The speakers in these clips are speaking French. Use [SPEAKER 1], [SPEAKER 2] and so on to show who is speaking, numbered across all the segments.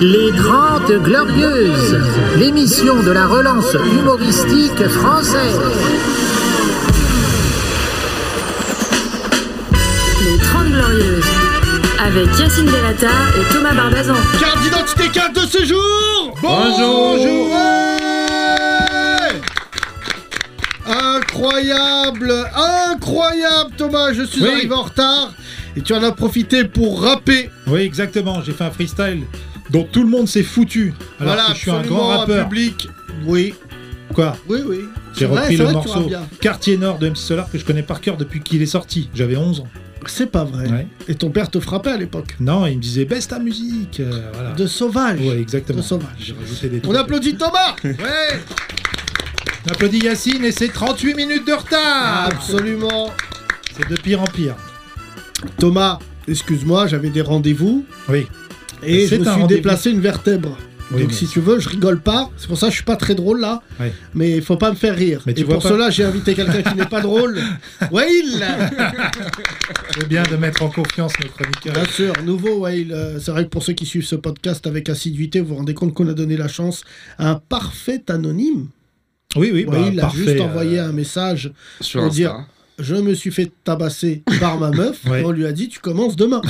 [SPEAKER 1] Les 30 Glorieuses, l'émission de la relance humoristique française.
[SPEAKER 2] Les 30 Glorieuses, avec Yacine Delata et Thomas Barbazan.
[SPEAKER 3] Carte d'identité, carte de séjour
[SPEAKER 4] Bonjour.
[SPEAKER 3] Ouais Incroyable Incroyable Thomas, je suis
[SPEAKER 4] Oui.
[SPEAKER 3] arrivé en retard et tu en as profité pour rapper.
[SPEAKER 4] Oui, exactement. J'ai fait un freestyle dont tout le monde s'est foutu. Alors
[SPEAKER 3] voilà,
[SPEAKER 4] que je suis un
[SPEAKER 3] absolument,
[SPEAKER 4] grand rappeur.
[SPEAKER 3] public. Oui,
[SPEAKER 4] Quoi
[SPEAKER 3] oui, oui.
[SPEAKER 4] J'ai
[SPEAKER 3] C'est vrai,
[SPEAKER 4] repris
[SPEAKER 3] c'est
[SPEAKER 4] le
[SPEAKER 3] vrai que tu rappes
[SPEAKER 4] morceau
[SPEAKER 3] bien.
[SPEAKER 4] Quartier Nord de MC Solar que je connais par cœur depuis qu'il est sorti. J'avais 11 ans.
[SPEAKER 3] C'est pas vrai.
[SPEAKER 4] Ouais.
[SPEAKER 3] Et ton père te frappait à l'époque.
[SPEAKER 4] Non, il me disait baisse ta musique. euh, voilà.
[SPEAKER 3] De sauvage.
[SPEAKER 4] Ouais, exactement.
[SPEAKER 3] De sauvage.
[SPEAKER 4] J'ai rajouté des
[SPEAKER 3] On
[SPEAKER 4] trucs.
[SPEAKER 3] applaudit Thomas Ouais
[SPEAKER 4] On applaudit Yacine et ses 38 minutes de retard.
[SPEAKER 3] Ah, Absolument
[SPEAKER 4] C'est de pire en pire.
[SPEAKER 3] Thomas, excuse-moi, j'avais des rendez-vous.
[SPEAKER 4] Oui.
[SPEAKER 3] Et je
[SPEAKER 4] Bah, C'est
[SPEAKER 3] me
[SPEAKER 4] un
[SPEAKER 3] suis
[SPEAKER 4] rendez-vous.
[SPEAKER 3] déplacé une vertèbre.
[SPEAKER 4] Oui,
[SPEAKER 3] Donc
[SPEAKER 4] mais-
[SPEAKER 3] si tu veux, je rigole pas. C'est pour ça que je suis pas très drôle là.
[SPEAKER 4] Ouais.
[SPEAKER 3] Mais il faut pas me faire rire.
[SPEAKER 4] Mais tu
[SPEAKER 3] et
[SPEAKER 4] vois
[SPEAKER 3] pour
[SPEAKER 4] pas-
[SPEAKER 3] cela, j'ai invité quelqu'un qui n'est pas drôle. Wail
[SPEAKER 4] C'est bien de mettre en confiance nos chroniqueurs.
[SPEAKER 3] Bien sûr, nouveau Wail. Euh, C'est vrai que pour ceux qui suivent ce podcast avec assiduité, vous vous rendez compte qu'on a donné la chance à un parfait anonyme.
[SPEAKER 4] Oui, oui, bah,
[SPEAKER 3] Wail a
[SPEAKER 4] parfait.
[SPEAKER 3] juste
[SPEAKER 4] euh,
[SPEAKER 3] envoyé un message
[SPEAKER 5] Sur
[SPEAKER 3] pour
[SPEAKER 5] Insta.
[SPEAKER 3] dire Je me suis fait tabasser par ma meuf.
[SPEAKER 4] Ouais.
[SPEAKER 3] Et on lui a dit Tu commences demain.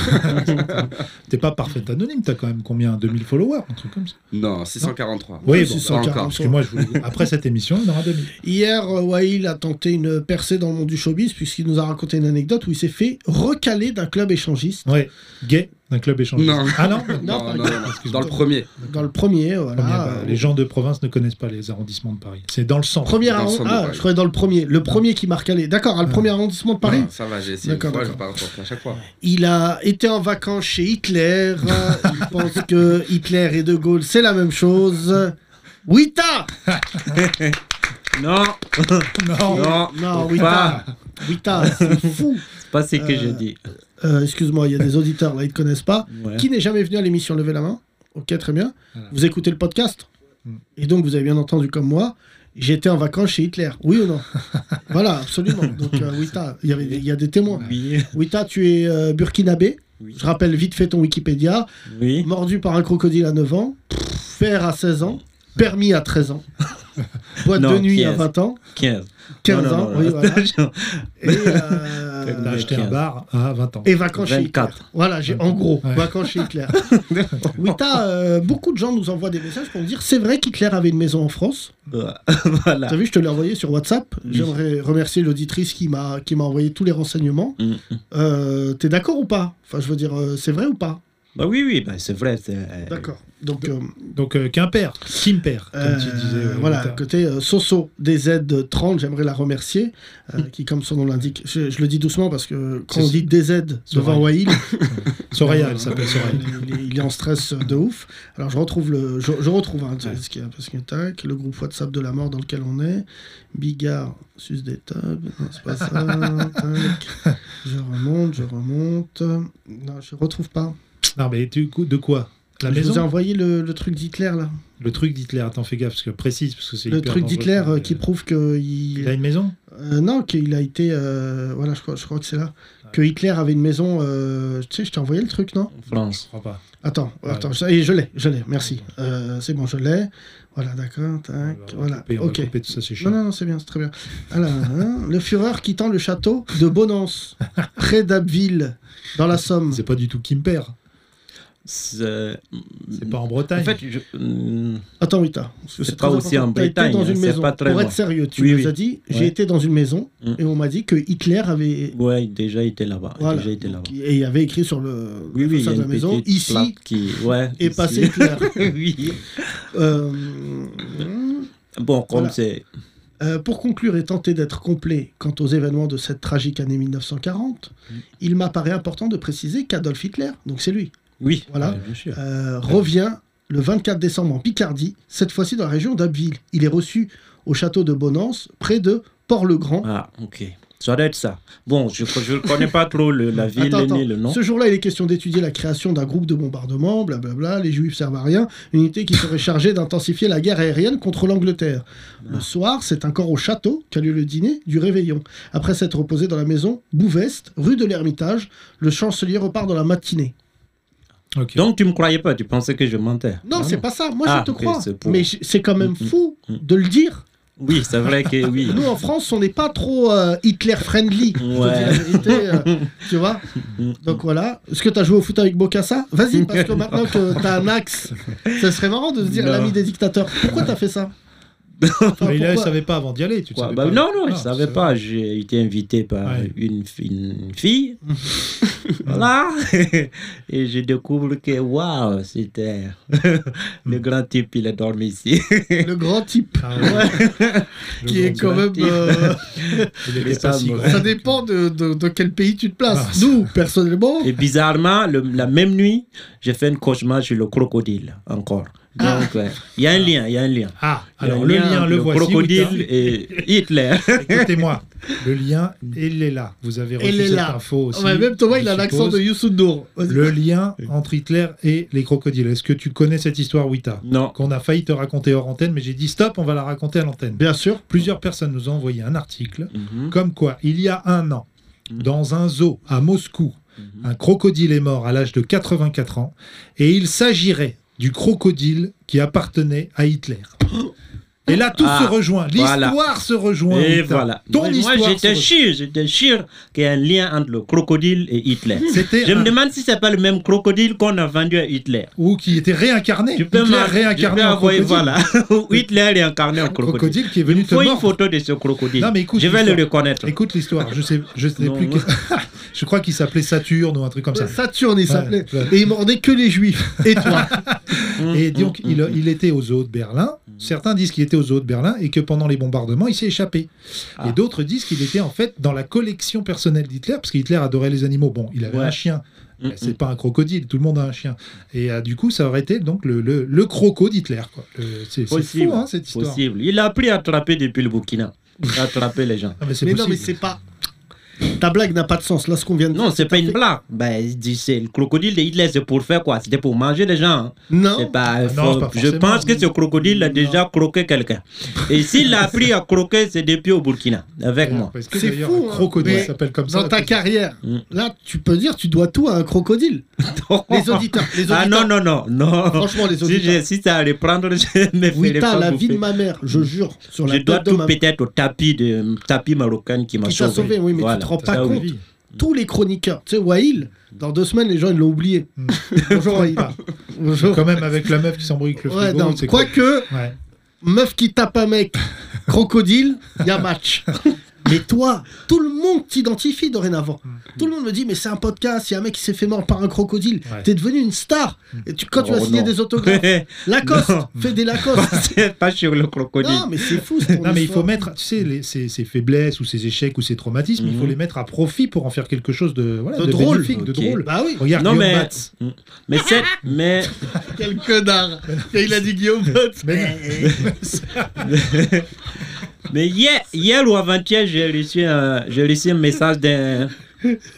[SPEAKER 4] T'es pas parfait anonyme, t'as quand même combien 2000 followers, un truc comme ça.
[SPEAKER 5] Non, 643.
[SPEAKER 4] Oui,
[SPEAKER 5] Pas
[SPEAKER 4] bon,
[SPEAKER 3] 640.
[SPEAKER 5] encore.
[SPEAKER 4] parce que moi, je vous- après cette émission, il y en aura 2000.
[SPEAKER 3] Hier, euh, Wail a tenté une percée dans le monde du showbiz puisqu'il nous a raconté une anecdote où il s'est fait recaler d'un club échangiste.
[SPEAKER 4] Ouais, gay d'un club échangiste.
[SPEAKER 5] Non.
[SPEAKER 4] Ah
[SPEAKER 3] Non,
[SPEAKER 4] non,
[SPEAKER 5] Non,
[SPEAKER 3] pas
[SPEAKER 5] non,
[SPEAKER 3] encore.
[SPEAKER 5] non, non.
[SPEAKER 4] Excuse-moi.
[SPEAKER 5] Dans le premier.
[SPEAKER 3] Dans le premier, voilà.
[SPEAKER 4] Premier, bah,
[SPEAKER 3] euh,
[SPEAKER 4] les gens de province ne connaissent pas les arrondissements de Paris. C'est dans le centre.
[SPEAKER 3] Premier
[SPEAKER 5] Dans le
[SPEAKER 3] arrondissement.
[SPEAKER 5] centre de
[SPEAKER 3] Ah,
[SPEAKER 5] Paris.
[SPEAKER 3] je croyais dans le premier. Le premier qui m'a recalé. D'accord, ah, le
[SPEAKER 4] Ouais.
[SPEAKER 3] premier arrondissement de Paris.
[SPEAKER 5] Non, ça va, j'ai essayé. une
[SPEAKER 3] D'accord,
[SPEAKER 5] fois, Je vais
[SPEAKER 3] d'accord.
[SPEAKER 5] pas reporter à chaque fois.
[SPEAKER 3] Il a été en vacances chez Hitler. euh, il pense que Hitler et De Gaulle, c'est la même chose. Wita
[SPEAKER 4] Non.
[SPEAKER 6] Non,
[SPEAKER 5] Ah,
[SPEAKER 6] non,
[SPEAKER 3] Non,
[SPEAKER 6] faut pas.
[SPEAKER 3] Wita. Wita, c'est fou.
[SPEAKER 6] c'est pas ce que
[SPEAKER 3] Euh,
[SPEAKER 6] je dis.
[SPEAKER 3] Euh, Excuse-moi, il y a des auditeurs là, ils ne connaissent pas.
[SPEAKER 6] Ouais.
[SPEAKER 3] Qui n'est jamais venu à l'émission Levez la main Ok, très bien.
[SPEAKER 4] Voilà.
[SPEAKER 3] Vous écoutez le podcast
[SPEAKER 4] Mm.
[SPEAKER 3] Et donc, vous avez bien entendu comme moi, j'étais en vacances chez Hitler. Oui ou non Voilà, absolument. Donc, euh, Wita, il y, avait, il y a des témoins.
[SPEAKER 6] Oui,
[SPEAKER 3] Wita, tu es euh, burkinabé.
[SPEAKER 6] Oui.
[SPEAKER 3] Je rappelle vite fait ton Wikipédia.
[SPEAKER 6] oui.
[SPEAKER 3] Mordu par un crocodile à 9 ans, fer à 16 ans, permis à 13 ans, boîte de
[SPEAKER 6] Non,
[SPEAKER 3] nuit à
[SPEAKER 6] 15.
[SPEAKER 3] 20 ans,
[SPEAKER 6] 15.
[SPEAKER 3] 15
[SPEAKER 6] Non, non,
[SPEAKER 3] ans,
[SPEAKER 6] non,
[SPEAKER 3] oui,
[SPEAKER 6] non.
[SPEAKER 3] voilà. Et,
[SPEAKER 4] T'as
[SPEAKER 3] euh,
[SPEAKER 4] acheté un
[SPEAKER 6] 15.
[SPEAKER 4] bar à 20 ans.
[SPEAKER 3] et vacances chez Hitler.
[SPEAKER 6] 24.
[SPEAKER 3] Voilà, j'ai en gros,
[SPEAKER 4] Ouais.
[SPEAKER 3] vacances chez Hitler. Wita, euh, beaucoup de gens nous envoient des messages pour nous dire c'est vrai qu'Hitler avait une maison en France.
[SPEAKER 6] voilà.
[SPEAKER 3] T'as vu, je te l'ai envoyé sur WhatsApp.
[SPEAKER 6] Oui.
[SPEAKER 3] J'aimerais remercier l'auditrice qui m'a qui m'a envoyé tous les renseignements.
[SPEAKER 6] Mm.
[SPEAKER 3] Euh, T'es d'accord ou pas Enfin, je veux dire, euh, c'est vrai ou pas
[SPEAKER 6] Bah oui, oui, bah, c'est vrai. c'est, euh,
[SPEAKER 3] D'accord. Donc, euh,
[SPEAKER 4] Donc euh, Quimper, Quimper, comme
[SPEAKER 3] Euh,
[SPEAKER 4] tu disais. euh,
[SPEAKER 3] voilà,
[SPEAKER 4] Wita.
[SPEAKER 3] côté euh, Soso des aides 30, j'aimerais la remercier, euh, qui, comme son nom l'indique, je, je le dis doucement parce que quand
[SPEAKER 4] C'est-
[SPEAKER 3] on dit des aides devant Wail, Euh,
[SPEAKER 4] Soraya, elle s'appelle Soraya.
[SPEAKER 3] il, est- il est en stress de ouf. Alors je retrouve le, je, je retrouve hein,
[SPEAKER 4] Ouais.
[SPEAKER 3] ce qui est- parce que tac, le groupe WhatsApp de la mort dans lequel on est, Bigard, sus des tables, non, c'est pas ça, tac. je remonte, je remonte, non, je retrouve pas.
[SPEAKER 4] Non, mais du coup, de quoi La
[SPEAKER 3] je vous ai
[SPEAKER 4] maison
[SPEAKER 3] envoyé le, le truc d'Hitler là,
[SPEAKER 4] Le truc d'Hitler, attends, fais gaffe, parce que précise, parce que c'est
[SPEAKER 3] le
[SPEAKER 4] hyper
[SPEAKER 3] truc
[SPEAKER 4] dangereux.
[SPEAKER 3] d'Hitler euh,
[SPEAKER 4] Euh,
[SPEAKER 3] qui prouve que il,
[SPEAKER 4] Il a une maison
[SPEAKER 3] Euh, non, qu'il a été. euh, voilà, je crois, je crois que c'est là. Que Hitler avait une maison. euh, tu sais, je t'ai envoyé le truc, non
[SPEAKER 6] en France.
[SPEAKER 4] Je crois pas.
[SPEAKER 3] Attends,
[SPEAKER 4] Ouais.
[SPEAKER 3] attends, je, et je l'ai, je l'ai, merci. Euh, c'est bon, je l'ai. Voilà, d'accord, tac,
[SPEAKER 4] On va
[SPEAKER 3] voilà.
[SPEAKER 4] couper, on va
[SPEAKER 3] ok.
[SPEAKER 4] couper tout ça, c'est
[SPEAKER 3] Non,
[SPEAKER 4] chiant.
[SPEAKER 3] non, non, c'est bien, c'est très bien. Alors, hein, le Führer quittant le château de Bonance, près d'Abbeville, dans la Somme.
[SPEAKER 4] C'est pas du tout Quimper.
[SPEAKER 6] C'est
[SPEAKER 4] C'est pas en
[SPEAKER 6] En
[SPEAKER 4] Bretagne.
[SPEAKER 6] fait, je- mm,
[SPEAKER 3] Attends, Wita. parce que
[SPEAKER 6] C'est pas aussi
[SPEAKER 3] important.
[SPEAKER 6] en
[SPEAKER 3] T'as été
[SPEAKER 6] Bretagne, hein,
[SPEAKER 3] dans une
[SPEAKER 6] c'est
[SPEAKER 3] maison.
[SPEAKER 6] pas très
[SPEAKER 3] Pour être
[SPEAKER 6] loin.
[SPEAKER 3] sérieux, tu
[SPEAKER 6] Oui,
[SPEAKER 3] nous
[SPEAKER 6] oui.
[SPEAKER 3] as dit, j'ai
[SPEAKER 6] Ouais.
[SPEAKER 3] été dans une maison
[SPEAKER 6] Mm.
[SPEAKER 3] et on m'a dit que Hitler avait
[SPEAKER 6] ouais, déjà été là-bas.
[SPEAKER 3] Voilà.
[SPEAKER 6] Déjà été là-bas.
[SPEAKER 3] Et il y avait écrit sur le
[SPEAKER 6] Mm. Oui,
[SPEAKER 3] la
[SPEAKER 6] oui, il y a
[SPEAKER 3] façade de
[SPEAKER 6] une
[SPEAKER 3] la maison,
[SPEAKER 6] petite
[SPEAKER 3] ici
[SPEAKER 6] plaque qui... ouais,
[SPEAKER 3] est
[SPEAKER 6] ici.
[SPEAKER 3] passé Hitler.
[SPEAKER 6] oui.
[SPEAKER 3] Euh,
[SPEAKER 6] Bon, comme
[SPEAKER 3] Voilà.
[SPEAKER 6] c'est...
[SPEAKER 3] euh, pour conclure et tenter d'être complet quant aux événements de cette tragique année 1940, il m'apparaît important de préciser qu'Adolf Hitler, donc c'est lui,
[SPEAKER 6] Oui,
[SPEAKER 3] Voilà.
[SPEAKER 6] ouais, bien sûr.
[SPEAKER 3] euh, revient le 24 décembre en Picardie, cette fois-ci dans la région d'Abbeville. Il est reçu au château de Bonance, près de Port-le-Grand.
[SPEAKER 6] Ah, ok. Ça doit être ça. Bon, je ne connais pas trop le- la ville
[SPEAKER 3] Attends, attends.
[SPEAKER 6] ni le nom.
[SPEAKER 3] Ce jour-là, il est question d'étudier la création d'un groupe de bombardement, blablabla, les juifs servent à rien, une unité qui serait chargée d'intensifier la guerre aérienne contre l'Angleterre.
[SPEAKER 6] Ah.
[SPEAKER 3] Le soir, c'est encore au château qu'a lieu le dîner du réveillon. Après s'être reposé dans la maison Bouvest, rue de l'Ermitage, le chancelier repart dans la matinée.
[SPEAKER 4] Ok.
[SPEAKER 6] Donc tu me croyais pas, tu pensais que je mentais.
[SPEAKER 3] Non,
[SPEAKER 6] Ah
[SPEAKER 3] c'est pas ça. Moi,
[SPEAKER 6] Ah,
[SPEAKER 3] je te
[SPEAKER 6] ok,
[SPEAKER 3] crois.
[SPEAKER 6] c'est pour-
[SPEAKER 3] Mais j- c'est quand même
[SPEAKER 6] Mm, mm,
[SPEAKER 3] fou
[SPEAKER 6] mm.
[SPEAKER 3] de le dire.
[SPEAKER 6] Oui, c'est vrai que oui.
[SPEAKER 3] Nous, en France, on n'est pas trop euh, Hitler-friendly. je te dis la
[SPEAKER 6] Ouais.
[SPEAKER 3] vérité, euh, tu vois Donc voilà. Est-ce que tu as joué au foot avec Bocassa Vas-y, parce que maintenant que tu as un axe, ça serait marrant de se dire
[SPEAKER 6] Non.
[SPEAKER 3] l'ami des dictateurs. Pourquoi tu as fait ça Enfin,
[SPEAKER 4] Mais il ne
[SPEAKER 3] Ah, pourquoi
[SPEAKER 4] savait pas avant d'y aller, tu le
[SPEAKER 6] Quoi,
[SPEAKER 4] savais
[SPEAKER 6] bah,
[SPEAKER 4] pas.
[SPEAKER 6] non, non, je
[SPEAKER 4] Ah,
[SPEAKER 6] ne savais
[SPEAKER 4] ça-
[SPEAKER 6] pas. J'ai été invité par
[SPEAKER 4] Ouais.
[SPEAKER 6] une, fi- une fille. voilà. Et je découvre que, waouh, c'était le grand type, il a dormi ici.
[SPEAKER 3] Le grand type.
[SPEAKER 4] Ah ouais. Je
[SPEAKER 3] Qui est
[SPEAKER 4] vois,
[SPEAKER 3] quand même.
[SPEAKER 6] type.
[SPEAKER 3] euh,
[SPEAKER 4] Il
[SPEAKER 6] Mais
[SPEAKER 4] était
[SPEAKER 6] ça,
[SPEAKER 4] pas si
[SPEAKER 6] moi.
[SPEAKER 4] grand.
[SPEAKER 3] ça dépend de, de- de quel pays tu te places.
[SPEAKER 4] Ah, ça-
[SPEAKER 3] Nous, personnellement.
[SPEAKER 6] Et bizarrement, le- la même nuit, j'ai fait un cauchemar sur le crocodile, encore. Donc, ouais, il y a un lien, il y a un lien.
[SPEAKER 4] Ah,
[SPEAKER 6] Il y a
[SPEAKER 4] alors
[SPEAKER 6] un
[SPEAKER 4] le lien, le voici.
[SPEAKER 6] crocodile et Hitler.
[SPEAKER 4] Wouter. Écoutez-moi, le lien, il est là. Vous avez
[SPEAKER 3] Elle
[SPEAKER 4] reçu
[SPEAKER 3] est
[SPEAKER 4] cette
[SPEAKER 3] là.
[SPEAKER 4] info aussi.
[SPEAKER 3] Ouais, même Thomas,
[SPEAKER 4] je
[SPEAKER 3] il a l'accent
[SPEAKER 4] suppose.
[SPEAKER 3] de Youssou N'Dour. Vas-y.
[SPEAKER 4] Le lien entre Hitler et les crocodiles. Est-ce que tu connais cette histoire, Wita
[SPEAKER 6] Non.
[SPEAKER 4] Qu'on a failli te raconter hors antenne, mais j'ai dit stop, on va la raconter à l'antenne.
[SPEAKER 3] Bien sûr.
[SPEAKER 4] Plusieurs personnes nous ont envoyé un article
[SPEAKER 6] Mhm.
[SPEAKER 4] comme quoi, il y a un an,
[SPEAKER 6] Mhm.
[SPEAKER 4] dans un zoo à Moscou,
[SPEAKER 6] Mhm.
[SPEAKER 4] un crocodile est mort à l'âge de 84 ans, et il s'agirait du crocodile qui appartenait à Hitler. Et là, tout
[SPEAKER 6] Ah,
[SPEAKER 4] se rejoint. L'histoire
[SPEAKER 6] voilà.
[SPEAKER 4] se rejoint.
[SPEAKER 6] Et
[SPEAKER 4] Wita.
[SPEAKER 6] voilà.
[SPEAKER 4] Ton
[SPEAKER 6] Moi,
[SPEAKER 4] histoire.
[SPEAKER 6] Moi,
[SPEAKER 4] se
[SPEAKER 6] j'étais
[SPEAKER 4] rejoint.
[SPEAKER 6] sûr, j'étais sûr qu'il y a un lien entre le crocodile et Hitler.
[SPEAKER 4] C'était
[SPEAKER 6] Je
[SPEAKER 4] un-
[SPEAKER 6] me demande si c'est pas le même crocodile qu'on a vendu à Hitler.
[SPEAKER 4] ou qui était réincarné.
[SPEAKER 6] Tu peux
[SPEAKER 4] Hitler
[SPEAKER 6] m'en-
[SPEAKER 4] réincarné
[SPEAKER 6] tu peux
[SPEAKER 4] en
[SPEAKER 6] envoyer,
[SPEAKER 4] crocodile.
[SPEAKER 6] voilà. Hitler réincarné en crocodile.
[SPEAKER 4] Crocodile qui est venu
[SPEAKER 6] Il
[SPEAKER 4] te
[SPEAKER 6] faut une
[SPEAKER 4] mordre.
[SPEAKER 6] photo de ce crocodile.
[SPEAKER 4] Non, mais écoute,
[SPEAKER 6] je vais le
[SPEAKER 4] l'histoire.
[SPEAKER 6] reconnaître.
[SPEAKER 4] Écoute l'histoire. Je sais, je sais
[SPEAKER 6] Non,
[SPEAKER 4] plus.
[SPEAKER 6] moi-
[SPEAKER 4] que- je crois qu'il s'appelait Saturne ou un truc comme ça.
[SPEAKER 3] Saturne, il s'appelait.
[SPEAKER 4] ouais.
[SPEAKER 3] Et il mordait que les juifs. Et toi
[SPEAKER 6] Hum,
[SPEAKER 4] Et
[SPEAKER 6] hum,
[SPEAKER 4] donc,
[SPEAKER 6] hum,
[SPEAKER 4] il,
[SPEAKER 6] hum.
[SPEAKER 4] il était aux zoo de Berlin.
[SPEAKER 6] Mm.
[SPEAKER 4] Certains disent qu'il était aux zoo de Berlin et que pendant les bombardements, il s'est échappé.
[SPEAKER 6] Ah.
[SPEAKER 4] Et d'autres disent qu'il était en fait dans la collection personnelle d'Hitler, parce qu'Hitler adorait les animaux. Bon, il avait
[SPEAKER 6] Ouais.
[SPEAKER 4] un chien.
[SPEAKER 6] Mm,
[SPEAKER 4] Mais C'est pas un crocodile, tout le monde a un chien. Et euh, du coup, ça aurait été donc le, le, le croco d'Hitler. quoi. Le- C'est c'est
[SPEAKER 6] Possible.
[SPEAKER 4] fou, hein, cette histoire.
[SPEAKER 6] Possible. Il a appris à attraper depuis le Burkina. Attraper les gens.
[SPEAKER 4] Ah, mais c'est
[SPEAKER 3] Mais non,
[SPEAKER 4] possible.
[SPEAKER 3] mais c'est pas. Ta blague n'a pas de sens, là, ce qu'on vient de
[SPEAKER 6] Non, c'est pas une blague. Ben, il dit, c'est le crocodile de Hitler, c'est pour faire quoi C'était pour manger les gens. hein.
[SPEAKER 3] Non,
[SPEAKER 6] C'est pas-
[SPEAKER 4] non,
[SPEAKER 6] faut-
[SPEAKER 4] c'est pas
[SPEAKER 6] je
[SPEAKER 4] forcément.
[SPEAKER 6] pense que ce crocodile a
[SPEAKER 4] Non.
[SPEAKER 6] déjà croqué quelqu'un. Et s'il a appris à croquer, c'est depuis au Burkina, avec moi.
[SPEAKER 4] Parce que
[SPEAKER 3] C'est
[SPEAKER 4] d'ailleurs,
[SPEAKER 3] fou,
[SPEAKER 4] un
[SPEAKER 3] hein.
[SPEAKER 4] crocodile
[SPEAKER 3] Mais
[SPEAKER 4] s'appelle comme ça.
[SPEAKER 3] dans ta carrière,
[SPEAKER 6] Mm.
[SPEAKER 3] là, tu peux dire, tu dois tout à un crocodile.
[SPEAKER 4] Oh.
[SPEAKER 3] Les auditeurs, les auditeurs.
[SPEAKER 6] Ah non, non, non, non.
[SPEAKER 3] Franchement, les
[SPEAKER 6] Si,
[SPEAKER 3] auditeurs.
[SPEAKER 6] j'ai- si ça allait prendre, je me
[SPEAKER 3] Oui,
[SPEAKER 6] ferais
[SPEAKER 3] t'as
[SPEAKER 6] pas
[SPEAKER 3] la vie de
[SPEAKER 6] bouffer. Mm.
[SPEAKER 3] ma mère, je jure, sur la
[SPEAKER 6] Je dois
[SPEAKER 3] tête de
[SPEAKER 6] tout
[SPEAKER 3] ma mère.
[SPEAKER 6] peut-être au tapis, de, tapis marocain qui m'a
[SPEAKER 3] Qui t'a
[SPEAKER 6] sauvé.
[SPEAKER 3] sauvé, oui, mais
[SPEAKER 6] Voilà,
[SPEAKER 3] tu te rends pas
[SPEAKER 6] ça, oui.
[SPEAKER 3] compte. Tous les chroniqueurs, tu sais, Wail, dans deux semaines, les gens, ils l'ont oublié.
[SPEAKER 4] Mm.
[SPEAKER 3] Bonjour, Wail.
[SPEAKER 4] Ah.
[SPEAKER 3] Bonjour.
[SPEAKER 4] Quand même, avec la meuf qui s'embrouille avec le
[SPEAKER 3] Ouais,
[SPEAKER 4] frigo.
[SPEAKER 3] non,
[SPEAKER 4] c'est cool.
[SPEAKER 3] quoique,
[SPEAKER 4] Ouais.
[SPEAKER 3] meuf qui tape un mec, crocodile, il y a match. Mais toi, tout le monde t'identifie dorénavant.
[SPEAKER 4] Mm.
[SPEAKER 3] Tout le monde me dit, mais c'est un podcast, il y a un mec qui s'est fait mort par un crocodile.
[SPEAKER 4] Ouais.
[SPEAKER 3] T'es devenu une star. Et tu, quand tu
[SPEAKER 6] Oh,
[SPEAKER 3] vas signer
[SPEAKER 6] non.
[SPEAKER 3] des autographes, Lacoste,
[SPEAKER 6] Non.
[SPEAKER 3] fais des Lacoste.
[SPEAKER 6] C'est pas sur le crocodile.
[SPEAKER 3] non, mais c'est fou. c'est ton
[SPEAKER 4] Non, mais il
[SPEAKER 3] histoire.
[SPEAKER 4] faut mettre, tu sais, les- ces, ces faiblesses ou ces échecs ou ces traumatismes, il faut
[SPEAKER 6] Mhm.
[SPEAKER 4] les mettre à profit pour en faire quelque chose de, voilà,
[SPEAKER 3] De
[SPEAKER 4] de
[SPEAKER 3] drôle.
[SPEAKER 4] bénéfique, de
[SPEAKER 6] Ok.
[SPEAKER 4] drôle.
[SPEAKER 3] Bah oui,
[SPEAKER 4] Regarde
[SPEAKER 6] Non,
[SPEAKER 4] Guillaume
[SPEAKER 6] mais.
[SPEAKER 4] Batz.
[SPEAKER 6] Mais c'est. Mais.
[SPEAKER 3] quel connard. Et il a dit Guillaume Eh, Batz.
[SPEAKER 4] Mais non.
[SPEAKER 6] Mais hier, hier ou avant-hier, j'ai reçu, un- j'ai reçu un message d'un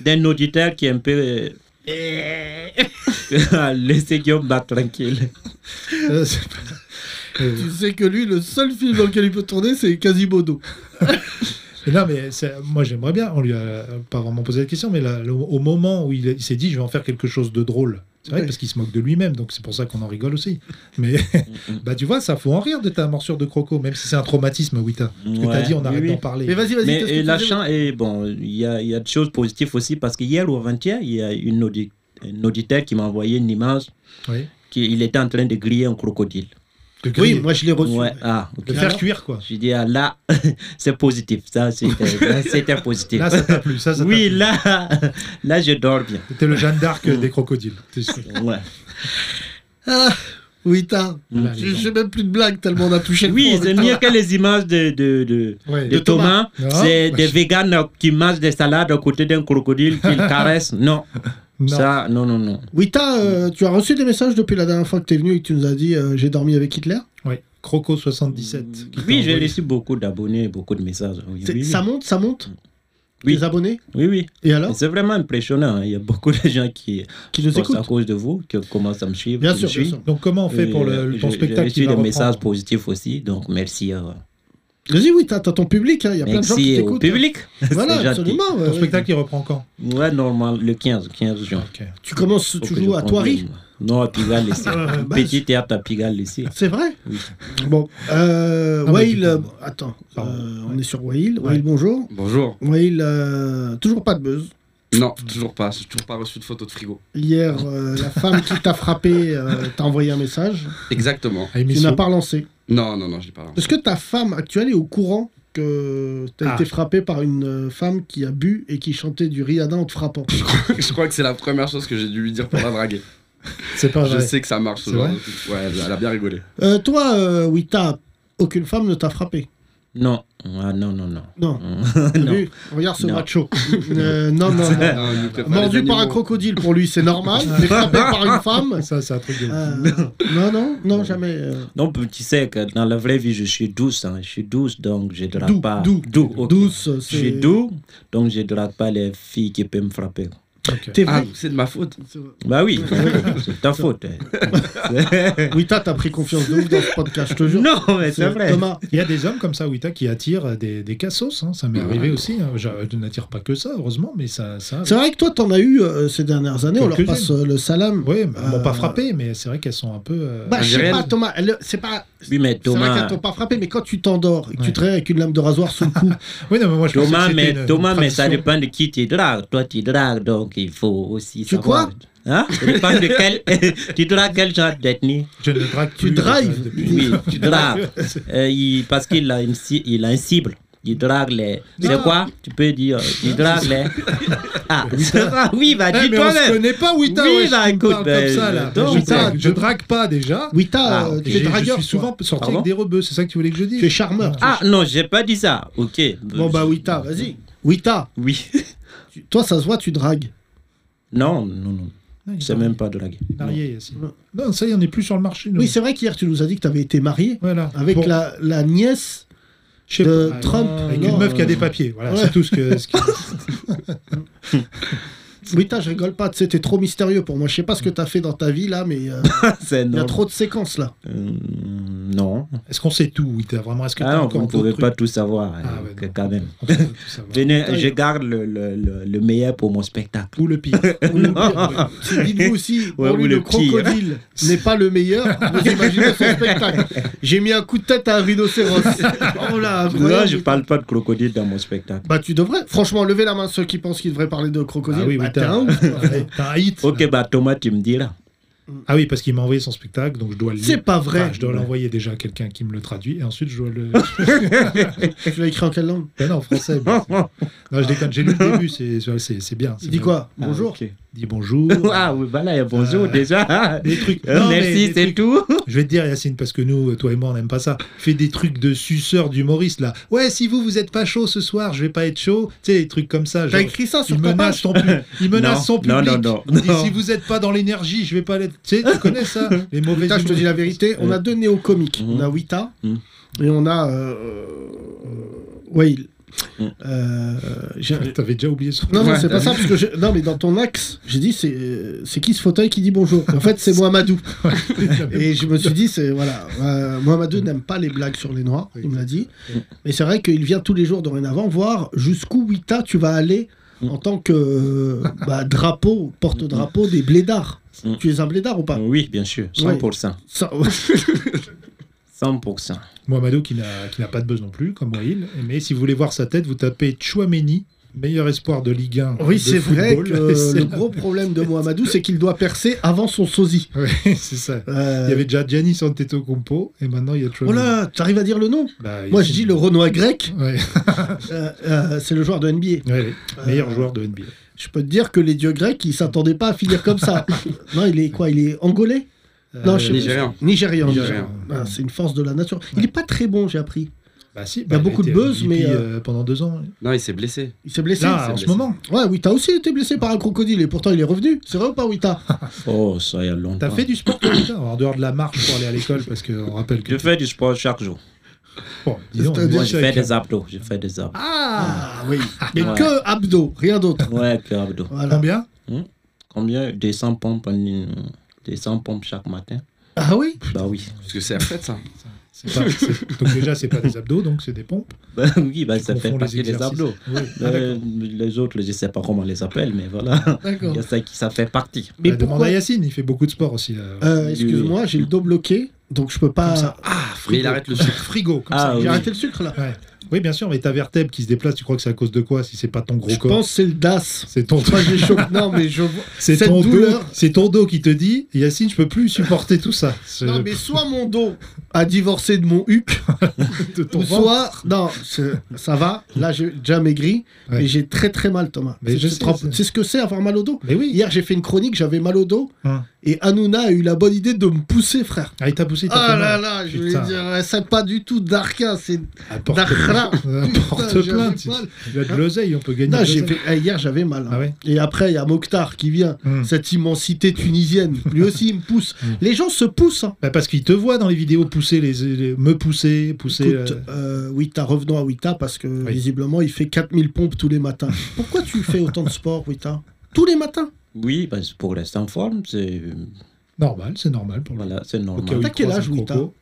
[SPEAKER 6] d'un auditeur qui est un peu. euh, Laissez Guillaume Bat tranquille.
[SPEAKER 4] Euh, c'est pas- Euh,
[SPEAKER 3] Tu sais que lui, le seul film dans lequel il peut tourner, c'est Quasimodo.
[SPEAKER 4] mais non, mais c'est- moi j'aimerais bien, on lui a pas vraiment posé la question, mais là, le- au moment où il, il s'est dit je vais en faire quelque chose de drôle, c'est vrai
[SPEAKER 3] Ouais.
[SPEAKER 4] parce qu'il se moque de lui-même, donc c'est pour ça qu'on en rigole aussi. Mais bah tu vois, ça faut en rire de ta morsure de croco, même si c'est un traumatisme, Wita. Parce que t'as
[SPEAKER 6] Ouais,
[SPEAKER 4] dit on
[SPEAKER 6] oui,
[SPEAKER 4] arrête
[SPEAKER 6] oui.
[SPEAKER 4] d'en parler.
[SPEAKER 3] Mais vas-y, vas-y,
[SPEAKER 6] Mais
[SPEAKER 3] qu'est-ce que
[SPEAKER 6] et
[SPEAKER 3] tu
[SPEAKER 6] la
[SPEAKER 3] dis-
[SPEAKER 6] chance, et bon, il y a, il y a des choses positives aussi parce que hier ou avant-hier, il y a une audi- un auditeur qui m'a envoyé une image
[SPEAKER 4] Oui.
[SPEAKER 6] qui il était en train de griller un crocodile.
[SPEAKER 4] De
[SPEAKER 3] Oui,
[SPEAKER 4] griller,
[SPEAKER 3] moi je l'ai reçu.
[SPEAKER 6] Ouais, ah, ok.
[SPEAKER 4] de
[SPEAKER 3] Et
[SPEAKER 4] faire
[SPEAKER 3] alors
[SPEAKER 4] cuire quoi.
[SPEAKER 6] J'ai dit, ah, là, c'est positif. Ça, c'était c'était positif.
[SPEAKER 4] Là ça t'a plu, ça, ça t'a
[SPEAKER 6] oui,
[SPEAKER 4] plu.
[SPEAKER 6] là, là, je dors bien.
[SPEAKER 4] C'était le Jeanne d'Arc des crocodiles. T'es sûr.
[SPEAKER 6] Ouais.
[SPEAKER 3] Ah, oui, t'as.
[SPEAKER 6] Mm.
[SPEAKER 3] Je je fais même plus de blagues tellement on a touché le
[SPEAKER 6] Oui,
[SPEAKER 3] fond
[SPEAKER 6] c'est
[SPEAKER 3] avec
[SPEAKER 6] mieux
[SPEAKER 3] toi.
[SPEAKER 6] que les images de, de, de,
[SPEAKER 4] Ouais.
[SPEAKER 6] de
[SPEAKER 3] De Thomas.
[SPEAKER 6] Thomas.
[SPEAKER 4] Non.
[SPEAKER 6] C'est
[SPEAKER 4] Bah,
[SPEAKER 6] des
[SPEAKER 4] je-
[SPEAKER 6] véganes qui mangent des salades à côté d'un crocodile qu'ils caressent. Non.
[SPEAKER 4] Non.
[SPEAKER 6] Ça, non, non, non.
[SPEAKER 3] Oui, t'as, euh, tu as reçu des messages depuis la dernière fois que t'es venu et que tu nous as dit euh, j'ai dormi avec Hitler.
[SPEAKER 4] Ouais. Croco 77. qui
[SPEAKER 6] Oui,
[SPEAKER 4] t'a
[SPEAKER 6] j'ai
[SPEAKER 4] envoyé.
[SPEAKER 6] reçu beaucoup d'abonnés, beaucoup de messages. Oui,
[SPEAKER 3] C'est-
[SPEAKER 6] oui, oui.
[SPEAKER 3] Ça monte, ça monte
[SPEAKER 6] Oui.
[SPEAKER 3] Les abonnés
[SPEAKER 6] Oui, oui.
[SPEAKER 3] Et alors
[SPEAKER 6] C'est vraiment impressionnant. hein. Il y a beaucoup de gens qui
[SPEAKER 3] Qui nous
[SPEAKER 6] pensent à
[SPEAKER 3] écoutent
[SPEAKER 6] cause de vous, qui commencent à me suivre.
[SPEAKER 3] Bien
[SPEAKER 6] qui me
[SPEAKER 3] sûr, bien
[SPEAKER 6] suivent.
[SPEAKER 3] sûr.
[SPEAKER 4] Donc comment on fait
[SPEAKER 6] Et
[SPEAKER 4] pour le, le- ton
[SPEAKER 6] j'ai-
[SPEAKER 4] spectacle qui
[SPEAKER 6] J'ai
[SPEAKER 4] va reprendre
[SPEAKER 6] reçu des messages positifs aussi, donc merci, euh,
[SPEAKER 3] Vas-y, oui, t'as t'as ton public, hein, il y a plein de gens qui
[SPEAKER 6] merci au
[SPEAKER 3] t'écoutent.
[SPEAKER 6] public.
[SPEAKER 3] Voilà,
[SPEAKER 6] C'est gentil.
[SPEAKER 3] absolument. Euh, ouais,
[SPEAKER 4] Ton
[SPEAKER 3] ouais.
[SPEAKER 4] spectacle il reprend quand
[SPEAKER 6] Ouais, normal, le 15, 15 juin.
[SPEAKER 4] Ok.
[SPEAKER 3] Tu commences,
[SPEAKER 6] Faut
[SPEAKER 3] tu
[SPEAKER 6] que je
[SPEAKER 3] joues à
[SPEAKER 6] prenne
[SPEAKER 3] Toiry
[SPEAKER 6] une- Non, à Pigalle ici.
[SPEAKER 3] Euh, bah,
[SPEAKER 6] Petit théâtre à Pigalle ici.
[SPEAKER 3] C'est vrai
[SPEAKER 6] Oui.
[SPEAKER 3] Bon, euh,
[SPEAKER 4] Ah, bah,
[SPEAKER 3] Wael,
[SPEAKER 4] du coup,
[SPEAKER 3] euh, attends,
[SPEAKER 4] pardon.
[SPEAKER 3] euh, on est sur Wail.
[SPEAKER 4] Ouais.
[SPEAKER 3] Wail, bonjour.
[SPEAKER 5] Bonjour.
[SPEAKER 3] Wail, euh, toujours pas de buzz.
[SPEAKER 5] Non, toujours pas. J'ai toujours pas reçu de photo de frigo.
[SPEAKER 3] Hier, euh, la femme qui t'a frappé euh, t'a envoyé un message.
[SPEAKER 5] Exactement.
[SPEAKER 4] À
[SPEAKER 3] Tu
[SPEAKER 4] émission.
[SPEAKER 3] n'as pas relancé.
[SPEAKER 5] Non, non, non, je l'ai pas. là.
[SPEAKER 3] Est-ce que ta femme actuelle est au courant que t'as
[SPEAKER 4] Ah.
[SPEAKER 3] été frappé par une euh, femme qui a bu et qui chantait du Rihanna en te frappant
[SPEAKER 5] je crois que c'est la première chose que j'ai dû lui dire pour la draguer.
[SPEAKER 4] C'est pas
[SPEAKER 5] Je
[SPEAKER 4] vrai.
[SPEAKER 5] sais que ça marche ce
[SPEAKER 4] C'est
[SPEAKER 5] genre
[SPEAKER 4] vrai
[SPEAKER 5] de truc. Ouais, elle a bien rigolé.
[SPEAKER 3] Euh, Toi, euh, Wita, aucune femme ne t'a frappé.
[SPEAKER 6] Non, Ah, non, non, non.
[SPEAKER 3] Non.
[SPEAKER 4] Mm.
[SPEAKER 3] T'as
[SPEAKER 6] Non.
[SPEAKER 3] vu Regarde ce
[SPEAKER 6] Non.
[SPEAKER 3] macho. Euh, non, non, non.
[SPEAKER 5] Non, il nous préfère
[SPEAKER 3] Mordu
[SPEAKER 5] les
[SPEAKER 3] par un
[SPEAKER 5] animaux.
[SPEAKER 3] crocodile, pour lui, c'est normal. Mais frappé par une femme.
[SPEAKER 4] Ça, c'est un truc de.
[SPEAKER 3] euh,
[SPEAKER 6] Ah.
[SPEAKER 3] non, non, non, jamais. euh,
[SPEAKER 6] Donc, tu sais que dans la vraie vie, je suis douce. hein. Je suis douce, donc je ne drague
[SPEAKER 3] Doux,
[SPEAKER 6] pas.
[SPEAKER 3] doux,
[SPEAKER 6] doux. ok.
[SPEAKER 3] Douce, euh,
[SPEAKER 6] Je suis
[SPEAKER 3] c'est.
[SPEAKER 6] doux, donc je ne drague pas les filles qui peuvent me frapper.
[SPEAKER 4] Ok.
[SPEAKER 3] T'es
[SPEAKER 5] Ah,
[SPEAKER 3] vrai. Ah.
[SPEAKER 5] c'est de ma faute.
[SPEAKER 6] Bah oui, c'est ta faute. hein.
[SPEAKER 3] Wita, t'as pris confiance de ouf dans ce podcast, je te jure.
[SPEAKER 6] non, mais c'est vrai.
[SPEAKER 3] Thomas,
[SPEAKER 4] Il y a des hommes comme ça, Wita, qui attirent des, des cassos. hein. Ça m'est
[SPEAKER 6] Ah.
[SPEAKER 5] Ouais.
[SPEAKER 4] arrivé aussi. hein. Je, je n'attire pas que ça, heureusement, mais ça. ça...
[SPEAKER 3] c'est vrai que toi, t'en as eu euh, ces dernières années, on leur
[SPEAKER 4] Quelques-unes.
[SPEAKER 3] passe euh, le salam.
[SPEAKER 4] Oui, mais elles m'ont
[SPEAKER 3] Euh,
[SPEAKER 4] pas frappé, mais c'est vrai qu'elles sont un peu. euh,
[SPEAKER 3] Bah, je sais
[SPEAKER 5] Algérienne.
[SPEAKER 3] pas, Thomas, elle- c'est pas. C'est
[SPEAKER 6] Oui, mais
[SPEAKER 3] vrai qu'elles
[SPEAKER 6] Thomas,
[SPEAKER 3] t'ont pas frappé, mais quand tu t'endors et que tu
[SPEAKER 4] Ouais.
[SPEAKER 3] te réveilles avec une lame de rasoir sous le cou,
[SPEAKER 4] Oui, non, mais moi je pensais
[SPEAKER 6] Thomas,
[SPEAKER 4] que c'était
[SPEAKER 6] mais,
[SPEAKER 4] une-
[SPEAKER 6] Thomas
[SPEAKER 4] une
[SPEAKER 6] mais ça
[SPEAKER 4] tradition.
[SPEAKER 6] dépend de qui tu dragues. Toi, tu dragues, donc il faut aussi
[SPEAKER 3] Tu
[SPEAKER 6] savoir.
[SPEAKER 3] quoi
[SPEAKER 6] Hein Ça dépend de quel... tu dragues quel genre d'ethnie
[SPEAKER 4] Je ne drague
[SPEAKER 3] Tu
[SPEAKER 4] plus,
[SPEAKER 3] drives.
[SPEAKER 4] euh, depuis-
[SPEAKER 6] Oui, tu dragues. Euh, il- parce qu'il a, une ci- il a un cible. Il drague les. Tu sais
[SPEAKER 4] Non.
[SPEAKER 6] quoi Tu peux dire. euh, Il drague les. Ah, c'est ça, oui, bah
[SPEAKER 4] Eh,
[SPEAKER 6] dis
[SPEAKER 4] mais on se
[SPEAKER 6] toi-même.
[SPEAKER 4] connaît pas, Wita.
[SPEAKER 6] Oui,
[SPEAKER 4] wesh,
[SPEAKER 6] bah,
[SPEAKER 4] tu me
[SPEAKER 6] écoute,
[SPEAKER 4] parles
[SPEAKER 6] ben,
[SPEAKER 4] comme ça, là.
[SPEAKER 6] donc,
[SPEAKER 4] je, drague,
[SPEAKER 3] euh,
[SPEAKER 4] je drague pas déjà.
[SPEAKER 3] Wita,
[SPEAKER 6] Ah,
[SPEAKER 3] euh,
[SPEAKER 6] ok.
[SPEAKER 4] Et
[SPEAKER 3] tu es
[SPEAKER 4] j'ai- je
[SPEAKER 3] dragueur.
[SPEAKER 4] suis
[SPEAKER 3] toi.
[SPEAKER 4] souvent sorti
[SPEAKER 6] Pardon
[SPEAKER 4] avec des rebeux, c'est ça que tu voulais que je dise
[SPEAKER 3] Tu es charmeur.
[SPEAKER 6] Ah non, j'ai pas dit ça. Ok.
[SPEAKER 3] Bon, bah, Wita, vas-y. Wita,
[SPEAKER 6] Oui.
[SPEAKER 3] tu- toi, ça se voit, tu dragues.
[SPEAKER 6] Non, non, non.
[SPEAKER 4] Non, il
[SPEAKER 6] Je
[SPEAKER 4] est
[SPEAKER 6] sais
[SPEAKER 4] marié.
[SPEAKER 6] même pas draguer.
[SPEAKER 4] Il est marié, Yacine.
[SPEAKER 3] Non.
[SPEAKER 4] Non, ça y est, on n'est plus sur le marché. nous.
[SPEAKER 3] Oui, c'est vrai qu'hier, tu nous as dit que t'avais été marié
[SPEAKER 4] Voilà.
[SPEAKER 3] avec
[SPEAKER 4] Bon,
[SPEAKER 3] la, la nièce
[SPEAKER 4] je sais
[SPEAKER 3] de
[SPEAKER 4] pas.
[SPEAKER 3] Trump.
[SPEAKER 4] Avec
[SPEAKER 3] Non,
[SPEAKER 4] une meuf qui a
[SPEAKER 3] euh,
[SPEAKER 4] des papiers. Voilà,
[SPEAKER 3] ouais.
[SPEAKER 4] c'est tout ce que. ce qui-
[SPEAKER 3] Wita, je rigole pas, tu sais, t'es trop mystérieux pour moi. Je sais pas ce que t'as fait dans ta vie, là, mais euh,
[SPEAKER 6] C'est
[SPEAKER 3] il y a
[SPEAKER 6] non.
[SPEAKER 3] trop de séquences, là.
[SPEAKER 6] Euh, non.
[SPEAKER 4] Est-ce qu'on sait tout, Wita Vraiment, est-ce que
[SPEAKER 6] Ah
[SPEAKER 4] t'as
[SPEAKER 6] non, vous
[SPEAKER 4] encore
[SPEAKER 6] ne pouvez
[SPEAKER 4] d'autres
[SPEAKER 6] pas tout savoir. hein,
[SPEAKER 4] Ah ouais,
[SPEAKER 6] que-
[SPEAKER 4] non.
[SPEAKER 6] quand même.
[SPEAKER 4] trucs On peut tout savoir.
[SPEAKER 6] Venez,
[SPEAKER 3] Putain,
[SPEAKER 6] je
[SPEAKER 3] il-
[SPEAKER 6] garde le, le- le- le meilleur pour mon spectacle.
[SPEAKER 4] Ou le pire.
[SPEAKER 6] Non.
[SPEAKER 3] Si Dites-vous aussi, pour
[SPEAKER 6] Ouais,
[SPEAKER 3] lui,
[SPEAKER 6] ou
[SPEAKER 3] le,
[SPEAKER 6] le petit, hein.
[SPEAKER 3] crocodile n'est pas le meilleur, vous imaginez son spectacle. J'ai mis un coup de tête à un rhinocéros. Oh là,
[SPEAKER 6] Là,
[SPEAKER 3] incroyable.
[SPEAKER 6] je parle pas de crocodile dans mon spectacle.
[SPEAKER 3] Bah tu devrais. Franchement, levez la main ceux qui pensent qu'ils devraient parler de crocodile.
[SPEAKER 4] Ah oui,
[SPEAKER 3] Bah,
[SPEAKER 4] oui,
[SPEAKER 3] t'es
[SPEAKER 4] t'as
[SPEAKER 3] un ouf.
[SPEAKER 4] Ouais, t'as un hit.
[SPEAKER 6] Ok, bah Thomas, tu me diras.
[SPEAKER 4] Ah oui, parce qu'il m'a envoyé son spectacle, donc je dois le
[SPEAKER 3] C'est
[SPEAKER 4] lire.
[SPEAKER 3] pas vrai.
[SPEAKER 4] Enfin, Ah, je dois l'envoyer déjà à quelqu'un qui me le traduit, et ensuite je dois le.
[SPEAKER 3] Tu l'as écrit en quelle langue
[SPEAKER 4] Ben non, en français. mais c'est- non, je déconne, j'ai lu le début, c'est- c'est c'est- c'est bien. c'est
[SPEAKER 3] Il dit
[SPEAKER 4] bien.
[SPEAKER 3] quoi Bonjour.
[SPEAKER 6] ok.
[SPEAKER 4] Il dit bonjour.
[SPEAKER 6] Ah oui, bah là, bonjour
[SPEAKER 4] Euh,
[SPEAKER 6] déjà.
[SPEAKER 4] Des trucs.
[SPEAKER 6] Euh,
[SPEAKER 4] Non, mais
[SPEAKER 6] Merci,
[SPEAKER 4] des
[SPEAKER 6] c'est
[SPEAKER 4] trucs-
[SPEAKER 6] tout.
[SPEAKER 4] Je vais te dire, Yacine, parce que nous, toi et moi, on n'aime pas ça. Fais des trucs de suceur d'humoriste, là. Ouais, si vous, vous êtes pas chaud ce soir, je vais pas être chaud. Tu sais, des trucs comme ça.
[SPEAKER 3] T'as
[SPEAKER 4] genre,
[SPEAKER 3] écrit ça sur
[SPEAKER 4] il
[SPEAKER 3] ta
[SPEAKER 4] menace,
[SPEAKER 3] page
[SPEAKER 4] son pu- il menace
[SPEAKER 6] Non,
[SPEAKER 4] son
[SPEAKER 6] non,
[SPEAKER 4] public.
[SPEAKER 6] non, non,
[SPEAKER 4] Il dit,
[SPEAKER 6] non.
[SPEAKER 4] si vous êtes pas dans l'énergie, je vais pas l'être. Tu sais, tu connais ça Les mauvais
[SPEAKER 3] Wita, je te dis la vérité. On a deux néo-comiques.
[SPEAKER 6] Mhm.
[SPEAKER 3] On a Wita
[SPEAKER 6] Mhm.
[SPEAKER 3] et on a euh, Wail.
[SPEAKER 6] Mhm.
[SPEAKER 3] Euh, j'ai-
[SPEAKER 4] T'avais déjà oublié son
[SPEAKER 3] Non, non,
[SPEAKER 5] Ouais,
[SPEAKER 3] c'est
[SPEAKER 5] t'as
[SPEAKER 3] pas ça, parce que je- non, mais dans ton axe, j'ai dit c'est euh, c'est qui ce fauteuil qui dit bonjour En fait, c'est Mohamedou. Et je me suis dit, c'est voilà, euh, Mohamedou n'aime pas les blagues sur les noirs, il me l'a dit. Mais c'est vrai qu'il vient tous les jours dorénavant voir jusqu'où Wita tu vas aller
[SPEAKER 6] Mm.
[SPEAKER 3] en tant que euh, bah, drapeau, porte-drapeau des blédards.
[SPEAKER 6] Mm.
[SPEAKER 3] Tu es un blédard ou pas
[SPEAKER 6] Oui, bien sûr, 100%.
[SPEAKER 3] Ça-
[SPEAKER 6] 100%.
[SPEAKER 4] Mohamedou qui n'a qui n'a pas de buzz non plus, comme Wail. Mais si vous voulez voir sa tête, vous tapez Chouameni, meilleur espoir de Ligue 1.
[SPEAKER 3] Oui,
[SPEAKER 4] de
[SPEAKER 3] c'est vrai
[SPEAKER 4] football.
[SPEAKER 3] que
[SPEAKER 4] Et c'est-
[SPEAKER 3] le gros problème de Mohamedou, c'est qu'il doit percer avant son sosie.
[SPEAKER 4] Ouais, c'est ça.
[SPEAKER 3] Euh,
[SPEAKER 4] Il y avait déjà Gianni Antetokounmpo et maintenant il y a
[SPEAKER 3] Oh
[SPEAKER 4] Chouameni.
[SPEAKER 3] là, t'arrives à dire le nom
[SPEAKER 4] Bah,
[SPEAKER 3] Moi,
[SPEAKER 4] il-
[SPEAKER 3] je dis le Renoir grec.
[SPEAKER 4] Ouais,
[SPEAKER 3] Euh, euh, c'est le joueur de NBA.
[SPEAKER 4] ouais, ouais. meilleur
[SPEAKER 3] Euh,
[SPEAKER 4] joueur de NBA.
[SPEAKER 3] Je peux te dire que les dieux grecs, ils s'attendaient pas à finir comme ça. non, il est quoi Il est angolais
[SPEAKER 4] Euh,
[SPEAKER 3] Non, je sais
[SPEAKER 5] Nigérian.
[SPEAKER 3] pas. Nigérian.
[SPEAKER 5] Nigérian.
[SPEAKER 3] Ah, c'est une force de la nature. Il est pas très bon, j'ai appris.
[SPEAKER 4] Bah, si,
[SPEAKER 3] y a
[SPEAKER 4] bah,
[SPEAKER 3] beaucoup de
[SPEAKER 4] était
[SPEAKER 3] buzz,
[SPEAKER 4] MVP,
[SPEAKER 3] mais,
[SPEAKER 4] euh, pendant deux ans.
[SPEAKER 5] Non, il s'est blessé.
[SPEAKER 3] Il s'est blessé.
[SPEAKER 4] Là, en
[SPEAKER 5] blessé.
[SPEAKER 4] ce moment.
[SPEAKER 3] Ouais, Wita aussi a été blessé par un crocodile et pourtant il est revenu. C'est vrai ou pas, Wita
[SPEAKER 6] Oh, ça y a longtemps.
[SPEAKER 4] T'as fait du sport toi, putain, en dehors de la marche pour aller à l'école parce qu'on rappelle que.
[SPEAKER 6] Je fais du sport chaque jour.
[SPEAKER 4] Bon, dis donc,
[SPEAKER 3] C'est-à-dire-
[SPEAKER 4] moi,
[SPEAKER 6] Je
[SPEAKER 4] je
[SPEAKER 6] fais
[SPEAKER 4] fais-
[SPEAKER 6] des abdos. Je fais des abdos.
[SPEAKER 3] Ah oui. Mais
[SPEAKER 6] Ouais.
[SPEAKER 3] que abdos, rien d'autre.
[SPEAKER 6] Ouais, que abdos.
[SPEAKER 3] Voilà.
[SPEAKER 4] Combien
[SPEAKER 6] Combien 200 pompes en une- 200 pompes chaque matin
[SPEAKER 3] Ah oui
[SPEAKER 6] Bah oui.
[SPEAKER 5] Parce que c'est après ça.
[SPEAKER 4] C'est pas- c'est- donc déjà, c'est pas des abdos, donc c'est des pompes.
[SPEAKER 6] Bah oui, bah,
[SPEAKER 4] Tu
[SPEAKER 6] ça fait
[SPEAKER 4] confonds
[SPEAKER 6] partie des
[SPEAKER 4] exercices.
[SPEAKER 6] abdos.
[SPEAKER 4] Oui. Ah, d'accord.
[SPEAKER 6] Euh, les autres, je sais pas comment on les appelle, mais voilà. Il
[SPEAKER 3] D'accord.
[SPEAKER 6] y a ça qui ça fait partie.
[SPEAKER 3] Mais
[SPEAKER 4] Bah, demande
[SPEAKER 3] pourquoi-
[SPEAKER 4] à Yacine, il fait beaucoup de sport aussi. là.
[SPEAKER 3] Euh, Excuse-moi, j'ai le dos bloqué, donc je peux
[SPEAKER 4] Comme
[SPEAKER 3] pas.
[SPEAKER 4] ça. Ah,
[SPEAKER 5] Mais
[SPEAKER 4] frigo.
[SPEAKER 5] il arrête le
[SPEAKER 4] sucre. Frigo, comme
[SPEAKER 6] Ah,
[SPEAKER 4] ça.
[SPEAKER 6] oui.
[SPEAKER 3] J'ai arrêté le sucre là.
[SPEAKER 4] Ouais. Oui, bien sûr, mais ta vertèbre qui se déplace, tu crois que c'est à cause de quoi si c'est pas ton gros
[SPEAKER 3] Je
[SPEAKER 4] corps
[SPEAKER 3] pense que c'est le DAS.
[SPEAKER 4] C'est ton,
[SPEAKER 3] Enfin, j'ai chaud. Non, mais je. vois-
[SPEAKER 4] c'est
[SPEAKER 3] cette
[SPEAKER 4] ton dos,
[SPEAKER 3] douleur.
[SPEAKER 4] c'est ton dos qui te dit, Yacine, je peux plus supporter tout ça. C'est-
[SPEAKER 3] Non, mais soit mon dos a divorcé de mon huc,
[SPEAKER 4] de ton
[SPEAKER 3] ou
[SPEAKER 4] ventre.
[SPEAKER 3] soit. Non, c'est- ça va. Là, j'ai déjà maigri,
[SPEAKER 4] Ouais.
[SPEAKER 3] mais j'ai très très mal, Thomas.
[SPEAKER 4] Mais
[SPEAKER 3] C'est-
[SPEAKER 4] je
[SPEAKER 3] c'est
[SPEAKER 4] sais,
[SPEAKER 3] trop-
[SPEAKER 4] c'est-
[SPEAKER 3] C'est ce que c'est avoir mal au dos.
[SPEAKER 4] Mais oui,
[SPEAKER 3] Hier, j'ai fait une chronique, j'avais mal au dos,
[SPEAKER 4] Hein.
[SPEAKER 3] et Hanouna a eu la bonne idée de me pousser, frère.
[SPEAKER 4] ah, il t'a poussé, il t'a
[SPEAKER 3] Ah
[SPEAKER 4] fait
[SPEAKER 3] là
[SPEAKER 4] mal.
[SPEAKER 3] là, je
[SPEAKER 4] Putain.
[SPEAKER 3] vais dire, ouais, c'est pas du tout Darka, c'est
[SPEAKER 4] Ah, porte-
[SPEAKER 3] Darkra.
[SPEAKER 4] Euh,
[SPEAKER 3] Putain,
[SPEAKER 4] Porte
[SPEAKER 3] j'avais
[SPEAKER 4] plainte.
[SPEAKER 3] mal.
[SPEAKER 4] Il a de l'oseille, on peut gagner.
[SPEAKER 3] Non,
[SPEAKER 4] de
[SPEAKER 3] j'ai
[SPEAKER 4] l'oseille.
[SPEAKER 3] fait- eh, hier j'avais mal. hein.
[SPEAKER 4] Ah ouais
[SPEAKER 3] Et après, il y a Mokhtar qui vient,
[SPEAKER 4] Hmm.
[SPEAKER 3] cette immensité tunisienne. Lui aussi, il me pousse.
[SPEAKER 4] Mm.
[SPEAKER 3] Les gens se poussent. hein.
[SPEAKER 4] Bah, parce qu'il te voit dans les vidéos pousser les, les- me pousser, pousser.
[SPEAKER 3] Écoute,
[SPEAKER 4] euh,
[SPEAKER 3] euh, Wita, revenons à Wita parce que visiblement, il fait 4000 pompes tous les matins. Pourquoi tu fais autant de sport, Wita Tous les matins
[SPEAKER 6] Oui, parce que pour rester en forme, c'est
[SPEAKER 4] Normal, c'est normal pour le.
[SPEAKER 6] voilà, c'est
[SPEAKER 4] Au cas
[SPEAKER 6] normal.
[SPEAKER 4] où
[SPEAKER 3] T'as
[SPEAKER 4] il
[SPEAKER 3] quel
[SPEAKER 4] croise
[SPEAKER 3] âge,
[SPEAKER 4] un
[SPEAKER 3] Wita
[SPEAKER 4] croco.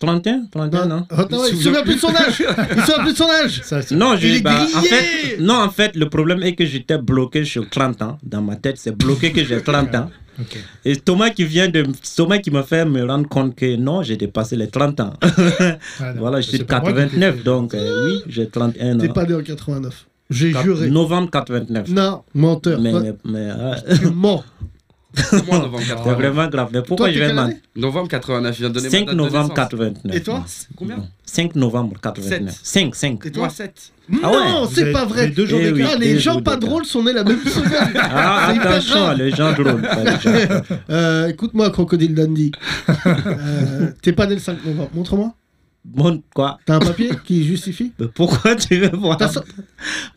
[SPEAKER 6] 31, 31
[SPEAKER 4] Bah,
[SPEAKER 6] non
[SPEAKER 3] Ah, non, il se souvient plus de son âge Il se souvient plus de son âge
[SPEAKER 4] Ça, c'est-
[SPEAKER 6] Non,
[SPEAKER 3] Il
[SPEAKER 6] j'ai
[SPEAKER 3] est
[SPEAKER 6] bah, en
[SPEAKER 3] grillé
[SPEAKER 6] fait, non, en fait, le problème est que j'étais bloqué sur 30 ans. Dans ma tête, c'est bloqué que j'ai 30 ans.
[SPEAKER 4] Ok.
[SPEAKER 6] Et Thomas qui vient de Thomas qui m'a fait me rendre compte que non, j'ai dépassé les 30 ans.
[SPEAKER 4] Ah, non,
[SPEAKER 6] voilà,
[SPEAKER 4] c'est
[SPEAKER 6] je suis
[SPEAKER 4] pas moi qui t'ai fait-
[SPEAKER 6] 89 donc euh, oui, j'ai 31
[SPEAKER 3] T'es
[SPEAKER 6] ans.
[SPEAKER 3] pas né en 89. J'ai
[SPEAKER 6] Quat-
[SPEAKER 3] juré.
[SPEAKER 6] Novembre 89.
[SPEAKER 3] Non, Ah, menteur.
[SPEAKER 6] Mais,
[SPEAKER 3] Toi,
[SPEAKER 6] mais, mais, euh,
[SPEAKER 3] tu mens.
[SPEAKER 5] Moi, novembre
[SPEAKER 6] c'est
[SPEAKER 5] 89.
[SPEAKER 6] vraiment grave. Mais pourquoi
[SPEAKER 3] Toi,
[SPEAKER 6] je
[SPEAKER 3] t'es
[SPEAKER 6] vais
[SPEAKER 3] quelle
[SPEAKER 6] mal
[SPEAKER 3] année
[SPEAKER 5] Novembre 89, il vient de donner
[SPEAKER 6] 5
[SPEAKER 5] ma date
[SPEAKER 6] novembre
[SPEAKER 5] de naissance.
[SPEAKER 6] 89.
[SPEAKER 3] Et toi
[SPEAKER 5] Combien
[SPEAKER 6] 5 novembre 89. 5, 5.
[SPEAKER 3] Et
[SPEAKER 5] Moi,
[SPEAKER 3] toi
[SPEAKER 5] 7.
[SPEAKER 6] Ah
[SPEAKER 3] Non,
[SPEAKER 6] ouais,
[SPEAKER 4] vous
[SPEAKER 3] c'est
[SPEAKER 4] avez-
[SPEAKER 3] pas
[SPEAKER 4] vous avez
[SPEAKER 3] vrai.
[SPEAKER 4] deux jours
[SPEAKER 6] Eh
[SPEAKER 3] Ah,
[SPEAKER 6] oui,
[SPEAKER 3] les
[SPEAKER 6] deux
[SPEAKER 3] gens
[SPEAKER 6] jours
[SPEAKER 3] pas
[SPEAKER 6] d'écart.
[SPEAKER 3] drôles sont nés la même seconde.
[SPEAKER 6] Ah,
[SPEAKER 3] C'est hyper
[SPEAKER 6] attention,
[SPEAKER 3] grave.
[SPEAKER 6] les gens drôles. pas les gens.
[SPEAKER 3] Euh, Écoute-moi, Crocodile Dandy. Euh, T'es pas né le 5 novembre. Montre-moi.
[SPEAKER 6] Bon, quoi
[SPEAKER 3] T'as un papier qui justifie
[SPEAKER 6] Mais pourquoi tu veux voir
[SPEAKER 3] T'as ça-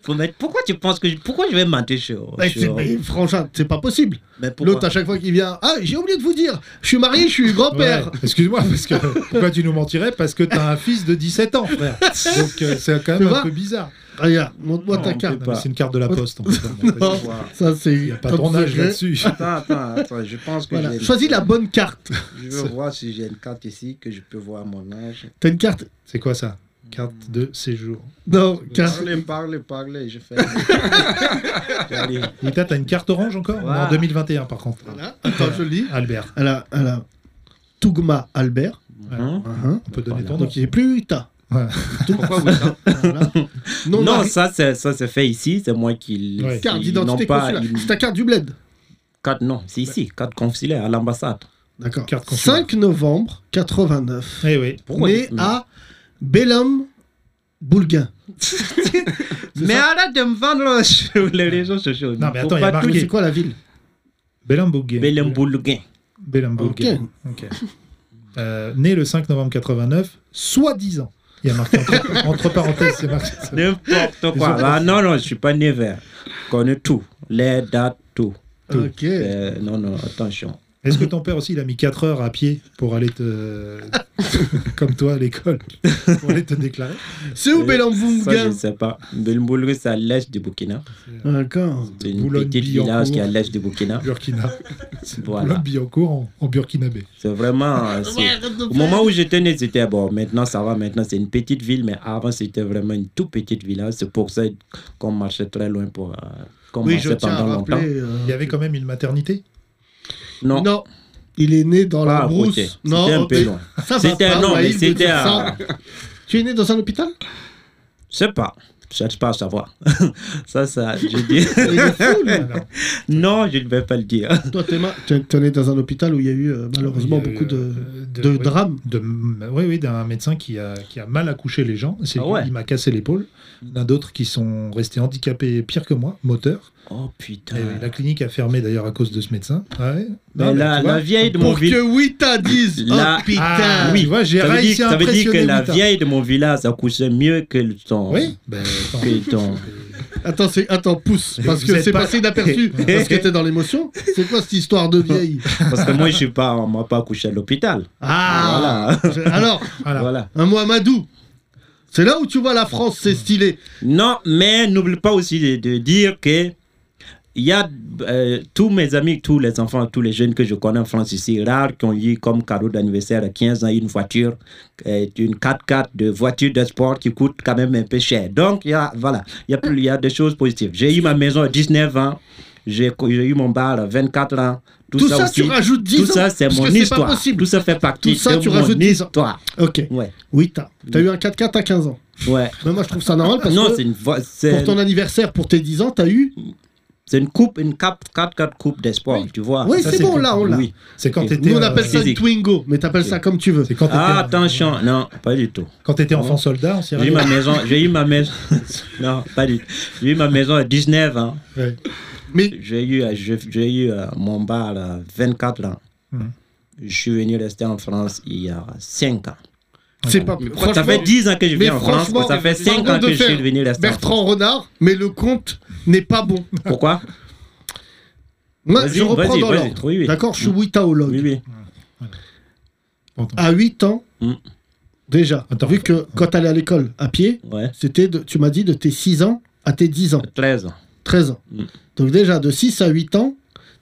[SPEAKER 6] Faut mettre- Pourquoi tu penses que je- pourquoi Oh, je vais mentir sur
[SPEAKER 3] Mais,
[SPEAKER 6] sur-
[SPEAKER 3] Bah, c'est- mais franchement, c'est pas possible.
[SPEAKER 6] Mais pourquoi
[SPEAKER 3] L'autre, à chaque fois qu'il vient. Ah, j'ai oublié de vous dire. Je suis marié, je suis grand-père.
[SPEAKER 4] Ouais, Excuse-moi, parce que pourquoi tu nous mentirais Parce que t'as un fils de 17 ans, frère. Donc euh, c'est quand
[SPEAKER 3] Tu
[SPEAKER 4] même
[SPEAKER 3] vois
[SPEAKER 4] un peu bizarre.
[SPEAKER 3] Ah, Regarde, montre-moi
[SPEAKER 6] Non,
[SPEAKER 3] ta
[SPEAKER 6] on
[SPEAKER 3] carte.
[SPEAKER 6] peut
[SPEAKER 4] Non,
[SPEAKER 6] Pas.
[SPEAKER 4] mais C'est une carte de la poste. en fait.
[SPEAKER 3] Non, ça, c'est.
[SPEAKER 4] Il n'y a pas ton âge là-dessus.
[SPEAKER 6] Attends, attends, attends, je pense que
[SPEAKER 3] Voilà.
[SPEAKER 6] j'ai-
[SPEAKER 3] Choisis la bonne carte.
[SPEAKER 6] Je veux voir si j'ai une carte ici que je peux voir mon âge.
[SPEAKER 3] T'as une carte
[SPEAKER 4] C'est quoi ça Carte de séjour.
[SPEAKER 3] Non, carte.
[SPEAKER 6] Parlez, parlez, parlez, je fais. J'arrive.
[SPEAKER 4] Wita, t'as une carte orange encore On est En
[SPEAKER 6] Voilà.
[SPEAKER 4] 2021, par contre.
[SPEAKER 3] Voilà. Attends, je le dis.
[SPEAKER 4] Albert,
[SPEAKER 3] Elle a, elle a Tougma Albert.
[SPEAKER 6] Hein
[SPEAKER 3] Hein.
[SPEAKER 4] on peut donner
[SPEAKER 6] Voilà.
[SPEAKER 4] ton nom.
[SPEAKER 3] Donc il est plus Uta.
[SPEAKER 5] Pourquoi vous ça
[SPEAKER 3] Voilà.
[SPEAKER 6] Non,
[SPEAKER 3] mari-
[SPEAKER 6] ça, c'est, ça c'est fait ici, c'est moi qui.
[SPEAKER 4] Ouais.
[SPEAKER 6] ils
[SPEAKER 3] carte d'identité
[SPEAKER 6] n'ont pas
[SPEAKER 3] consulaire.
[SPEAKER 6] une-
[SPEAKER 3] C'est ta carte du bled.
[SPEAKER 6] carte- non, c'est ici, carte consulaire à l'ambassade.
[SPEAKER 3] D'accord.
[SPEAKER 4] Carte consulaire.
[SPEAKER 3] 5 novembre 89.
[SPEAKER 4] Eh oui.
[SPEAKER 6] Pourquoi
[SPEAKER 3] né
[SPEAKER 6] tu-
[SPEAKER 3] à Belém, Boulgain.
[SPEAKER 6] Mais arrête de me vendre sur les réseaux sociaux.
[SPEAKER 4] Non, mais
[SPEAKER 6] Faut
[SPEAKER 4] attends, il y a
[SPEAKER 6] pas
[SPEAKER 4] marqué
[SPEAKER 6] tout-
[SPEAKER 3] Mais c'est quoi la ville
[SPEAKER 4] Bellembourg.
[SPEAKER 6] Bellembourg.
[SPEAKER 4] Bellembourg. Ok. Euh, né le 5 novembre 89, soi-disant. Il y a marqué entre, entre parenthèses, c'est marqué. ça.
[SPEAKER 6] N'importe quoi. Ah non, non, je suis pas né vert. Je connais tout. Les dates, tout.
[SPEAKER 3] Ok.
[SPEAKER 6] Euh, non, non, attention.
[SPEAKER 4] Est-ce que ton père aussi, il a mis 4 heures à pied pour aller te. comme toi à l'école, pour aller te déclarer
[SPEAKER 3] C'est où Belém,
[SPEAKER 6] Ça, je
[SPEAKER 3] Boulgain
[SPEAKER 6] ne sais pas. Bellembourg, c'est à l'est du Burkina.
[SPEAKER 3] D'accord.
[SPEAKER 6] C'est une
[SPEAKER 4] Boulogne,
[SPEAKER 6] petite village
[SPEAKER 4] Billancourt.
[SPEAKER 6] qui est à l'est du Burkina.
[SPEAKER 4] Burkina.
[SPEAKER 6] Voilà.
[SPEAKER 4] Boulogne-Billancourt en, en burkinabé.
[SPEAKER 6] C'est vraiment. euh, c'est- Au moment où j'étais né, c'était bon. Maintenant, ça va. Maintenant, c'est une petite ville, mais avant, c'était vraiment une toute petite village. C'est pour ça qu'on marchait très loin pour. euh, qu'on
[SPEAKER 3] Oui, je
[SPEAKER 6] marchait
[SPEAKER 3] tiens à
[SPEAKER 6] pendant longtemps.
[SPEAKER 3] rappeler. euh,
[SPEAKER 4] Il y avait quand même une maternité
[SPEAKER 6] Non,
[SPEAKER 3] Non. Il est né dans
[SPEAKER 6] pas
[SPEAKER 3] la
[SPEAKER 6] à
[SPEAKER 3] brousse.
[SPEAKER 6] côté.
[SPEAKER 3] Non, euh,
[SPEAKER 6] C'était un peu
[SPEAKER 3] mais
[SPEAKER 6] loin.
[SPEAKER 3] ça va
[SPEAKER 6] C'était-
[SPEAKER 3] pas,
[SPEAKER 6] non,
[SPEAKER 3] Maïl,
[SPEAKER 6] mais
[SPEAKER 3] de
[SPEAKER 6] c'était
[SPEAKER 3] dire
[SPEAKER 6] à-
[SPEAKER 3] ça. Tu es né dans un hôpital
[SPEAKER 6] Je sais pas. Je cherche pas à savoir. ça, ça, je dis.
[SPEAKER 3] Il est fou, lui.
[SPEAKER 6] non, je ne vais pas le dire.
[SPEAKER 3] Toi, t'es ma- t'es- t'es né dans un hôpital où il y a eu euh, malheureusement
[SPEAKER 4] Il y a eu,
[SPEAKER 3] beaucoup de,
[SPEAKER 4] euh,
[SPEAKER 3] de,
[SPEAKER 4] oui,
[SPEAKER 3] drames.
[SPEAKER 4] de- oui, oui, d'un médecin qui a, qui a mal accouché les gens. C'est
[SPEAKER 6] Ah
[SPEAKER 4] lui,
[SPEAKER 6] ouais.
[SPEAKER 4] Il m'a cassé l'épaule. D'un d'autres qui sont restés handicapés pire que moi, moteur.
[SPEAKER 6] Oh putain.
[SPEAKER 4] la clinique a fermé d'ailleurs à cause de ce médecin. Ah ouais.
[SPEAKER 6] Mais
[SPEAKER 4] Eh Non, mais
[SPEAKER 6] la,
[SPEAKER 4] tu vois-
[SPEAKER 6] la vieille de mon
[SPEAKER 3] Pour que
[SPEAKER 6] village.
[SPEAKER 3] Wita dise
[SPEAKER 6] La-
[SPEAKER 3] Oh putain
[SPEAKER 4] Ah, oui, tu vois, j'ai
[SPEAKER 6] Ça veut, dire,
[SPEAKER 4] réussi à
[SPEAKER 6] ça veut dire que
[SPEAKER 4] impressionner
[SPEAKER 6] la
[SPEAKER 4] Wita.
[SPEAKER 6] vieille de mon village accouchait mieux que le ton.
[SPEAKER 4] Oui. Ben, attends.
[SPEAKER 6] Que ton.
[SPEAKER 3] Ah, Attends, c'est- attends, pousse, parce
[SPEAKER 4] Vous
[SPEAKER 3] que
[SPEAKER 4] êtes
[SPEAKER 3] c'est
[SPEAKER 4] pas-
[SPEAKER 3] passé inaperçu, parce que t'es dans l'émotion. C'est quoi cette histoire de vieille
[SPEAKER 6] Parce que moi, je suis pas, on m'a pas accouché à l'hôpital.
[SPEAKER 3] Ah Je- Alors,
[SPEAKER 4] Voilà.
[SPEAKER 6] Voilà.
[SPEAKER 3] un Mohamedou, c'est là où tu vois la France, c'est stylé.
[SPEAKER 6] Non, mais n'oublie pas aussi de, de dire que il y a euh, tous mes amis, tous les enfants, tous les jeunes que je connais en France ici, rares, qui ont eu comme cadeau d'anniversaire à 15 ans une voiture, euh, une 4x4 de voiture de sport qui coûte quand même un peu cher. Donc, il y a, voilà, il y a, plus- il y a des choses positives. J'ai eu ma maison à 19 ans, j'ai j'ai eu mon bar à 24 ans. Tout,
[SPEAKER 3] Tout ça,
[SPEAKER 6] aussi,
[SPEAKER 3] tu rajoutes 10
[SPEAKER 6] Tout ça,
[SPEAKER 3] ans,
[SPEAKER 6] c'est
[SPEAKER 3] parce
[SPEAKER 6] mon
[SPEAKER 3] que c'est pas
[SPEAKER 6] histoire.
[SPEAKER 3] possible.
[SPEAKER 6] Tout ça fait partie
[SPEAKER 3] Tout ça,
[SPEAKER 6] de
[SPEAKER 3] tu
[SPEAKER 6] mon
[SPEAKER 3] rajoutes 10 ans.
[SPEAKER 6] histoire.
[SPEAKER 3] Ok.
[SPEAKER 6] Ouais,
[SPEAKER 3] Oui, t'as t'as eu un 4x4 à 15 ans.
[SPEAKER 6] ouais.
[SPEAKER 3] Mais moi, je trouve ça normal parce
[SPEAKER 6] non,
[SPEAKER 3] que
[SPEAKER 6] c'est une, vo-
[SPEAKER 3] pour
[SPEAKER 6] c'est-
[SPEAKER 3] ton anniversaire, pour tes 10 ans, t'as eu.
[SPEAKER 6] c'est une coupe, une 4-4 coupe d'espoir, tu vois.
[SPEAKER 3] Oui,
[SPEAKER 4] ça,
[SPEAKER 3] c'est
[SPEAKER 4] c'est
[SPEAKER 3] bon,
[SPEAKER 4] cool.
[SPEAKER 3] là, on l'a.
[SPEAKER 6] Oui.
[SPEAKER 4] C'est quand
[SPEAKER 6] Ok.
[SPEAKER 4] t'étais.
[SPEAKER 3] Nous, on
[SPEAKER 4] euh,
[SPEAKER 3] appelle ça une
[SPEAKER 6] physique.
[SPEAKER 3] Twingo, mais t'appelles ça comme tu veux.
[SPEAKER 4] C'est quand t'étais.
[SPEAKER 6] Ah, attention, non, pas du tout.
[SPEAKER 4] Quand t'étais enfant soldat, on s'est
[SPEAKER 6] J'ai eu
[SPEAKER 4] réveillé.
[SPEAKER 6] ma maison, j'ai eu ma maison, non, pas du tout. J'ai eu ma maison à 19 ans.
[SPEAKER 4] Ouais.
[SPEAKER 3] Mais-
[SPEAKER 6] j'ai eu, euh, j'ai j'ai eu euh, mon bar à 24 ans.
[SPEAKER 3] Hmm.
[SPEAKER 4] Mhm.
[SPEAKER 6] Je suis venu rester en France il y a 5 ans.
[SPEAKER 3] C'est pas.
[SPEAKER 5] Mais
[SPEAKER 6] Ça
[SPEAKER 3] franchement,
[SPEAKER 6] fait 10 ans que je
[SPEAKER 3] mais
[SPEAKER 6] vis en France,
[SPEAKER 3] franchement,
[SPEAKER 6] ça fait 5
[SPEAKER 3] pardon
[SPEAKER 6] ans
[SPEAKER 3] de
[SPEAKER 6] que je suis
[SPEAKER 3] faire
[SPEAKER 6] venu rester en France.
[SPEAKER 3] Bertrand Renard, mais le compte n'est pas bon.
[SPEAKER 6] Pourquoi
[SPEAKER 3] Moi,
[SPEAKER 6] Vas-y,
[SPEAKER 3] je reprends
[SPEAKER 6] vas-y,
[SPEAKER 3] dans
[SPEAKER 6] vas-y,
[SPEAKER 3] l'ordre.
[SPEAKER 6] oui, oui.
[SPEAKER 3] D'accord, je suis Witaologue.
[SPEAKER 6] Oui, oui.
[SPEAKER 4] Pardon.
[SPEAKER 3] À 8 ans,
[SPEAKER 6] Mm.
[SPEAKER 3] déjà,
[SPEAKER 4] Attends.
[SPEAKER 3] vu que quand t'allais à l'école à pied,
[SPEAKER 6] Ouais.
[SPEAKER 3] c'était, de- tu m'as dit, de tes 6 ans à tes 10 ans,
[SPEAKER 6] 13 ans.
[SPEAKER 3] 13 ans.
[SPEAKER 6] Mm.
[SPEAKER 3] Donc déjà, de 6 à 8 ans,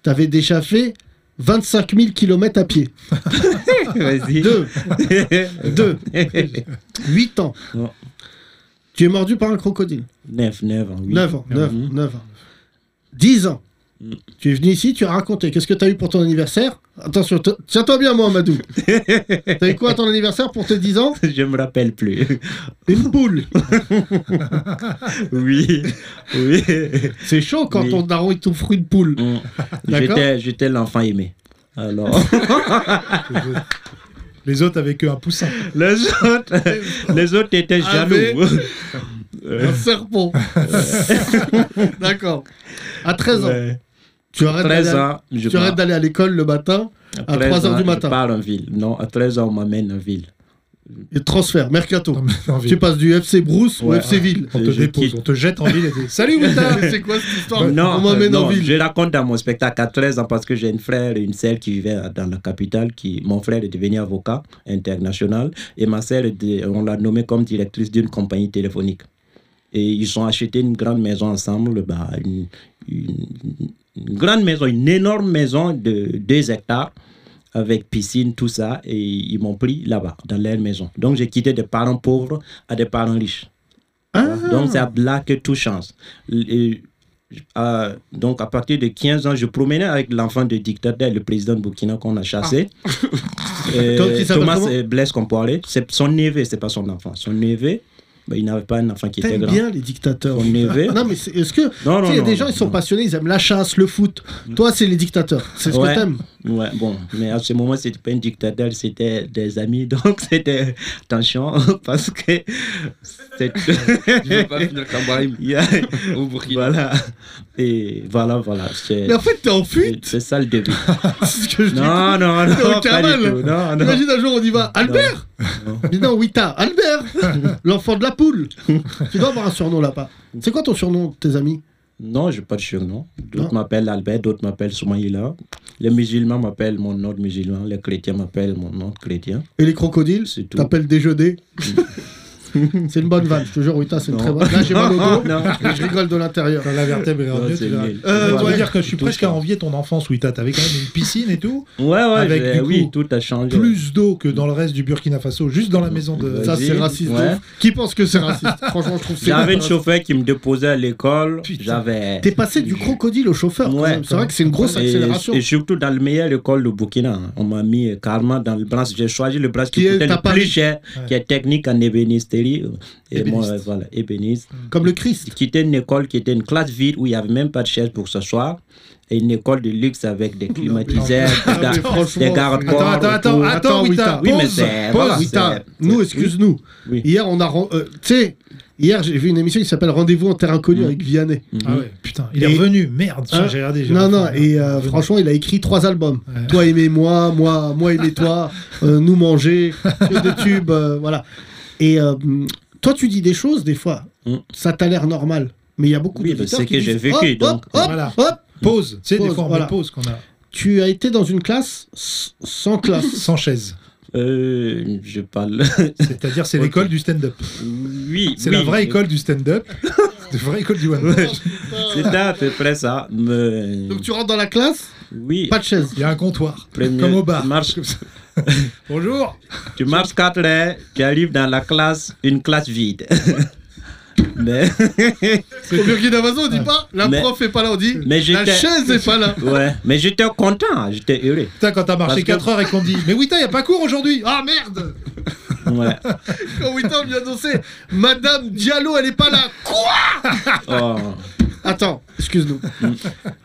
[SPEAKER 3] t'avais déjà fait 25 000 km à pied.
[SPEAKER 6] Vas-y.
[SPEAKER 3] Deux. Deux. 8 ans.
[SPEAKER 6] Non.
[SPEAKER 3] Tu es mordu par un crocodile.
[SPEAKER 6] 9, 9 ans.
[SPEAKER 3] 9 ans,
[SPEAKER 4] Mhm.
[SPEAKER 3] 9, 9 ans. 10 ans.
[SPEAKER 6] Mm.
[SPEAKER 3] Tu es venu ici, tu as raconté. Qu'est-ce que tu as eu pour ton anniversaire Attention, te- tiens-toi bien, Mohamedou. T'as eu quoi à ton anniversaire pour tes 10 ans
[SPEAKER 6] Je me rappelle plus.
[SPEAKER 3] Une boule.
[SPEAKER 6] Oui. Oui.
[SPEAKER 3] C'est chaud quand
[SPEAKER 6] Oui.
[SPEAKER 3] ton daron il t'offre une poule.
[SPEAKER 6] Mm.
[SPEAKER 3] D'accord.
[SPEAKER 6] J'étais j'étais l'enfant aimé. Alors,
[SPEAKER 4] Les autres hein. avaient que un poussin.
[SPEAKER 6] les autres, les autres étaient jaloux.
[SPEAKER 3] Aimé. Un serpent. D'accord. À 13 ans,
[SPEAKER 6] Euh. Ouais.
[SPEAKER 3] tu arrêtes
[SPEAKER 6] 13
[SPEAKER 3] d'aller à-
[SPEAKER 6] ans, je
[SPEAKER 3] tu arrêtes
[SPEAKER 6] pars.
[SPEAKER 3] d'aller à l'école le matin à
[SPEAKER 6] 13
[SPEAKER 3] 3 heures
[SPEAKER 6] ans,
[SPEAKER 3] du matin.
[SPEAKER 6] Je pars en ville. Non, à 13 ans, on m'amène en ville.
[SPEAKER 3] et transfert, mercato.
[SPEAKER 4] Non, mais en ville.
[SPEAKER 3] Tu passes du FC Brousse au
[SPEAKER 6] Ouais.
[SPEAKER 3] FC Ville.
[SPEAKER 4] On te
[SPEAKER 6] Je
[SPEAKER 4] dépose,
[SPEAKER 6] quitte.
[SPEAKER 4] on te jette en ville. et t'es-
[SPEAKER 3] Salut, Wita C'est quoi cette histoire
[SPEAKER 6] non,
[SPEAKER 3] On m'emmène
[SPEAKER 6] euh,
[SPEAKER 3] en
[SPEAKER 6] non,
[SPEAKER 3] ville.
[SPEAKER 6] je raconte dans mon spectacle à 13 ans parce que j'ai une frère et une sœur qui vivaient dans la capitale. Qui, mon frère est devenu avocat international et ma sœur, est de- on l'a nommée comme directrice d'une compagnie téléphonique. Et ils ont acheté une grande maison ensemble, bah, une, une- une grande maison, une énorme maison de 2 hectares avec piscine, tout ça, et ils m'ont pris là-bas, dans leur maison. Donc j'ai quitté des parents pauvres à des parents riches.
[SPEAKER 3] Hein
[SPEAKER 6] Donc
[SPEAKER 3] Ah.
[SPEAKER 6] c'est là que tout change. L- et, euh, donc à partir de 15 ans, je promenais avec l'enfant de dictateur, le président de Burkina qu'on a chassé.
[SPEAKER 3] Comment il
[SPEAKER 6] Euh,
[SPEAKER 3] Ah. s'appelle,
[SPEAKER 6] Thomas
[SPEAKER 3] comment
[SPEAKER 6] euh, Blaise Compaoré, c'est son neveu, c'est pas son enfant. Son neveu, ben, il n'avait pas un enfant qui était
[SPEAKER 3] T'aimes
[SPEAKER 6] grand.
[SPEAKER 3] bien les dictateurs.
[SPEAKER 6] Son neveu.
[SPEAKER 3] Non, mais c'est- est-ce que.
[SPEAKER 6] Non,
[SPEAKER 3] Tu
[SPEAKER 6] non,
[SPEAKER 3] sais, il y a
[SPEAKER 6] non,
[SPEAKER 3] des gens,
[SPEAKER 6] non,
[SPEAKER 3] ils sont
[SPEAKER 6] non. Mm.
[SPEAKER 3] passionnés, ils aiment la chasse, le foot. Toi, c'est les dictateurs. C'est ce
[SPEAKER 6] Ouais.
[SPEAKER 3] que t'aimes.
[SPEAKER 6] Ouais, bon, mais à ce moment, c'était pas un dictateur, c'était des amis, donc c'était tension parce que c'est-
[SPEAKER 5] Tu veux pas finir comme Brahim
[SPEAKER 6] il y a-
[SPEAKER 5] au Burkina.
[SPEAKER 6] voilà et voilà voilà c'est
[SPEAKER 3] Mais en fait, t'es en fuite.
[SPEAKER 6] c'est ça le début.
[SPEAKER 3] C'est ce que je dis.
[SPEAKER 6] Mm. Non non non
[SPEAKER 3] T'es au
[SPEAKER 6] pas
[SPEAKER 3] Kamal.
[SPEAKER 6] du tout. non non.
[SPEAKER 3] Imagine un jour, on y va. Albert Mais non, Wita, Albert L'enfant de la poule Tu dois avoir un surnom là-bas. C'est quoi ton surnom, tes amis
[SPEAKER 6] Non, je pas de surnom. D'autres
[SPEAKER 3] Non.
[SPEAKER 6] m'appellent Albert, d'autres m'appellent Soumaïla. Les musulmans m'appellent mon nom de musulman, les chrétiens m'appellent mon nom de chrétien.
[SPEAKER 3] Et les crocodiles
[SPEAKER 6] C'est tout.
[SPEAKER 3] T'appelles déjeuner C'est une bonne vanne, je te jure, Wita, c'est une
[SPEAKER 6] Non.
[SPEAKER 3] très bonne. Là, j'ai mal au dos,
[SPEAKER 6] Non.
[SPEAKER 3] mais je rigole de l'intérieur.
[SPEAKER 4] Quand la vertèbre est
[SPEAKER 6] Non,
[SPEAKER 4] revenue,
[SPEAKER 6] c'est
[SPEAKER 4] tu verras.
[SPEAKER 6] nul.
[SPEAKER 4] Euh,
[SPEAKER 6] Ouais.
[SPEAKER 4] tu vas dire que je suis
[SPEAKER 6] Tout
[SPEAKER 4] presque
[SPEAKER 6] ça.
[SPEAKER 4] à envier ton enfance, Wita. T'avais quand même une piscine et tout.
[SPEAKER 6] Ouais ouais,
[SPEAKER 4] Avec
[SPEAKER 6] j'ai-
[SPEAKER 4] du coup,
[SPEAKER 6] oui, tout a changé.
[SPEAKER 4] Plus d'eau que dans le reste du Burkina Faso, juste dans la maison de.
[SPEAKER 6] Ouais.
[SPEAKER 3] Ça,
[SPEAKER 6] Vas-y.
[SPEAKER 3] c'est raciste. de
[SPEAKER 6] Ouais.
[SPEAKER 3] ouf. Qui pense que c'est raciste Franchement, je trouve que c'est.
[SPEAKER 6] J'avais une
[SPEAKER 3] raciste.
[SPEAKER 6] chauffeur qui me déposait à l'école.
[SPEAKER 4] Putain.
[SPEAKER 6] J'avais
[SPEAKER 3] T'es passé du crocodile au chauffeur. quand
[SPEAKER 6] Ouais.
[SPEAKER 3] même. c'est vrai que c'est une grosse accélération.
[SPEAKER 6] Et, et surtout dans le meilleur école de Burkina. hein. On m'a mis euh, carrément dans le bras. J'ai choisi le bras qui,
[SPEAKER 3] Qui est
[SPEAKER 6] coûtait
[SPEAKER 3] ta
[SPEAKER 6] le
[SPEAKER 3] Paris.
[SPEAKER 6] plus cher,
[SPEAKER 4] Ouais.
[SPEAKER 6] qui est technique en ébénisterie. Et moi,
[SPEAKER 4] Ébéniste.
[SPEAKER 6] euh, voilà, ébéniste.
[SPEAKER 3] Comme le Christ.
[SPEAKER 6] Qui était une école qui était une classe vide où il n'y avait même pas de chaise pour s'asseoir. Et une école de luxe avec des climatiseurs,
[SPEAKER 3] Non, mais
[SPEAKER 6] des gar-
[SPEAKER 3] franchement,
[SPEAKER 6] des garde
[SPEAKER 4] Attends, attends, attends,
[SPEAKER 3] Attends,
[SPEAKER 4] attends, Wita.
[SPEAKER 3] Wita.
[SPEAKER 6] Oui, mais
[SPEAKER 4] pause.
[SPEAKER 6] c'est.
[SPEAKER 3] Paul,
[SPEAKER 6] voilà,
[SPEAKER 3] Rita,
[SPEAKER 6] Ah, c'est-
[SPEAKER 3] nous, excuse-nous.
[SPEAKER 6] Oui.
[SPEAKER 3] Hier, on a. ren- euh, tu sais, hier, j'ai vu une émission qui s'appelle Rendez-vous en terre inconnue
[SPEAKER 6] Mm.
[SPEAKER 3] avec Vianney.
[SPEAKER 4] Ah ouais, putain, il est
[SPEAKER 3] Mhm. Et-
[SPEAKER 4] revenu, merde,
[SPEAKER 3] Hein
[SPEAKER 4] j'ai regardé. j'ai
[SPEAKER 3] Non, non,
[SPEAKER 4] regardé.
[SPEAKER 3] et euh, franchement, il a écrit trois albums.
[SPEAKER 4] Ouais.
[SPEAKER 3] Toi aimez-moi, moi, moi aimez-toi, euh, nous manger, que des tubes, euh, voilà. Et euh, toi, tu dis des choses, des fois,
[SPEAKER 6] Mm.
[SPEAKER 3] ça t'a l'air normal. Mais il y a beaucoup
[SPEAKER 6] Oui,
[SPEAKER 4] bah,
[SPEAKER 3] de
[SPEAKER 6] mais c'est que j'ai vécu,
[SPEAKER 3] hop,
[SPEAKER 6] donc,
[SPEAKER 3] hop,
[SPEAKER 4] voilà.
[SPEAKER 3] hop, hop.
[SPEAKER 4] Pause, tu sais, des
[SPEAKER 3] Pause,
[SPEAKER 4] fois on
[SPEAKER 3] voilà.
[SPEAKER 4] met pause qu'on a
[SPEAKER 3] Tu as été dans une classe s- sans classe.
[SPEAKER 4] sans chaise.
[SPEAKER 6] Euh, je parle.
[SPEAKER 4] C'est-à-dire, c'est
[SPEAKER 6] Ok.
[SPEAKER 4] l'école du stand-up.
[SPEAKER 6] oui,
[SPEAKER 4] C'est la
[SPEAKER 6] oui.
[SPEAKER 4] vraie école du stand-up. De vraie école du one
[SPEAKER 3] Oh,
[SPEAKER 4] man.
[SPEAKER 3] putain.
[SPEAKER 6] C'était à peu près ça. Mais...
[SPEAKER 3] Donc tu rentres dans la classe,
[SPEAKER 6] Oui,
[SPEAKER 3] pas de chaise.
[SPEAKER 4] Il y a un comptoir.
[SPEAKER 6] Premier-
[SPEAKER 4] Comme au bar.
[SPEAKER 6] tu marches.
[SPEAKER 4] Comme ça. Bonjour.
[SPEAKER 6] tu marches 4 heures, tu arrives dans la classe, une classe vide. mais
[SPEAKER 3] Au Burkina Faso, on dit pas, la
[SPEAKER 6] Mais-
[SPEAKER 3] prof est pas là, on dit,
[SPEAKER 6] mais
[SPEAKER 3] la
[SPEAKER 6] j'étais
[SPEAKER 3] chaise est pas là.
[SPEAKER 6] ouais, mais j'étais content, j'étais heureux.
[SPEAKER 4] Putain, quand t'as marché
[SPEAKER 6] Parce
[SPEAKER 4] 4
[SPEAKER 6] que-
[SPEAKER 4] heures et qu'on te dit Mais oui, il y a pas cours aujourd'hui. Ah merde
[SPEAKER 6] Ouais.
[SPEAKER 3] Quand Wita on lui a annoncé, Madame Diallo, elle est pas là. Quoi
[SPEAKER 6] Oh.
[SPEAKER 3] Attends, excuse-nous.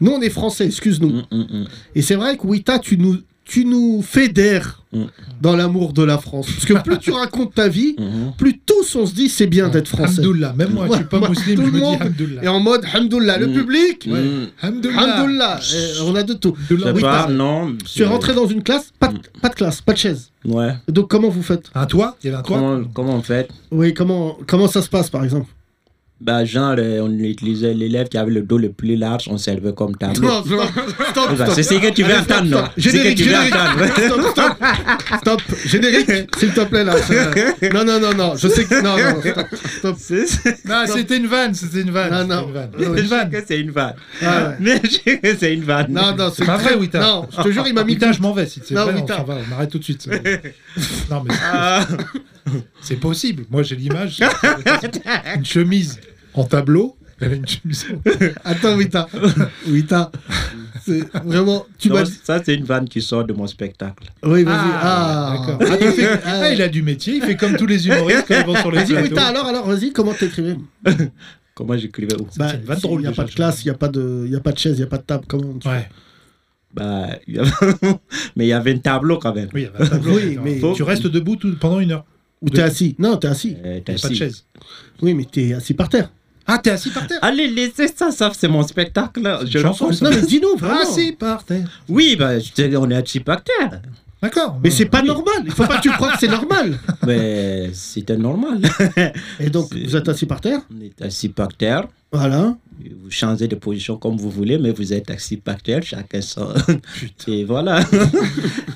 [SPEAKER 3] Nous, on est français, excuse-nous.
[SPEAKER 6] Mm, mm, mm.
[SPEAKER 3] Et c'est vrai que Wita, tu nous, tu nous fédères
[SPEAKER 6] Mm.
[SPEAKER 3] dans l'amour de la France. Parce que plus tu racontes ta vie,
[SPEAKER 6] Mhm.
[SPEAKER 3] plus tous on se dit c'est bien d'être français.
[SPEAKER 4] Hamdoullah, même moi, je suis pas
[SPEAKER 3] Ouais,
[SPEAKER 4] musulman,
[SPEAKER 3] tout
[SPEAKER 4] je
[SPEAKER 3] le
[SPEAKER 4] me
[SPEAKER 3] monde
[SPEAKER 4] dis Hamdoullah.
[SPEAKER 3] Et en mode, Hamdoullah, le
[SPEAKER 6] Mm.
[SPEAKER 3] public,
[SPEAKER 6] Mm.
[SPEAKER 4] Hamdoullah.
[SPEAKER 3] Hamdoullah, Eh, on a de tout.
[SPEAKER 6] Je sais
[SPEAKER 3] Oui,
[SPEAKER 6] pas,
[SPEAKER 3] t'as-
[SPEAKER 6] non.
[SPEAKER 3] Tu es rentré dans une classe, pas de, pas de classe, pas de chaise.
[SPEAKER 6] Ouais.
[SPEAKER 3] Donc comment vous faites
[SPEAKER 4] Un toit Il y avait un toit
[SPEAKER 6] Comment, comment on fait
[SPEAKER 3] Oui, comment, comment ça se passe par exemple
[SPEAKER 6] bah, Genre, euh, on utilisait l'élève qui avait le dos le plus large, on servait comme tableau.
[SPEAKER 3] Non, stop, stop,
[SPEAKER 6] Eh ben,
[SPEAKER 3] stop.
[SPEAKER 6] C'est ce que tu veux
[SPEAKER 3] Allez, stop,
[SPEAKER 6] entendre, non
[SPEAKER 3] stop.
[SPEAKER 6] C'est ce que
[SPEAKER 3] Générique,
[SPEAKER 6] tu veux
[SPEAKER 3] générique.
[SPEAKER 6] entendre.
[SPEAKER 3] Stop, stop, stop, générique, s'il te plaît là. c'est- Non, non, non, non, je sais que. Non, non, stop, stop.
[SPEAKER 4] Non, c'était une vanne, c'était une vanne.
[SPEAKER 3] Non, non.
[SPEAKER 4] c'était une vanne.
[SPEAKER 3] Non,
[SPEAKER 6] Je
[SPEAKER 4] Une
[SPEAKER 6] sais
[SPEAKER 4] vanne.
[SPEAKER 6] que c'est une vanne.
[SPEAKER 3] Ah, ouais.
[SPEAKER 6] Mais je sais que c'est une vanne.
[SPEAKER 3] Non, non, c'est
[SPEAKER 4] pas
[SPEAKER 3] très-
[SPEAKER 4] vrai, Wita.
[SPEAKER 3] Non, je te jure, il m'a mis.
[SPEAKER 4] Wita, je m'en vais. Si c'est
[SPEAKER 3] Non,
[SPEAKER 4] vrai, on
[SPEAKER 3] Wita.
[SPEAKER 4] s'en va, on arrête tout de suite. non, mais
[SPEAKER 6] Ah.
[SPEAKER 4] c'est possible. Moi, j'ai l'image. une chemise en tableau. Elle avait une chemise en-
[SPEAKER 3] Attends, Wita. Wita. C'est vraiment. Tu
[SPEAKER 6] Non,
[SPEAKER 3] m'as.
[SPEAKER 6] ça, c'est une vanne qui sort de mon spectacle.
[SPEAKER 3] Oui, vas-y.
[SPEAKER 4] Ah,
[SPEAKER 3] Ah,
[SPEAKER 4] d'accord.
[SPEAKER 3] tu fais-
[SPEAKER 4] Ah,
[SPEAKER 3] ah,
[SPEAKER 4] il a Ah, du métier. Il fait comme tous les humoristes quand ils vont sur les
[SPEAKER 3] Vas-y,
[SPEAKER 4] plateaux.
[SPEAKER 3] Wita, alors, alors, vas-y, comment t'écrivais
[SPEAKER 6] Comment j'écrivais où
[SPEAKER 3] Bah,
[SPEAKER 4] une vanne
[SPEAKER 3] si,
[SPEAKER 4] drôle,
[SPEAKER 3] Il n'y a
[SPEAKER 4] déjà,
[SPEAKER 3] pas de
[SPEAKER 4] je
[SPEAKER 3] classe, il n'y a, pas de- il y a pas de chaise, il n'y a pas de table. Comment tu...
[SPEAKER 4] Ouais.
[SPEAKER 6] bah, il y avait- Mais il y avait un tableau quand même.
[SPEAKER 4] Oui, il y avait un tableau.
[SPEAKER 3] Oui, mais-
[SPEAKER 4] Tu restes debout tout- pendant une heure.
[SPEAKER 3] Ou t'es assis Non, t'es assis.
[SPEAKER 6] Euh, t'as
[SPEAKER 4] Il y a pas de
[SPEAKER 6] si.
[SPEAKER 4] chaise.
[SPEAKER 3] Oui, mais t'es assis par terre.
[SPEAKER 4] Ah, t'es assis par terre.
[SPEAKER 6] Allez, laissez ça, ça c'est mon spectacle. Je
[SPEAKER 4] une
[SPEAKER 6] le
[SPEAKER 4] chanson,
[SPEAKER 6] pense.
[SPEAKER 4] Oh, ça.
[SPEAKER 3] Non, mais dis-nous, vraiment.
[SPEAKER 4] Assis par terre.
[SPEAKER 6] Oui, bah, je te- on est archipactaire.
[SPEAKER 4] D'accord.
[SPEAKER 3] Mais c'est pas normal. Il faut pas que tu crois que c'est normal.
[SPEAKER 6] Mais c'était normal.
[SPEAKER 3] Et donc,
[SPEAKER 6] C'est-
[SPEAKER 3] vous êtes assis par terre.
[SPEAKER 6] On est archipactaire.
[SPEAKER 3] Voilà.
[SPEAKER 6] Vous changez de position comme vous voulez, mais vous êtes archipactaire, chacun sort.
[SPEAKER 4] Putain.
[SPEAKER 6] Et voilà.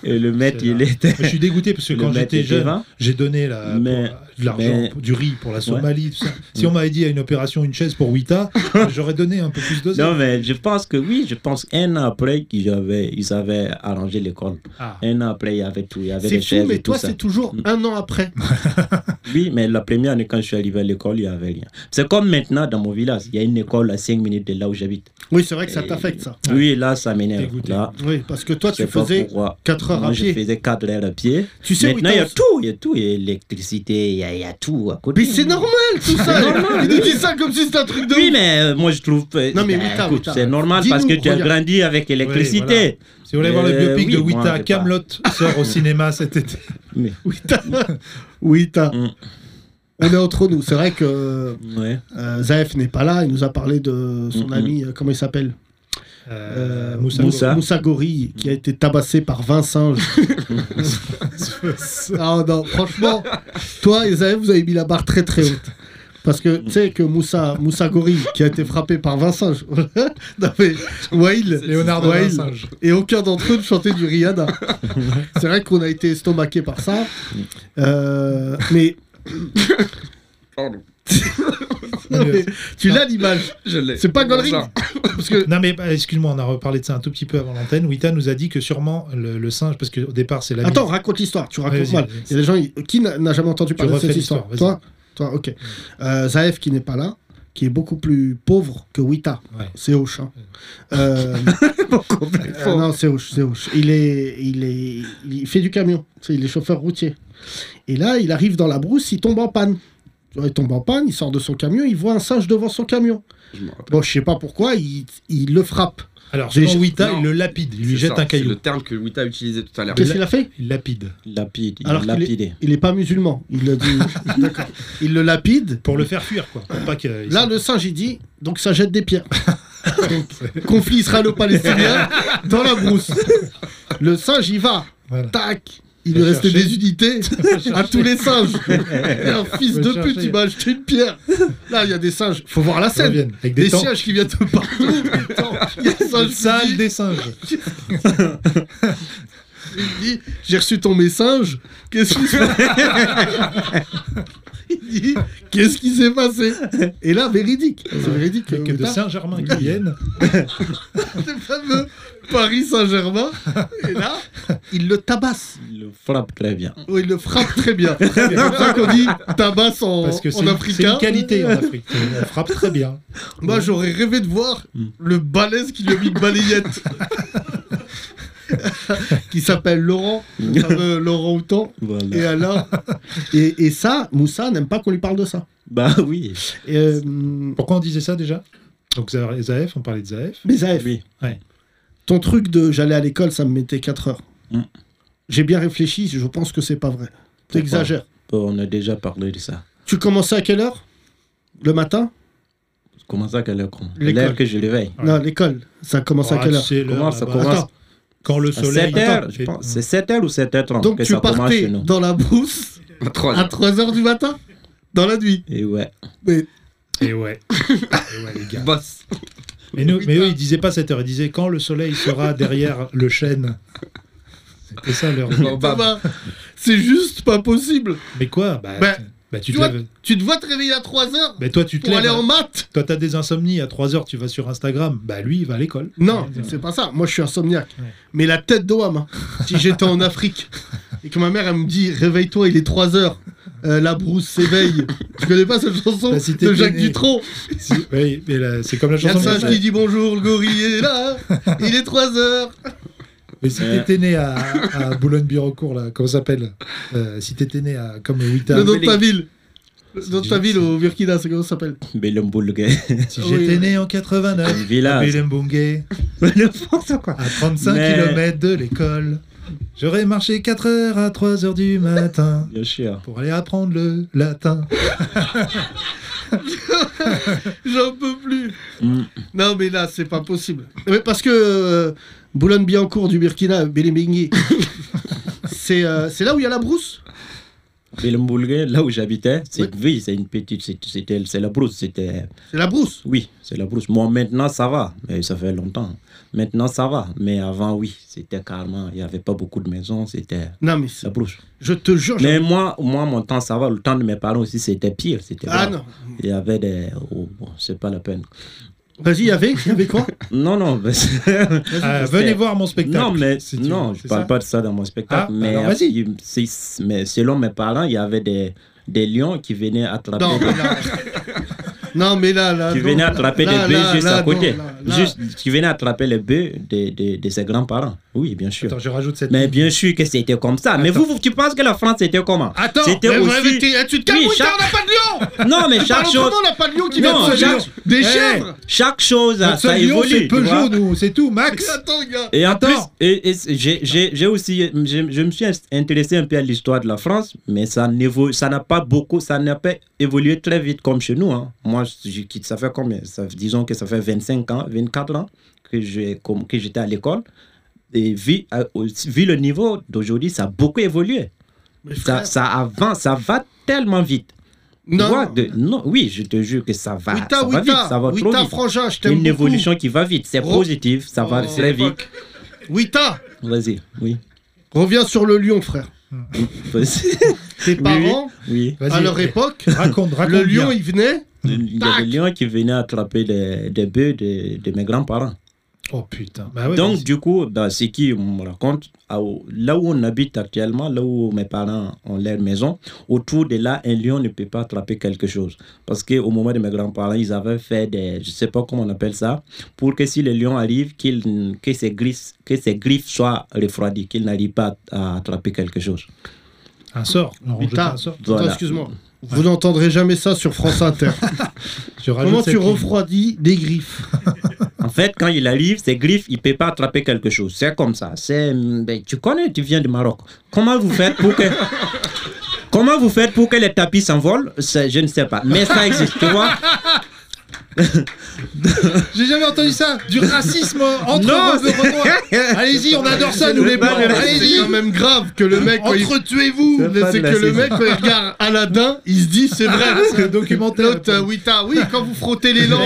[SPEAKER 6] Et le maître, il était.
[SPEAKER 4] Je suis dégoûté parce que
[SPEAKER 6] Le
[SPEAKER 4] quand
[SPEAKER 6] maître
[SPEAKER 4] j'étais
[SPEAKER 6] était
[SPEAKER 4] jeune,
[SPEAKER 6] vin.
[SPEAKER 4] J'ai donné la,
[SPEAKER 6] Mais-
[SPEAKER 4] pour- de l'argent,
[SPEAKER 6] mais-
[SPEAKER 4] pour- du riz pour la Somalie, tout ça. Si on m'avait dit à une opération une chaise pour Wita, j'aurais donné un peu plus de
[SPEAKER 6] Non, mais je pense que oui, je pense qu'un an après, qu'ils avaient, ils avaient arrangé l'école.
[SPEAKER 4] Ah.
[SPEAKER 6] Un an après, il y avait tout, il y avait
[SPEAKER 3] C'est
[SPEAKER 6] les
[SPEAKER 3] fou,
[SPEAKER 6] chaises
[SPEAKER 3] mais
[SPEAKER 6] et tout
[SPEAKER 3] toi,
[SPEAKER 6] ça. Mm.
[SPEAKER 3] c'est toujours un an après.
[SPEAKER 6] Oui, mais la première année, quand je suis arrivé à l'école, il n'y avait rien. C'est comme maintenant dans mon village, il y a une école à 5 minutes de là où j'habite.
[SPEAKER 3] Oui, c'est vrai que ça
[SPEAKER 6] Et-
[SPEAKER 3] t'affecte, ça.
[SPEAKER 6] Oui, là, ça m'énerve.
[SPEAKER 4] Dégoûté.
[SPEAKER 6] Là,
[SPEAKER 3] Oui, parce que toi,
[SPEAKER 6] je
[SPEAKER 3] tu
[SPEAKER 6] sais pas
[SPEAKER 3] faisais
[SPEAKER 6] pourquoi.
[SPEAKER 3] 4 heures à
[SPEAKER 6] Moi, je
[SPEAKER 3] pied.
[SPEAKER 6] faisais 4 heures à pied.
[SPEAKER 3] Tu sais,
[SPEAKER 6] maintenant, il y a
[SPEAKER 3] Wita,
[SPEAKER 6] tout, il y a tout. Il y a l'électricité, il y a, il y a tout à côté.
[SPEAKER 3] mais c'est normal, tout ça.
[SPEAKER 6] C'est normal,
[SPEAKER 3] Il nous dit ça comme si c'était un truc de
[SPEAKER 6] Oui,
[SPEAKER 3] ouf.
[SPEAKER 6] mais euh, moi, je trouve. euh,
[SPEAKER 3] Non, mais
[SPEAKER 6] bah,
[SPEAKER 3] Wita,
[SPEAKER 6] écoute,
[SPEAKER 3] Wita,
[SPEAKER 6] c'est normal
[SPEAKER 3] dis-nous,
[SPEAKER 6] parce que tu as
[SPEAKER 3] regarde.
[SPEAKER 6] grandi avec l'électricité.
[SPEAKER 4] Si vous voulez voir le
[SPEAKER 6] Euh,
[SPEAKER 4] biopic
[SPEAKER 6] oui,
[SPEAKER 4] de
[SPEAKER 6] moi,
[SPEAKER 4] Wita,
[SPEAKER 6] j'ai pas.
[SPEAKER 4] Camelot sort au cinéma cet été.
[SPEAKER 3] Wita. Wita.
[SPEAKER 6] Mm.
[SPEAKER 3] On est entre nous. C'est vrai que
[SPEAKER 6] Ouais.
[SPEAKER 3] euh, Zaef n'est pas là. Il nous a parlé de son
[SPEAKER 6] Mm,
[SPEAKER 3] ami, euh, comment il s'appelle
[SPEAKER 4] Euh,
[SPEAKER 3] Euh,
[SPEAKER 4] Moussa.
[SPEAKER 6] Moussa.
[SPEAKER 3] Moussa- Moussa Gori, qui a été tabassé par 20 singes. Ah non, franchement, toi et Zaev, vous avez mis la barre très très haute. Parce que tu sais que Moussa, Moussa Gori, qui a été frappé par 20 singes, non mais Wail,
[SPEAKER 4] Léonard de
[SPEAKER 3] Wail,
[SPEAKER 4] Vincinge.
[SPEAKER 3] et aucun d'entre eux ne chantait du Rihanna. C'est vrai qu'on a été estomaqué par ça. Euh, mais,
[SPEAKER 5] Pardon.
[SPEAKER 3] non, mais tu l'as l'image,
[SPEAKER 5] Je l'ai.
[SPEAKER 3] c'est pas
[SPEAKER 5] Comment
[SPEAKER 3] Goldring.
[SPEAKER 5] ça
[SPEAKER 3] Parce que
[SPEAKER 4] Non mais bah, excuse-moi, on a reparlé de ça un tout petit peu avant l'antenne. Wita nous a dit que sûrement le, le singe, parce qu'au départ c'est la
[SPEAKER 3] Attends, raconte l'histoire, tu racontes
[SPEAKER 4] Vas-y,
[SPEAKER 3] mal.
[SPEAKER 4] vas-y.
[SPEAKER 3] Il y a des gens, ils- qui n'a n'a jamais entendu parler de
[SPEAKER 4] refais
[SPEAKER 3] cette histoire
[SPEAKER 4] l'histoire,
[SPEAKER 3] Toi Toi, ok. Euh, Zaev qui n'est pas là, qui est beaucoup plus pauvre que Wita.
[SPEAKER 4] Ouais.
[SPEAKER 3] C'est Hoche. hein. Euh, euh, non, c'est Hoche, c'est Hoche. Il, est, il, est, il fait du camion, Tu sais, il est chauffeur routier. Et là, il arrive dans la brousse, il tombe en panne. Tu vois, Il tombe en panne, il sort de son camion, il voit un singe devant son camion.
[SPEAKER 5] Je m'en rappelle.
[SPEAKER 3] Bon, je sais pas pourquoi, il, il le frappe.
[SPEAKER 4] Alors
[SPEAKER 3] J'ai-
[SPEAKER 4] selon Wita,
[SPEAKER 5] Non.
[SPEAKER 4] il le lapide, il lui
[SPEAKER 5] C'est
[SPEAKER 4] jette un
[SPEAKER 5] ça, C'est
[SPEAKER 4] caillou.
[SPEAKER 5] le terme que Wita a utilisé tout à l'heure.
[SPEAKER 3] Qu'est-ce qu'il a fait
[SPEAKER 4] Il lapide.
[SPEAKER 6] Lapide, il
[SPEAKER 3] Alors qu'il est-
[SPEAKER 6] lapidé.
[SPEAKER 3] Il est pas musulman. Il le dit. D'accord. Il le lapide.
[SPEAKER 4] Pour le faire fuir quoi. Pour pas qu'il-
[SPEAKER 3] Là, le singe, il dit, donc ça jette des pierres. Donc, conflit israélo-palestinien dans la brousse. Le singe, il va.
[SPEAKER 4] Voilà.
[SPEAKER 3] Tac Il
[SPEAKER 4] Va
[SPEAKER 3] lui restait
[SPEAKER 4] chercher.
[SPEAKER 3] des unités à tous les singes. Et un fils
[SPEAKER 4] Va
[SPEAKER 3] de
[SPEAKER 4] chercher.
[SPEAKER 3] pute, il m'a acheté une pierre. Là, il y a des singes. Faut voir la
[SPEAKER 4] Ils
[SPEAKER 3] scène.
[SPEAKER 4] reviennent avec
[SPEAKER 3] Des
[SPEAKER 4] des, temps.
[SPEAKER 3] singes qui viennent de partout. putain. Il y a des
[SPEAKER 4] Une
[SPEAKER 3] singes qui
[SPEAKER 4] salle
[SPEAKER 3] disent-
[SPEAKER 4] des singes.
[SPEAKER 3] Il dit J'ai reçu ton message, qu'est-ce que tu fais Il dit Qu'est-ce qui s'est passé Et là, véridique. C'est véridique.
[SPEAKER 4] Que,
[SPEAKER 3] euh,
[SPEAKER 4] que de
[SPEAKER 3] Ouattara.
[SPEAKER 4] Saint-Germain qui viennent.
[SPEAKER 3] le fameux Paris Saint-Germain. Et là, il le tabasse.
[SPEAKER 6] Il le frappe très bien.
[SPEAKER 3] Ou il le frappe très bien. C'est pour ça qu'on dit tabasse en,
[SPEAKER 4] Parce que c'est
[SPEAKER 3] en hein.
[SPEAKER 4] une, c'est
[SPEAKER 3] africain.
[SPEAKER 4] une qualité en Afrique. On frappe très bien.
[SPEAKER 3] Moi, j'aurais rêvé de voir
[SPEAKER 6] Mm.
[SPEAKER 3] le balèze qui lui a mis une balayette. qui s'appelle Laurent, le fameux Laurent Houtan.
[SPEAKER 6] Voilà.
[SPEAKER 3] Et euh, alors, et, et ça, Moussa n'aime pas qu'on lui parle de ça.
[SPEAKER 6] Bah oui.
[SPEAKER 3] Et, euh,
[SPEAKER 4] Pourquoi on disait ça déjà Donc Zaef, on parlait de Zaef.
[SPEAKER 3] mais Zaef,
[SPEAKER 6] Oui.
[SPEAKER 3] ton truc de j'allais à l'école, ça me mettait 4 heures.
[SPEAKER 6] Mm.
[SPEAKER 3] J'ai bien réfléchi, je pense que c'est pas vrai. T'exagères.
[SPEAKER 6] Bon, on a déjà parlé de ça.
[SPEAKER 3] Tu commençais à quelle heure Le matin
[SPEAKER 6] Comment ça qu'elle est con
[SPEAKER 3] L'école.
[SPEAKER 6] L'heure que je l'éveille.
[SPEAKER 4] Ouais.
[SPEAKER 3] Non, l'école. Ça commence à
[SPEAKER 6] Oh,
[SPEAKER 4] Ah,
[SPEAKER 3] quelle heure
[SPEAKER 4] c'est l'heure
[SPEAKER 6] Comment ça
[SPEAKER 4] là-bas.
[SPEAKER 6] commence
[SPEAKER 3] Attends.
[SPEAKER 4] Quand le
[SPEAKER 6] À
[SPEAKER 4] soleil.
[SPEAKER 6] 7 heures,
[SPEAKER 4] Attends,
[SPEAKER 6] je
[SPEAKER 4] j'ai-
[SPEAKER 6] pense. C'est 7 heures ou 7h30
[SPEAKER 3] euh, Donc
[SPEAKER 6] que
[SPEAKER 3] tu
[SPEAKER 6] ça commence
[SPEAKER 3] partais
[SPEAKER 6] chez nous.
[SPEAKER 3] dans la brousse
[SPEAKER 5] À 3
[SPEAKER 3] à 3h du matin Dans la nuit
[SPEAKER 6] Et ouais.
[SPEAKER 3] Mais
[SPEAKER 4] Et ouais. Et ouais, les gars.
[SPEAKER 5] Boss.
[SPEAKER 4] Mais, nous- mais eux, ils disaient pas 7 heures. Ils disaient quand le soleil sera derrière le chêne. C'était ça leur.
[SPEAKER 5] Bon, bah,
[SPEAKER 3] Thomas, c'est juste pas possible
[SPEAKER 4] Mais quoi bah,
[SPEAKER 3] Bah,
[SPEAKER 4] bah, tu
[SPEAKER 3] tu
[SPEAKER 4] te
[SPEAKER 3] vois-
[SPEAKER 4] lèves.
[SPEAKER 3] Tu te vois te réveiller à 3h
[SPEAKER 4] Bah, toi, tu te
[SPEAKER 3] pour aller
[SPEAKER 4] lèves.
[SPEAKER 6] hein.
[SPEAKER 3] en maths
[SPEAKER 4] Toi, t'as des insomnies. À 3 heures, tu vas sur Instagram. Bah, lui, il va à l'école.
[SPEAKER 3] Non,
[SPEAKER 4] Ouais.
[SPEAKER 3] c'est pas ça. Moi, je suis insomniaque.
[SPEAKER 4] Ouais.
[SPEAKER 3] Mais la tête d'Oam, hein. si j'étais en Afrique et que ma mère, elle me dit Réveille-toi, il est 3 heures. Euh, la brousse s'éveille. tu connais pas cette chanson
[SPEAKER 4] Bah, si t'es
[SPEAKER 3] de Jacques
[SPEAKER 4] peiné.
[SPEAKER 3] Dutronc
[SPEAKER 4] Si, oui, mais là, c'est comme la
[SPEAKER 3] Il y a
[SPEAKER 4] chanson.
[SPEAKER 3] le singe
[SPEAKER 4] Mais-
[SPEAKER 3] qui dit bonjour, le gorille est là, il est 3 heures.
[SPEAKER 4] Mais si
[SPEAKER 6] Ouais.
[SPEAKER 4] t'étais né à, à Boulogne-Billancourt, là, comment ça s'appelle Euh, Si t'étais né à, comme Wita,
[SPEAKER 3] Le nom de ta ville. Le
[SPEAKER 4] C'est
[SPEAKER 3] nom de ta
[SPEAKER 4] du-
[SPEAKER 3] ville au Burkina, c'est comment ça s'appelle
[SPEAKER 6] Belomboulga.
[SPEAKER 4] si
[SPEAKER 3] oui. Ah,
[SPEAKER 4] j'étais né en
[SPEAKER 6] Un
[SPEAKER 4] 89, à
[SPEAKER 6] village.
[SPEAKER 4] Belembungue, à 35
[SPEAKER 6] Mais-
[SPEAKER 4] km de l'école, j'aurais marché 4 heures à 3 heures du matin
[SPEAKER 6] Bien sûr.
[SPEAKER 4] pour aller apprendre le latin.
[SPEAKER 3] J'en peux plus.
[SPEAKER 6] Mm.
[SPEAKER 3] Non, mais là, c'est pas possible. Mais parce que euh, Boulogne-Billancourt du Burkina, Bélembingui, c'est euh, c'est là où il y a la brousse
[SPEAKER 6] Belomboulga, là où j'habitais, c'est une ville, c'est une petite. c'est- C'était c'est la brousse. C'était.
[SPEAKER 3] C'est la brousse.
[SPEAKER 6] Oui, c'est la brousse. Moi, maintenant, ça va. Mais ça fait longtemps. Maintenant, ça va. Mais avant, oui, c'était carrément. Il n'y avait pas beaucoup de maisons. C'était
[SPEAKER 3] Non, mais c'est-
[SPEAKER 6] la brousse.
[SPEAKER 3] je te jure. j'en-
[SPEAKER 6] Mais moi, moi, mon temps, ça va. Le temps de mes parents aussi, c'était pire. C'était
[SPEAKER 3] Ah
[SPEAKER 6] grave.
[SPEAKER 3] non.
[SPEAKER 6] Il y avait des. oh, bon, c'est pas la peine.
[SPEAKER 3] Vas-y, il y avait, il y avait quoi
[SPEAKER 6] Non, non. mais
[SPEAKER 4] Ah,
[SPEAKER 6] c'est-
[SPEAKER 4] venez voir mon spectacle.
[SPEAKER 6] Non, mais
[SPEAKER 4] si tu
[SPEAKER 6] non,
[SPEAKER 4] veux,
[SPEAKER 6] je
[SPEAKER 4] c'est
[SPEAKER 6] parle
[SPEAKER 4] ça
[SPEAKER 6] pas de ça dans mon spectacle.
[SPEAKER 4] Ah,
[SPEAKER 6] mais,
[SPEAKER 4] alors vas-y.
[SPEAKER 6] euh, c'est- mais selon mes parents, il y avait des, des lions qui venaient attraper,
[SPEAKER 3] Non, mais là. Non, mais là, là.
[SPEAKER 6] qui
[SPEAKER 3] non,
[SPEAKER 6] venaient
[SPEAKER 3] là,
[SPEAKER 6] attraper
[SPEAKER 3] là,
[SPEAKER 6] des bœufs
[SPEAKER 3] là,
[SPEAKER 6] juste
[SPEAKER 3] là,
[SPEAKER 6] à côté.
[SPEAKER 3] non, là, là.
[SPEAKER 6] Juste, qui venaient attraper les bœufs de, de, de ses grands-parents. Oui, bien sûr.
[SPEAKER 4] Attends, je rajoute cette.
[SPEAKER 6] Mais bien sûr que c'était comme ça. Mais vous, vous- tu penses que la France c'était comment
[SPEAKER 3] Attends,
[SPEAKER 6] C'était
[SPEAKER 3] mais
[SPEAKER 6] aussi-
[SPEAKER 3] mais t'es- tu te calmes,
[SPEAKER 6] Oui,
[SPEAKER 3] Wita,
[SPEAKER 6] chaque-
[SPEAKER 3] on n'a pas de lion
[SPEAKER 6] Non, mais chaque
[SPEAKER 3] Alors,
[SPEAKER 6] chose,
[SPEAKER 3] comment on n'a pas de lion qui
[SPEAKER 6] Non,
[SPEAKER 3] va te
[SPEAKER 6] chaque-
[SPEAKER 3] faire Des
[SPEAKER 4] Eh,
[SPEAKER 3] chèvres
[SPEAKER 6] chaque chose,
[SPEAKER 4] Notre
[SPEAKER 6] ça
[SPEAKER 4] seul lion,
[SPEAKER 6] évolue.
[SPEAKER 4] c'est
[SPEAKER 6] tu vois.
[SPEAKER 4] Peugeot, nous, c'est tout, Max.
[SPEAKER 3] Attends, gars.
[SPEAKER 6] Et en
[SPEAKER 4] Attends.
[SPEAKER 6] plus, et, et c'est- j'ai- j'ai j'ai aussi, je, je me suis intéressé un peu à l'histoire de la France, mais ça n'évo- ça n'a pas beaucoup, ça n'a pas évolué très vite comme chez nous. hein. Moi, je- je quitte- ça fait combien ça, Disons que ça fait 25 ans, 24 ans que j'ai- comme- que j'étais à l'école. Et vu, à- aussi- vu le niveau d'aujourd'hui, ça a beaucoup évolué.
[SPEAKER 3] Mais
[SPEAKER 6] Ça,
[SPEAKER 3] frère,
[SPEAKER 6] ça avance, ça va tellement vite. Tu
[SPEAKER 3] non,
[SPEAKER 6] vois,
[SPEAKER 3] non.
[SPEAKER 6] de- non, oui, je te jure que ça va,
[SPEAKER 3] Wita,
[SPEAKER 6] ça va
[SPEAKER 3] Wita,
[SPEAKER 6] vite, ça va
[SPEAKER 3] Wita,
[SPEAKER 6] trop vite.
[SPEAKER 3] Frangin, je t'aime
[SPEAKER 6] Une
[SPEAKER 3] beaucoup.
[SPEAKER 6] évolution qui va vite, c'est
[SPEAKER 3] Oh.
[SPEAKER 6] positif, ça va
[SPEAKER 3] Oh.
[SPEAKER 6] très vite.
[SPEAKER 3] Wita,
[SPEAKER 6] Vas-y, oui.
[SPEAKER 3] reviens sur le lion, frère.
[SPEAKER 6] Vas-y.
[SPEAKER 3] Tes parents,
[SPEAKER 6] Oui.
[SPEAKER 4] Vas-y,
[SPEAKER 3] à leur époque,
[SPEAKER 4] raconte, raconte.
[SPEAKER 3] le lion,
[SPEAKER 4] bien.
[SPEAKER 3] il venait.
[SPEAKER 6] Il y avait des lions qui venaient attraper des, des bœufs de, de mes grands-parents.
[SPEAKER 4] Oh putain. Bah ouais,
[SPEAKER 6] Donc,
[SPEAKER 4] vas-y.
[SPEAKER 6] du coup, bah, ce qui me raconte, à- là où on habite actuellement, là où mes parents ont leur maison, autour de là, un lion ne peut pas attraper quelque chose. Parce qu'au moment de mes grands-parents, ils avaient fait des, je ne sais pas comment on appelle ça, pour que si le lion arrive, qu'il, que, ses griffes, que ses griffes soient refroidies, qu'il n'arrive pas à, à attraper quelque chose.
[SPEAKER 4] un sort. Non, on jette
[SPEAKER 3] Putain.
[SPEAKER 4] un sort.
[SPEAKER 6] Voilà.
[SPEAKER 3] Attends, excuse-moi. Vous n'entendrez jamais ça sur France Inter.
[SPEAKER 4] Je rajoute
[SPEAKER 3] Comment
[SPEAKER 4] cette
[SPEAKER 3] tu
[SPEAKER 4] ligne.
[SPEAKER 3] refroidis des griffes
[SPEAKER 6] En fait, quand il arrive, ses griffes, il ne peut pas attraper quelque chose. C'est comme ça. C'est, ben, tu connais, tu viens du Maroc. Comment vous faites pour que... Comment vous faites pour que les tapis s'envolent C'est- Je ne sais pas. Mais ça existe, tu vois.
[SPEAKER 4] J'ai jamais entendu ça. Du racisme entre
[SPEAKER 6] Non,
[SPEAKER 4] Rose de Renoir. Allez-y, on adore ça, nous les blancs.
[SPEAKER 3] C'est
[SPEAKER 4] Allez-y.
[SPEAKER 3] quand même grave que le mec. Entretuez-vous
[SPEAKER 6] C'est pas
[SPEAKER 3] C'est
[SPEAKER 6] de la
[SPEAKER 3] que le
[SPEAKER 6] saison.
[SPEAKER 3] mec, quand il regarde Aladdin, il se dit c'est vrai.
[SPEAKER 4] C'est un documentaire.
[SPEAKER 3] L'autre, euh, Wita, oui, quand vous frottez les lampes.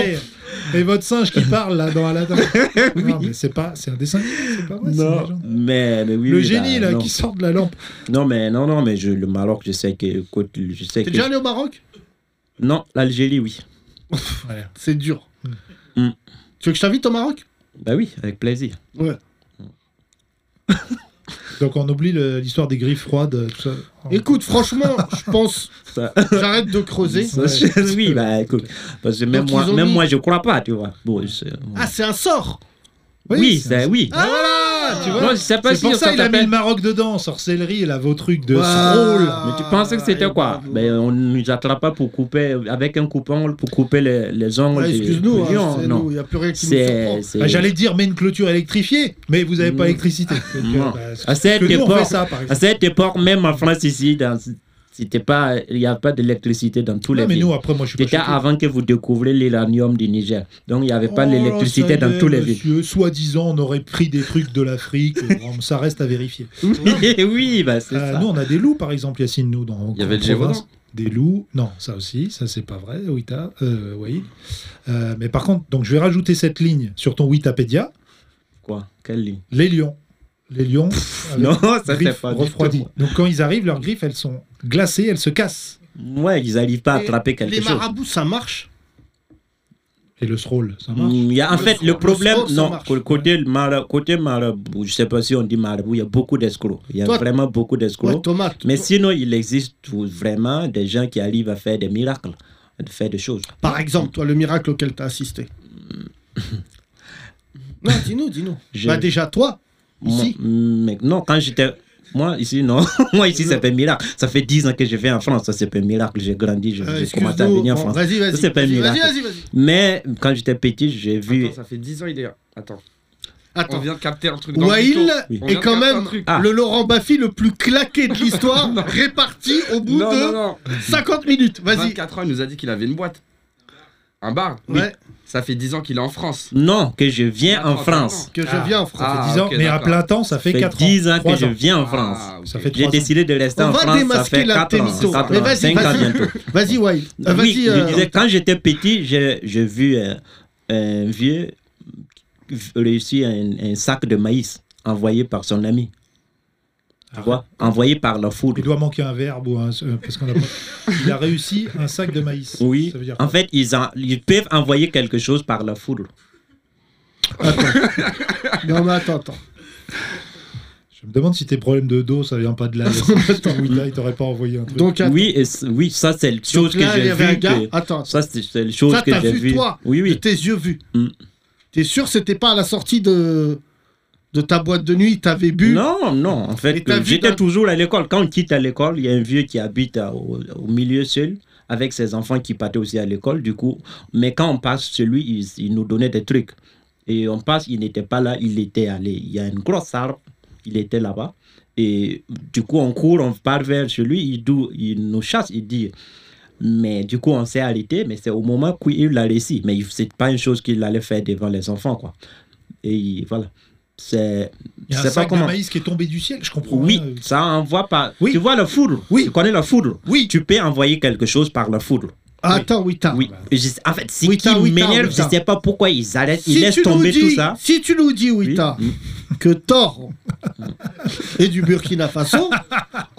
[SPEAKER 4] Et, et votre singe qui parle là dans Aladdin. Non, mais c'est pas, c'est un dessin. animé, C'est pas vrai. c'est une légende.
[SPEAKER 6] mais, mais oui.
[SPEAKER 4] Le
[SPEAKER 6] oui,
[SPEAKER 4] génie
[SPEAKER 6] bah,
[SPEAKER 4] là
[SPEAKER 6] non.
[SPEAKER 4] qui sort de la lampe.
[SPEAKER 6] Non, mais non, non, mais je, le Maroc, je sais que, écoute, je sais
[SPEAKER 3] T'es
[SPEAKER 6] que.
[SPEAKER 3] déjà allé au Maroc
[SPEAKER 6] Non, l'Algérie, oui.
[SPEAKER 3] C'est dur.
[SPEAKER 6] Mm.
[SPEAKER 3] Tu veux que je t'invite au Maroc
[SPEAKER 6] Bah oui, avec plaisir.
[SPEAKER 3] Ouais.
[SPEAKER 4] Donc on oublie le- l'histoire des griffes froides, euh, tout ça.
[SPEAKER 3] Écoute, franchement, je pense.
[SPEAKER 6] Ça-
[SPEAKER 3] J'arrête de creuser.
[SPEAKER 6] Ça, je- oui, bah écoute, parce que même,
[SPEAKER 3] Donc,
[SPEAKER 6] moi,
[SPEAKER 3] ils ont
[SPEAKER 6] même
[SPEAKER 3] mis-
[SPEAKER 6] moi, je crois pas, tu vois. Bon, je-
[SPEAKER 3] Ah, c'est un sort
[SPEAKER 6] oui, c'est oui.
[SPEAKER 3] Ah,
[SPEAKER 4] voilà, tu vois.
[SPEAKER 6] Moi, je sais pas
[SPEAKER 4] C'est
[SPEAKER 6] si
[SPEAKER 4] pour ça
[SPEAKER 6] ça
[SPEAKER 4] qu'il a mis le
[SPEAKER 6] t'appelle.
[SPEAKER 4] Maroc dedans, sorcellerie, là, vos trucs de
[SPEAKER 3] Voilà.
[SPEAKER 4] rôle.
[SPEAKER 6] Mais tu pensais que c'était
[SPEAKER 3] Ah,
[SPEAKER 6] quoi
[SPEAKER 3] bravo.
[SPEAKER 6] ben, On nous attrapa pour couper, avec un coupon, pour couper les, les ongles.
[SPEAKER 3] Ouais,
[SPEAKER 6] du-
[SPEAKER 3] Ah, Excuse-nous,
[SPEAKER 6] du lion,
[SPEAKER 3] hein, c'est
[SPEAKER 6] non.
[SPEAKER 3] nous, il n'y a plus rien qui nous surprend.
[SPEAKER 6] C'est. c'est-
[SPEAKER 4] Ah, J'allais dire, mais une clôture électrifiée, mais vous n'avez pas
[SPEAKER 6] Non.
[SPEAKER 4] d'électricité. Donc, euh,
[SPEAKER 6] Non.
[SPEAKER 4] bah,
[SPEAKER 6] À
[SPEAKER 4] parce que
[SPEAKER 6] cette
[SPEAKER 4] nous, on fait
[SPEAKER 6] époque,
[SPEAKER 4] ça, par
[SPEAKER 6] à
[SPEAKER 4] exemple.
[SPEAKER 6] cette époque, même en France ici, dans- c'était pas, il n'y a pas d'électricité dans tous les
[SPEAKER 4] Non, mais
[SPEAKER 6] villes.
[SPEAKER 4] nous, après, moi, je suis
[SPEAKER 6] C'était
[SPEAKER 4] pas choqué.
[SPEAKER 6] avant que vous découvriez l'uranium du Niger. Donc, il n'y avait pas
[SPEAKER 4] Oh là, ça
[SPEAKER 6] l'électricité
[SPEAKER 4] y
[SPEAKER 6] dans
[SPEAKER 4] est,
[SPEAKER 6] tous les villes.
[SPEAKER 4] monsieur, Soi-disant, on aurait pris des trucs de l'Afrique. euh, ça reste à vérifier.
[SPEAKER 6] oui, bah, c'est
[SPEAKER 4] Euh,
[SPEAKER 6] ça.
[SPEAKER 4] nous, on a des loups, par exemple, Yacine, nous, dans
[SPEAKER 5] Il y avait
[SPEAKER 4] en
[SPEAKER 5] le Gévaudan.
[SPEAKER 4] province. Des loups, non, ça aussi, ça c'est pas vrai, Wita, euh, Waïd. Euh, mais par contre, donc je vais rajouter cette ligne sur ton Wikipédia,
[SPEAKER 6] Quoi Quelle ligne
[SPEAKER 4] les lions. Les lions, avec
[SPEAKER 6] Non, ça c'est
[SPEAKER 4] griffes
[SPEAKER 6] pas du tout,
[SPEAKER 4] refroidies.
[SPEAKER 6] moi.
[SPEAKER 4] Donc quand ils arrivent, leurs griffes, elles sont glacées, elles se cassent.
[SPEAKER 6] Ouais, ils n'arrivent pas
[SPEAKER 3] Et
[SPEAKER 6] à attraper quelque
[SPEAKER 3] Les
[SPEAKER 6] chose.
[SPEAKER 3] marabouts, ça marche
[SPEAKER 4] Et le sroll, ça marche.
[SPEAKER 6] Mm, il y a- en
[SPEAKER 3] Le
[SPEAKER 6] fait,
[SPEAKER 3] fro-
[SPEAKER 6] le
[SPEAKER 3] le
[SPEAKER 6] problème,
[SPEAKER 3] frog, ça
[SPEAKER 6] non,
[SPEAKER 3] marche,
[SPEAKER 6] co- côté, mara- côté marabout, je sais pas si on dit marabout, il y a beaucoup d'escrocs. Il y a
[SPEAKER 3] Toi-
[SPEAKER 6] vraiment beaucoup d'escrocs.
[SPEAKER 3] Ouais, tomate.
[SPEAKER 6] Mais sinon, il existe tout- vraiment des gens qui arrivent à faire des miracles, à faire des choses.
[SPEAKER 3] Par exemple, toi, le miracle auquel tu as assisté Non, dis-nous, dis-nous.
[SPEAKER 6] Je-
[SPEAKER 3] Bah, déjà, toi,
[SPEAKER 6] Moi- mm,
[SPEAKER 3] ici.
[SPEAKER 6] mais non, quand j'étais. Moi, ici, non. Moi, ici, c'est pas un miracle. Ça fait 10 ans que je vais en France. Ça, c'est pas un miracle. J'ai grandi, j'ai
[SPEAKER 3] Euh,
[SPEAKER 6] j'ai
[SPEAKER 3] excuse-nous.
[SPEAKER 6] commencé à venir en
[SPEAKER 3] Bon,
[SPEAKER 6] France.
[SPEAKER 3] Vas-y, vas-y.
[SPEAKER 6] c'est pas un
[SPEAKER 3] vas-y,
[SPEAKER 6] miracle.
[SPEAKER 3] Vas-y, vas-y, vas-y.
[SPEAKER 6] Mais quand j'étais petit, j'ai vu.
[SPEAKER 5] Attends, ça fait 10 ans, il est là. Attends, on
[SPEAKER 3] Attends.
[SPEAKER 5] vient de capter un truc dans le
[SPEAKER 3] Wail
[SPEAKER 5] mytho.
[SPEAKER 6] Oui.
[SPEAKER 5] On
[SPEAKER 3] est
[SPEAKER 5] vient de
[SPEAKER 3] quand
[SPEAKER 5] capter un
[SPEAKER 3] même
[SPEAKER 5] truc.
[SPEAKER 6] Ah.
[SPEAKER 3] le Laurent Baffy le plus claqué de l'histoire, réparti au bout
[SPEAKER 5] Non,
[SPEAKER 3] de
[SPEAKER 5] non, non.
[SPEAKER 3] 50 minutes. Vas-y.
[SPEAKER 5] 24 ans, il nous a dit qu'il avait une boîte. Un bar Oui.
[SPEAKER 3] Ouais,
[SPEAKER 5] Ça fait 10 ans qu'il est en France.
[SPEAKER 6] Non, que je viens en
[SPEAKER 5] Attends,
[SPEAKER 6] France.
[SPEAKER 3] que je
[SPEAKER 4] Ah.
[SPEAKER 3] viens en
[SPEAKER 4] Ça
[SPEAKER 3] France.
[SPEAKER 5] Ah,
[SPEAKER 4] fait 10 ans,
[SPEAKER 5] ok,
[SPEAKER 4] mais à
[SPEAKER 5] d'accord.
[SPEAKER 4] plein temps, ça fait
[SPEAKER 6] Ça fait
[SPEAKER 4] 4 ans.
[SPEAKER 6] 10 ans que
[SPEAKER 4] 3
[SPEAKER 6] je
[SPEAKER 4] ans.
[SPEAKER 6] viens en France.
[SPEAKER 5] Ah, ok.
[SPEAKER 4] Ça fait
[SPEAKER 6] J'ai
[SPEAKER 4] 3 ans.
[SPEAKER 6] décidé de rester
[SPEAKER 3] On
[SPEAKER 6] en
[SPEAKER 3] va
[SPEAKER 6] France. Ça
[SPEAKER 3] démasquer
[SPEAKER 6] fait
[SPEAKER 3] la
[SPEAKER 6] 4 ans.
[SPEAKER 3] témito.
[SPEAKER 6] 4
[SPEAKER 3] Mais
[SPEAKER 6] ans,
[SPEAKER 3] vas-y,
[SPEAKER 6] 5 ans
[SPEAKER 3] vas-y.
[SPEAKER 6] bientôt.
[SPEAKER 3] Vas-y, Wail. Euh,
[SPEAKER 6] oui,
[SPEAKER 3] Vas-y.
[SPEAKER 6] je
[SPEAKER 3] euh,
[SPEAKER 6] disais, quand j'étais petit, j'ai j'ai vu euh, un vieux réussir un, un sac de maïs envoyé par son ami. Tu vois Envoyé par la foudre.
[SPEAKER 4] Il doit manquer un verbe ou un. euh, Parce qu'on a pas- Il a réussi un sac de maïs.
[SPEAKER 6] Oui,
[SPEAKER 4] Ça veut dire
[SPEAKER 6] en
[SPEAKER 4] quoi
[SPEAKER 6] fait, ils, en- ils peuvent envoyer quelque chose par la foudre.
[SPEAKER 3] Non, mais attends, attends.
[SPEAKER 4] Je me demande si tes problèmes de dos, ça vient pas de là. oui, là, il t'aurait pas envoyé un truc.
[SPEAKER 3] Donc, attends.
[SPEAKER 6] Oui, et c- oui, ça c'est la
[SPEAKER 3] Donc
[SPEAKER 6] chose que
[SPEAKER 3] là, il y
[SPEAKER 6] j'ai
[SPEAKER 3] avait un
[SPEAKER 6] vue.
[SPEAKER 3] gars.
[SPEAKER 6] que-
[SPEAKER 3] Attends,
[SPEAKER 6] Ça c'est c'est la chose
[SPEAKER 3] Ça,
[SPEAKER 6] que
[SPEAKER 3] t'as
[SPEAKER 6] j'ai
[SPEAKER 3] vu,
[SPEAKER 6] vue.
[SPEAKER 3] toi
[SPEAKER 6] oui,
[SPEAKER 3] de
[SPEAKER 6] oui.
[SPEAKER 3] tes yeux vus.
[SPEAKER 6] Mm.
[SPEAKER 3] T'es sûr, c'était pas à la sortie de, de ta boîte de nuit, t'avais bu
[SPEAKER 6] Non, non, en
[SPEAKER 3] Et
[SPEAKER 6] fait,
[SPEAKER 3] t'as
[SPEAKER 6] euh,
[SPEAKER 3] vu
[SPEAKER 6] j'étais
[SPEAKER 3] dans-
[SPEAKER 6] toujours à l'école. Quand on quitte à l'école, il y a un vieux qui habite à- au, au milieu seul, avec ses enfants qui partaient aussi à l'école, du coup. Mais quand on passe chez lui, il, il nous donnait des trucs. Et on passe, il n'était pas là, il était allé. Il y a une grosse arbre, il était là-bas. Et du coup, on court, on part vers chez lui, il, dou- il nous chasse, il dit. Mais du coup, on s'est arrêté, mais c'est au moment où il l'a réussi. Mais il- c'est pas une chose qu'il allait faire devant les enfants, quoi. Et il- voilà. C'est.
[SPEAKER 4] il y a un
[SPEAKER 6] je sais pas
[SPEAKER 4] sac de
[SPEAKER 6] comment.
[SPEAKER 4] maïs qui est tombé du ciel, je comprends.
[SPEAKER 6] Oui,
[SPEAKER 4] rien. euh,
[SPEAKER 6] ça envoie par.
[SPEAKER 4] Oui.
[SPEAKER 6] Tu vois la foudre
[SPEAKER 4] Oui.
[SPEAKER 6] Tu connais la foudre
[SPEAKER 4] Oui.
[SPEAKER 6] Tu peux envoyer quelque chose par la foudre.
[SPEAKER 3] Ah, Attends, oui, t'as.
[SPEAKER 6] oui. Je sais- en fait, c'est
[SPEAKER 3] bah. Oui,
[SPEAKER 6] qui
[SPEAKER 3] t'as, oui, t'as,
[SPEAKER 6] m'énerve,
[SPEAKER 3] oui,
[SPEAKER 6] je
[SPEAKER 3] t'as.
[SPEAKER 6] sais pas pourquoi ils arrêtent,
[SPEAKER 3] Si
[SPEAKER 6] ils laissent
[SPEAKER 3] tu nous
[SPEAKER 6] tomber
[SPEAKER 3] dis,
[SPEAKER 6] tout ça.
[SPEAKER 3] Si tu nous dis,
[SPEAKER 6] Oui.
[SPEAKER 3] Wita,
[SPEAKER 6] Mm.
[SPEAKER 3] que Thor et du Burkina Faso, on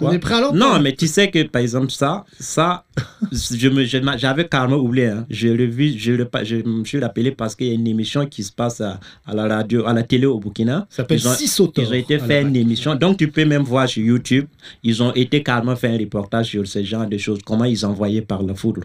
[SPEAKER 6] Quoi
[SPEAKER 3] est prêt à l'entendre.
[SPEAKER 6] Non, mais tu sais que par exemple, ça, ça, je me- je m'a- j'avais carrément oublié. hein. Je l'ai vu, je, le pa- je me suis rappelé parce qu'il y a une émission qui se passe à, à la radio, à la télé au Burkina.
[SPEAKER 4] Ça s'appelle
[SPEAKER 6] Ils ont-
[SPEAKER 4] Sissotor.
[SPEAKER 6] Ils ont été faire une émission. Donc, tu peux même voir sur YouTube, ils ont été carrément faire un reportage sur ce genre de choses, comment ils envoyaient par la foudre.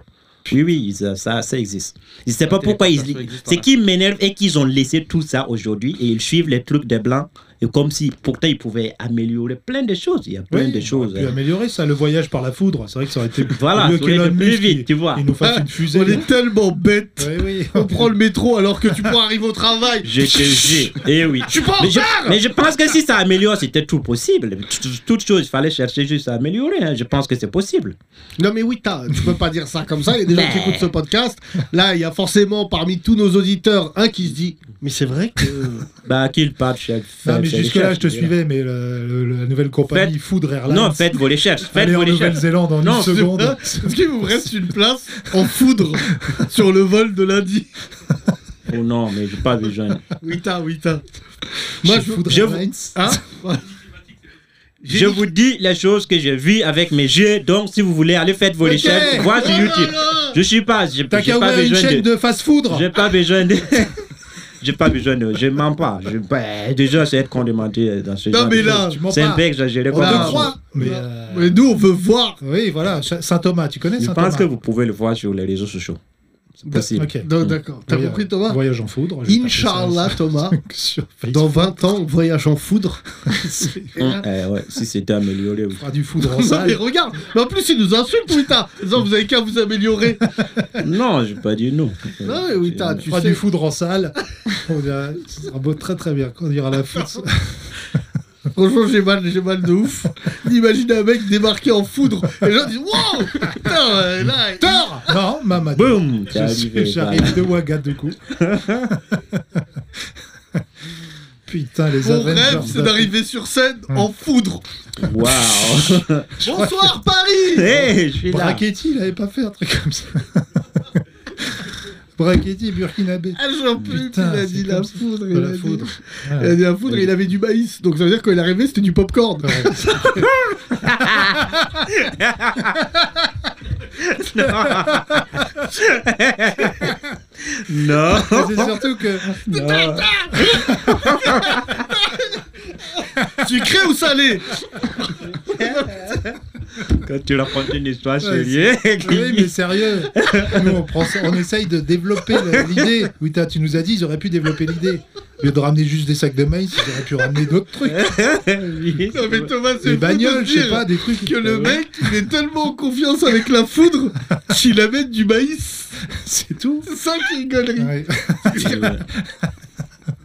[SPEAKER 6] Oui, oui, ils, euh, ça, ça existe. Je ne sais pas pourquoi ils.
[SPEAKER 5] téléportation existe,
[SPEAKER 6] C'est
[SPEAKER 5] hein.
[SPEAKER 6] qui m'énerve et qu'ils ont laissé tout ça aujourd'hui et ils suivent les trucs des Blancs. Et comme si, pourtant, ils pouvaient améliorer plein de choses. Il y a plein de choses.
[SPEAKER 4] Puis
[SPEAKER 6] hein.
[SPEAKER 4] améliorer ça, le voyage par la foudre. C'est vrai que ça aurait été
[SPEAKER 6] Voilà,
[SPEAKER 4] mieux
[SPEAKER 6] ça aurait été
[SPEAKER 4] qu'Elon
[SPEAKER 6] plus
[SPEAKER 4] Musk,
[SPEAKER 6] vite,
[SPEAKER 4] il-
[SPEAKER 6] tu vois.
[SPEAKER 4] Il nous fasse une
[SPEAKER 3] on
[SPEAKER 4] fusée.
[SPEAKER 3] est tellement bêtes.
[SPEAKER 4] Oui, oui.
[SPEAKER 3] On prend le métro alors que tu pourras arriver au travail.
[SPEAKER 6] Je te jure. Eh oui.
[SPEAKER 3] Je suis pas en
[SPEAKER 6] Mais je,
[SPEAKER 3] retard
[SPEAKER 6] mais je pense que si ça améliore, c'était tout possible. Toute- Toute chose, il fallait chercher juste à améliorer. hein. Je pense que c'est possible.
[SPEAKER 3] Non mais oui, t'as- tu peux pas dire ça comme ça, il y a des gens qui
[SPEAKER 6] Mais-
[SPEAKER 3] écoutent ce podcast. Là, il y a forcément parmi tous nos auditeurs un qui se dit « Mais c'est vrai que...
[SPEAKER 6] Bah, qu'il parte chez.
[SPEAKER 4] Non, mais
[SPEAKER 6] chez les
[SPEAKER 4] jusque-là,
[SPEAKER 6] chefs,
[SPEAKER 4] je te
[SPEAKER 6] dirais.
[SPEAKER 4] suivais, mais le- le- la nouvelle compagnie
[SPEAKER 6] Faites-
[SPEAKER 4] Foudre Airlines.
[SPEAKER 6] Non, faites vos recherches. Faites
[SPEAKER 4] Allez en
[SPEAKER 6] vos recherches.
[SPEAKER 4] Nouvelle-Zélande en
[SPEAKER 6] Non,
[SPEAKER 4] une » seconde.
[SPEAKER 3] Est-ce qu'il vous reste une place en foudre sur le vol de lundi
[SPEAKER 6] Oh non, mais j'ai pas besoin.
[SPEAKER 3] Oui, t'as, oui, t'as. Moi, je
[SPEAKER 4] Foudre
[SPEAKER 3] je-
[SPEAKER 4] Airlines.
[SPEAKER 3] Hein J'ai
[SPEAKER 6] Je
[SPEAKER 3] dit-
[SPEAKER 6] vous dis les choses que j'ai vues avec mes yeux. Donc, si vous voulez, allez faites vos
[SPEAKER 3] Ok.
[SPEAKER 6] recherches. Voir
[SPEAKER 3] Oh
[SPEAKER 6] sur
[SPEAKER 3] là
[SPEAKER 6] YouTube.
[SPEAKER 3] là
[SPEAKER 6] Je suis pas. J'ai
[SPEAKER 4] T'as
[SPEAKER 6] j'ai
[SPEAKER 4] qu'à
[SPEAKER 6] pas
[SPEAKER 4] ouvrir une
[SPEAKER 6] besoin
[SPEAKER 4] chaîne
[SPEAKER 6] de.
[SPEAKER 4] de, fast-food
[SPEAKER 6] J'ai pas besoin de. J'ai pas besoin de. Je mens pas. Je... bah, déjà, c'est être condamné dans ce
[SPEAKER 3] Non,
[SPEAKER 6] genre
[SPEAKER 3] mais
[SPEAKER 6] de choses.
[SPEAKER 3] là,
[SPEAKER 4] tu mens
[SPEAKER 6] C'est un
[SPEAKER 4] pas.
[SPEAKER 6] peu exagéré.
[SPEAKER 4] On
[SPEAKER 6] comme
[SPEAKER 4] te
[SPEAKER 3] Voilà.
[SPEAKER 6] ça.
[SPEAKER 4] croit Mais
[SPEAKER 3] Non.
[SPEAKER 4] euh,
[SPEAKER 3] Mais nous, on veut voir.
[SPEAKER 4] Oui, voilà, Saint-Thomas, tu connais
[SPEAKER 6] Je
[SPEAKER 4] Saint-Thomas
[SPEAKER 6] pense que vous pouvez le voir sur les réseaux sociaux. C'est possible.
[SPEAKER 4] Bah, Ok.
[SPEAKER 3] Non, D'accord. T'as
[SPEAKER 4] Voyage-
[SPEAKER 3] compris, Thomas
[SPEAKER 4] Voyage en foudre. je vais
[SPEAKER 3] Inch'Allah,
[SPEAKER 4] taper
[SPEAKER 3] Thomas.
[SPEAKER 4] ça sur
[SPEAKER 3] Dans
[SPEAKER 4] Facebook.
[SPEAKER 3] 20 ans, voyage en foudre.
[SPEAKER 6] Hum, eh ouais, si c'était amélioré. oui.
[SPEAKER 4] On fera du foudre en
[SPEAKER 3] Non, mais
[SPEAKER 4] salle.
[SPEAKER 3] regarde. Mais en plus, il nous insulte, Wita. Non, vous avez qu'à vous améliorer.
[SPEAKER 6] Non, j'ai pas dit non.
[SPEAKER 3] Non, mais Wita,
[SPEAKER 6] J'ai-
[SPEAKER 4] Tu
[SPEAKER 3] tu
[SPEAKER 4] fera
[SPEAKER 3] sais.
[SPEAKER 4] du foudre en salle. On dira- Ce sera beau, très très bien. Quand il y aura la foudre.
[SPEAKER 3] Franchement, j'ai mal, j'ai mal de ouf. Imagine un mec débarqué en foudre. Et les gens disent Wow Putain, euh, là. il-
[SPEAKER 4] Tort Non, Mamadou.
[SPEAKER 6] Boum
[SPEAKER 4] Je
[SPEAKER 6] t'es
[SPEAKER 4] suis-
[SPEAKER 6] arrivé, voilà.
[SPEAKER 4] J'arrive de Ouagadougou. Putain, les
[SPEAKER 3] Mon
[SPEAKER 4] Avengers
[SPEAKER 3] rêve, c'est
[SPEAKER 4] d'Afrique.
[SPEAKER 3] d'arriver sur scène en foudre.
[SPEAKER 6] Waouh
[SPEAKER 3] Bonsoir,
[SPEAKER 4] Eh,
[SPEAKER 3] Paris
[SPEAKER 6] Hey, je suis là
[SPEAKER 4] Brachetti, il avait pas fait un truc comme ça. Brachetti, Burkinabé.
[SPEAKER 3] Ah, j'en peux plus, il
[SPEAKER 4] Putain,
[SPEAKER 3] a
[SPEAKER 4] c'est
[SPEAKER 3] dit la
[SPEAKER 4] comme ça.
[SPEAKER 3] foudre.
[SPEAKER 4] De
[SPEAKER 3] il a
[SPEAKER 4] la
[SPEAKER 3] dit-
[SPEAKER 4] foudre.
[SPEAKER 3] Il a dit la foudre et il avait du maïs. Donc ça veut dire quand il est arrivé, c'était du popcorn.
[SPEAKER 6] Non
[SPEAKER 4] C'est surtout que
[SPEAKER 6] Non
[SPEAKER 3] Sucré ou salé
[SPEAKER 6] Quand tu racontes une histoire
[SPEAKER 4] Ouais,
[SPEAKER 6] sérieuse,
[SPEAKER 4] Oui, mais sérieux, nous on, prend ça- on essaye de développer le- l'idée. Wita, tu nous as dit, ils auraient pu développer l'idée. Au lieu de ramener juste des sacs de maïs, ils auraient pu ramener d'autres trucs.
[SPEAKER 6] Oui.
[SPEAKER 3] Non mais Thomas, c'est
[SPEAKER 4] Des
[SPEAKER 3] fou
[SPEAKER 4] bagnoles,
[SPEAKER 3] de
[SPEAKER 4] je sais
[SPEAKER 3] dire
[SPEAKER 4] pas, des trucs.
[SPEAKER 3] Que le
[SPEAKER 4] Euh,
[SPEAKER 3] mec, il est tellement en confiance avec la foudre qu'il amène du maïs.
[SPEAKER 4] C'est tout.
[SPEAKER 3] C'est ça qui est une connerie.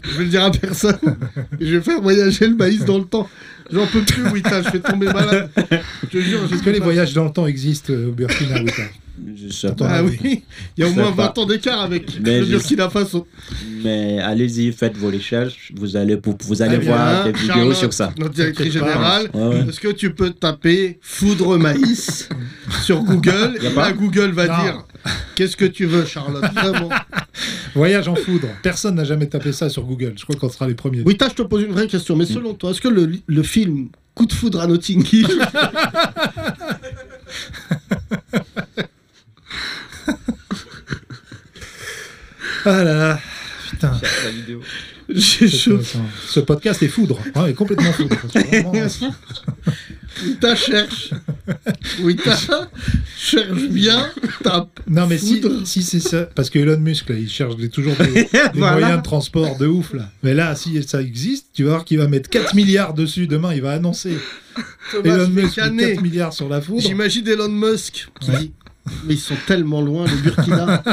[SPEAKER 4] Ouais.
[SPEAKER 3] Je vais le dire à personne. Et je vais faire voyager le maïs dans le temps. J'en peux plus, Wita, je vais tomber malade. Je te jure, j'ai
[SPEAKER 4] Est-ce que les voyages dans le temps existent euh, au Burkina Wita
[SPEAKER 6] Je sais pas.
[SPEAKER 3] Ah oui, il y a au
[SPEAKER 6] Je
[SPEAKER 3] moins
[SPEAKER 6] sais pas.
[SPEAKER 3] 20 ans d'écart avec
[SPEAKER 6] Mais
[SPEAKER 3] le
[SPEAKER 6] je-
[SPEAKER 3] Burkina Faso.
[SPEAKER 6] Mais allez-y, faites vos recherches. Vous allez, vous, vous allez
[SPEAKER 4] Très bien,
[SPEAKER 6] voir
[SPEAKER 3] Eh
[SPEAKER 6] des
[SPEAKER 3] hein, Charlotte,
[SPEAKER 6] vidéos sur ça.
[SPEAKER 3] Notre directrice
[SPEAKER 4] T'inquiète pas. Ah
[SPEAKER 3] générale,
[SPEAKER 6] Ouais, ouais.
[SPEAKER 3] est-ce que tu peux taper foudre maïs sur Google
[SPEAKER 6] Y a
[SPEAKER 3] Et
[SPEAKER 6] pas
[SPEAKER 3] là, Google va
[SPEAKER 4] Non.
[SPEAKER 3] dire Qu'est-ce que tu veux, Charlotte Vraiment.
[SPEAKER 4] Voyage en foudre. Personne n'a jamais tapé ça sur Google. Je crois qu'on sera les premiers.
[SPEAKER 3] Wita, je te pose une vraie question, mais selon toi, est-ce que le, le film Coup de foudre à Notting Hill
[SPEAKER 4] Ah là là. Putain.
[SPEAKER 5] Cherche la vidéo.
[SPEAKER 3] J'ai
[SPEAKER 4] c'est
[SPEAKER 3] chaud.
[SPEAKER 4] intéressant. Ce podcast est foudre. hein, il est complètement foudre. C'est vraiment- euh,
[SPEAKER 3] Wita cherche. Wita cherche bien, tape.
[SPEAKER 4] Non mais si,
[SPEAKER 3] Foudre.
[SPEAKER 4] si c'est ça, parce que Elon Musk là, il cherche des- toujours des, des
[SPEAKER 6] Voilà.
[SPEAKER 4] moyens de transport de ouf là. Mais là, si ça existe, tu vas voir qu'il va mettre 4 milliards dessus demain. Il va annoncer
[SPEAKER 3] Thomas,
[SPEAKER 4] Elon
[SPEAKER 3] je vais
[SPEAKER 4] Musk met
[SPEAKER 3] canner.
[SPEAKER 4] 4 milliards sur la foudre.
[SPEAKER 3] J'imagine Elon Musk qui dit Mais ils sont tellement loin, le Burkina.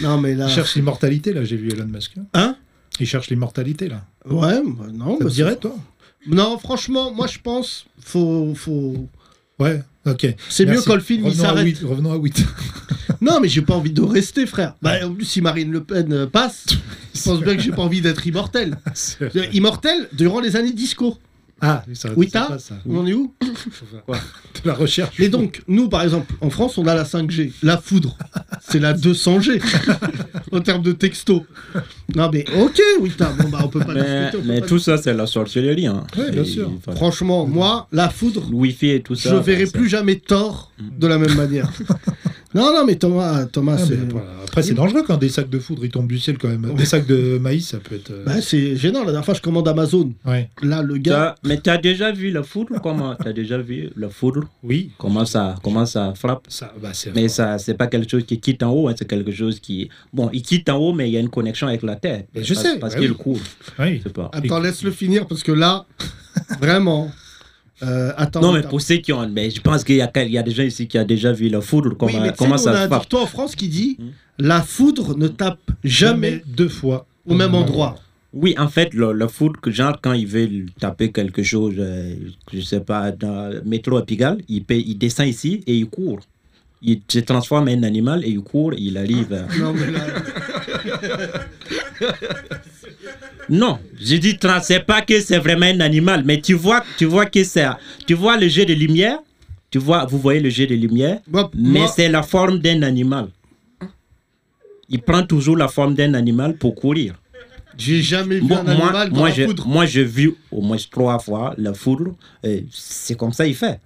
[SPEAKER 3] non, mais là.
[SPEAKER 4] Il cherche l'immortalité là. J'ai vu Elon Musk.
[SPEAKER 3] Hein
[SPEAKER 4] Il cherche l'immortalité là.
[SPEAKER 3] Ouais, bah, non.
[SPEAKER 4] Ça
[SPEAKER 3] bah,
[SPEAKER 4] te dirait toi
[SPEAKER 3] Non, franchement, moi je pense, faut, faut...
[SPEAKER 4] Ouais. Ok.
[SPEAKER 3] c'est mieux
[SPEAKER 4] Merci.
[SPEAKER 3] quand le film il
[SPEAKER 4] Revenons à
[SPEAKER 3] s'arrête.
[SPEAKER 4] Witt- Revenons à Witt.
[SPEAKER 3] Non, mais j'ai pas envie de rester, frère. Bah, en plus, si Marine Le Pen euh, passe, je pense bien que j'ai pas envie d'être immortel.
[SPEAKER 4] C'est
[SPEAKER 3] Je veux
[SPEAKER 4] vrai.
[SPEAKER 3] dire, Immortel durant les années disco.
[SPEAKER 4] Ah, ça,
[SPEAKER 3] Oui,
[SPEAKER 4] ça
[SPEAKER 3] t'as-
[SPEAKER 4] passe, ça.
[SPEAKER 3] On en est où
[SPEAKER 4] De la recherche.
[SPEAKER 3] Et donc, nous, par exemple, en France, on a la 5G, la foudre. C'est la 200G en termes de texto. Non, mais ok, oui, t'as- bon, bah, on peut pas
[SPEAKER 6] Mais,
[SPEAKER 3] discuter. on peut
[SPEAKER 6] mais
[SPEAKER 3] pas
[SPEAKER 6] tout ça, c'est la sorcellerie. Hein.
[SPEAKER 4] Ouais, bien
[SPEAKER 6] Et-
[SPEAKER 4] sûr.
[SPEAKER 6] enfin,
[SPEAKER 3] discuter. Franchement, moi, la foudre,
[SPEAKER 6] le Wi-Fi et tout ça.
[SPEAKER 3] je
[SPEAKER 6] enfin,
[SPEAKER 3] verrai
[SPEAKER 6] ça-
[SPEAKER 3] plus jamais tort de la même manière. non, non, mais Thomas, Thomas,
[SPEAKER 4] Ah, mais
[SPEAKER 3] c'est.
[SPEAKER 4] voilà. Après, c'est dangereux quand des sacs de foudre ils tombent du ciel quand même. Des sacs de maïs, ça peut être. euh,
[SPEAKER 3] Bah, c'est gênant, la dernière fois je commande Amazon.
[SPEAKER 4] ouais.
[SPEAKER 3] Là, le gars.
[SPEAKER 6] T'as- mais t'as déjà vu la foudre comment T'as déjà vu la foudre
[SPEAKER 4] Oui.
[SPEAKER 6] Comment ça, comment ça frappe
[SPEAKER 4] Ça, bah, c'est.
[SPEAKER 6] Mais ça, c'est pas quelque chose qui quitte en haut, hein, c'est quelque chose qui. Bon, il quitte en haut, mais il y a une connexion avec la terre.
[SPEAKER 4] Mais je
[SPEAKER 6] Parce-
[SPEAKER 4] sais,
[SPEAKER 6] Parce
[SPEAKER 4] bah
[SPEAKER 6] qu'il
[SPEAKER 4] oui.
[SPEAKER 6] court.
[SPEAKER 4] Oui.
[SPEAKER 6] Je sais pas.
[SPEAKER 3] Attends, laisse-le finir parce que là, vraiment. euh, attends.
[SPEAKER 6] Non, mais
[SPEAKER 3] attends.
[SPEAKER 6] pour ceux qui ont. Mais je pense qu'il y, a quel- il y a des gens ici qui ont déjà vu la foudre,
[SPEAKER 3] Oui,
[SPEAKER 6] comment,
[SPEAKER 3] mais tu sais,
[SPEAKER 6] comment
[SPEAKER 3] nous, on a
[SPEAKER 6] ça
[SPEAKER 3] un
[SPEAKER 6] frappe.
[SPEAKER 3] dicton en France qui dit
[SPEAKER 6] Hmm.
[SPEAKER 3] La foudre ne tape jamais
[SPEAKER 4] deux fois
[SPEAKER 3] au même endroit.
[SPEAKER 6] Oui, en fait, le, le foot, que genre, quand il veut taper quelque chose, euh, je sais pas, dans le métro à Pigalle, il, paye- il descend ici et il court. Il se transforme en animal et il court, il arrive. euh.
[SPEAKER 3] Non, mais là,
[SPEAKER 6] Non, je dis, trans- c'est pas que c'est vraiment un animal, mais tu vois, tu vois que c'est. Tu vois le jet de lumière, tu vois, vous voyez le jet de lumière,
[SPEAKER 3] moi,
[SPEAKER 6] mais
[SPEAKER 3] moi,
[SPEAKER 6] c'est la forme d'un animal. Il prend toujours la forme d'un animal pour courir.
[SPEAKER 3] j'ai jamais vu
[SPEAKER 6] Moi,
[SPEAKER 3] un
[SPEAKER 6] moi-
[SPEAKER 3] animal dans
[SPEAKER 6] moi,
[SPEAKER 3] la
[SPEAKER 6] j'ai-
[SPEAKER 3] foudre.
[SPEAKER 6] moi, j'ai vu au moins trois fois la foudre. euh, C'est comme ça il fait.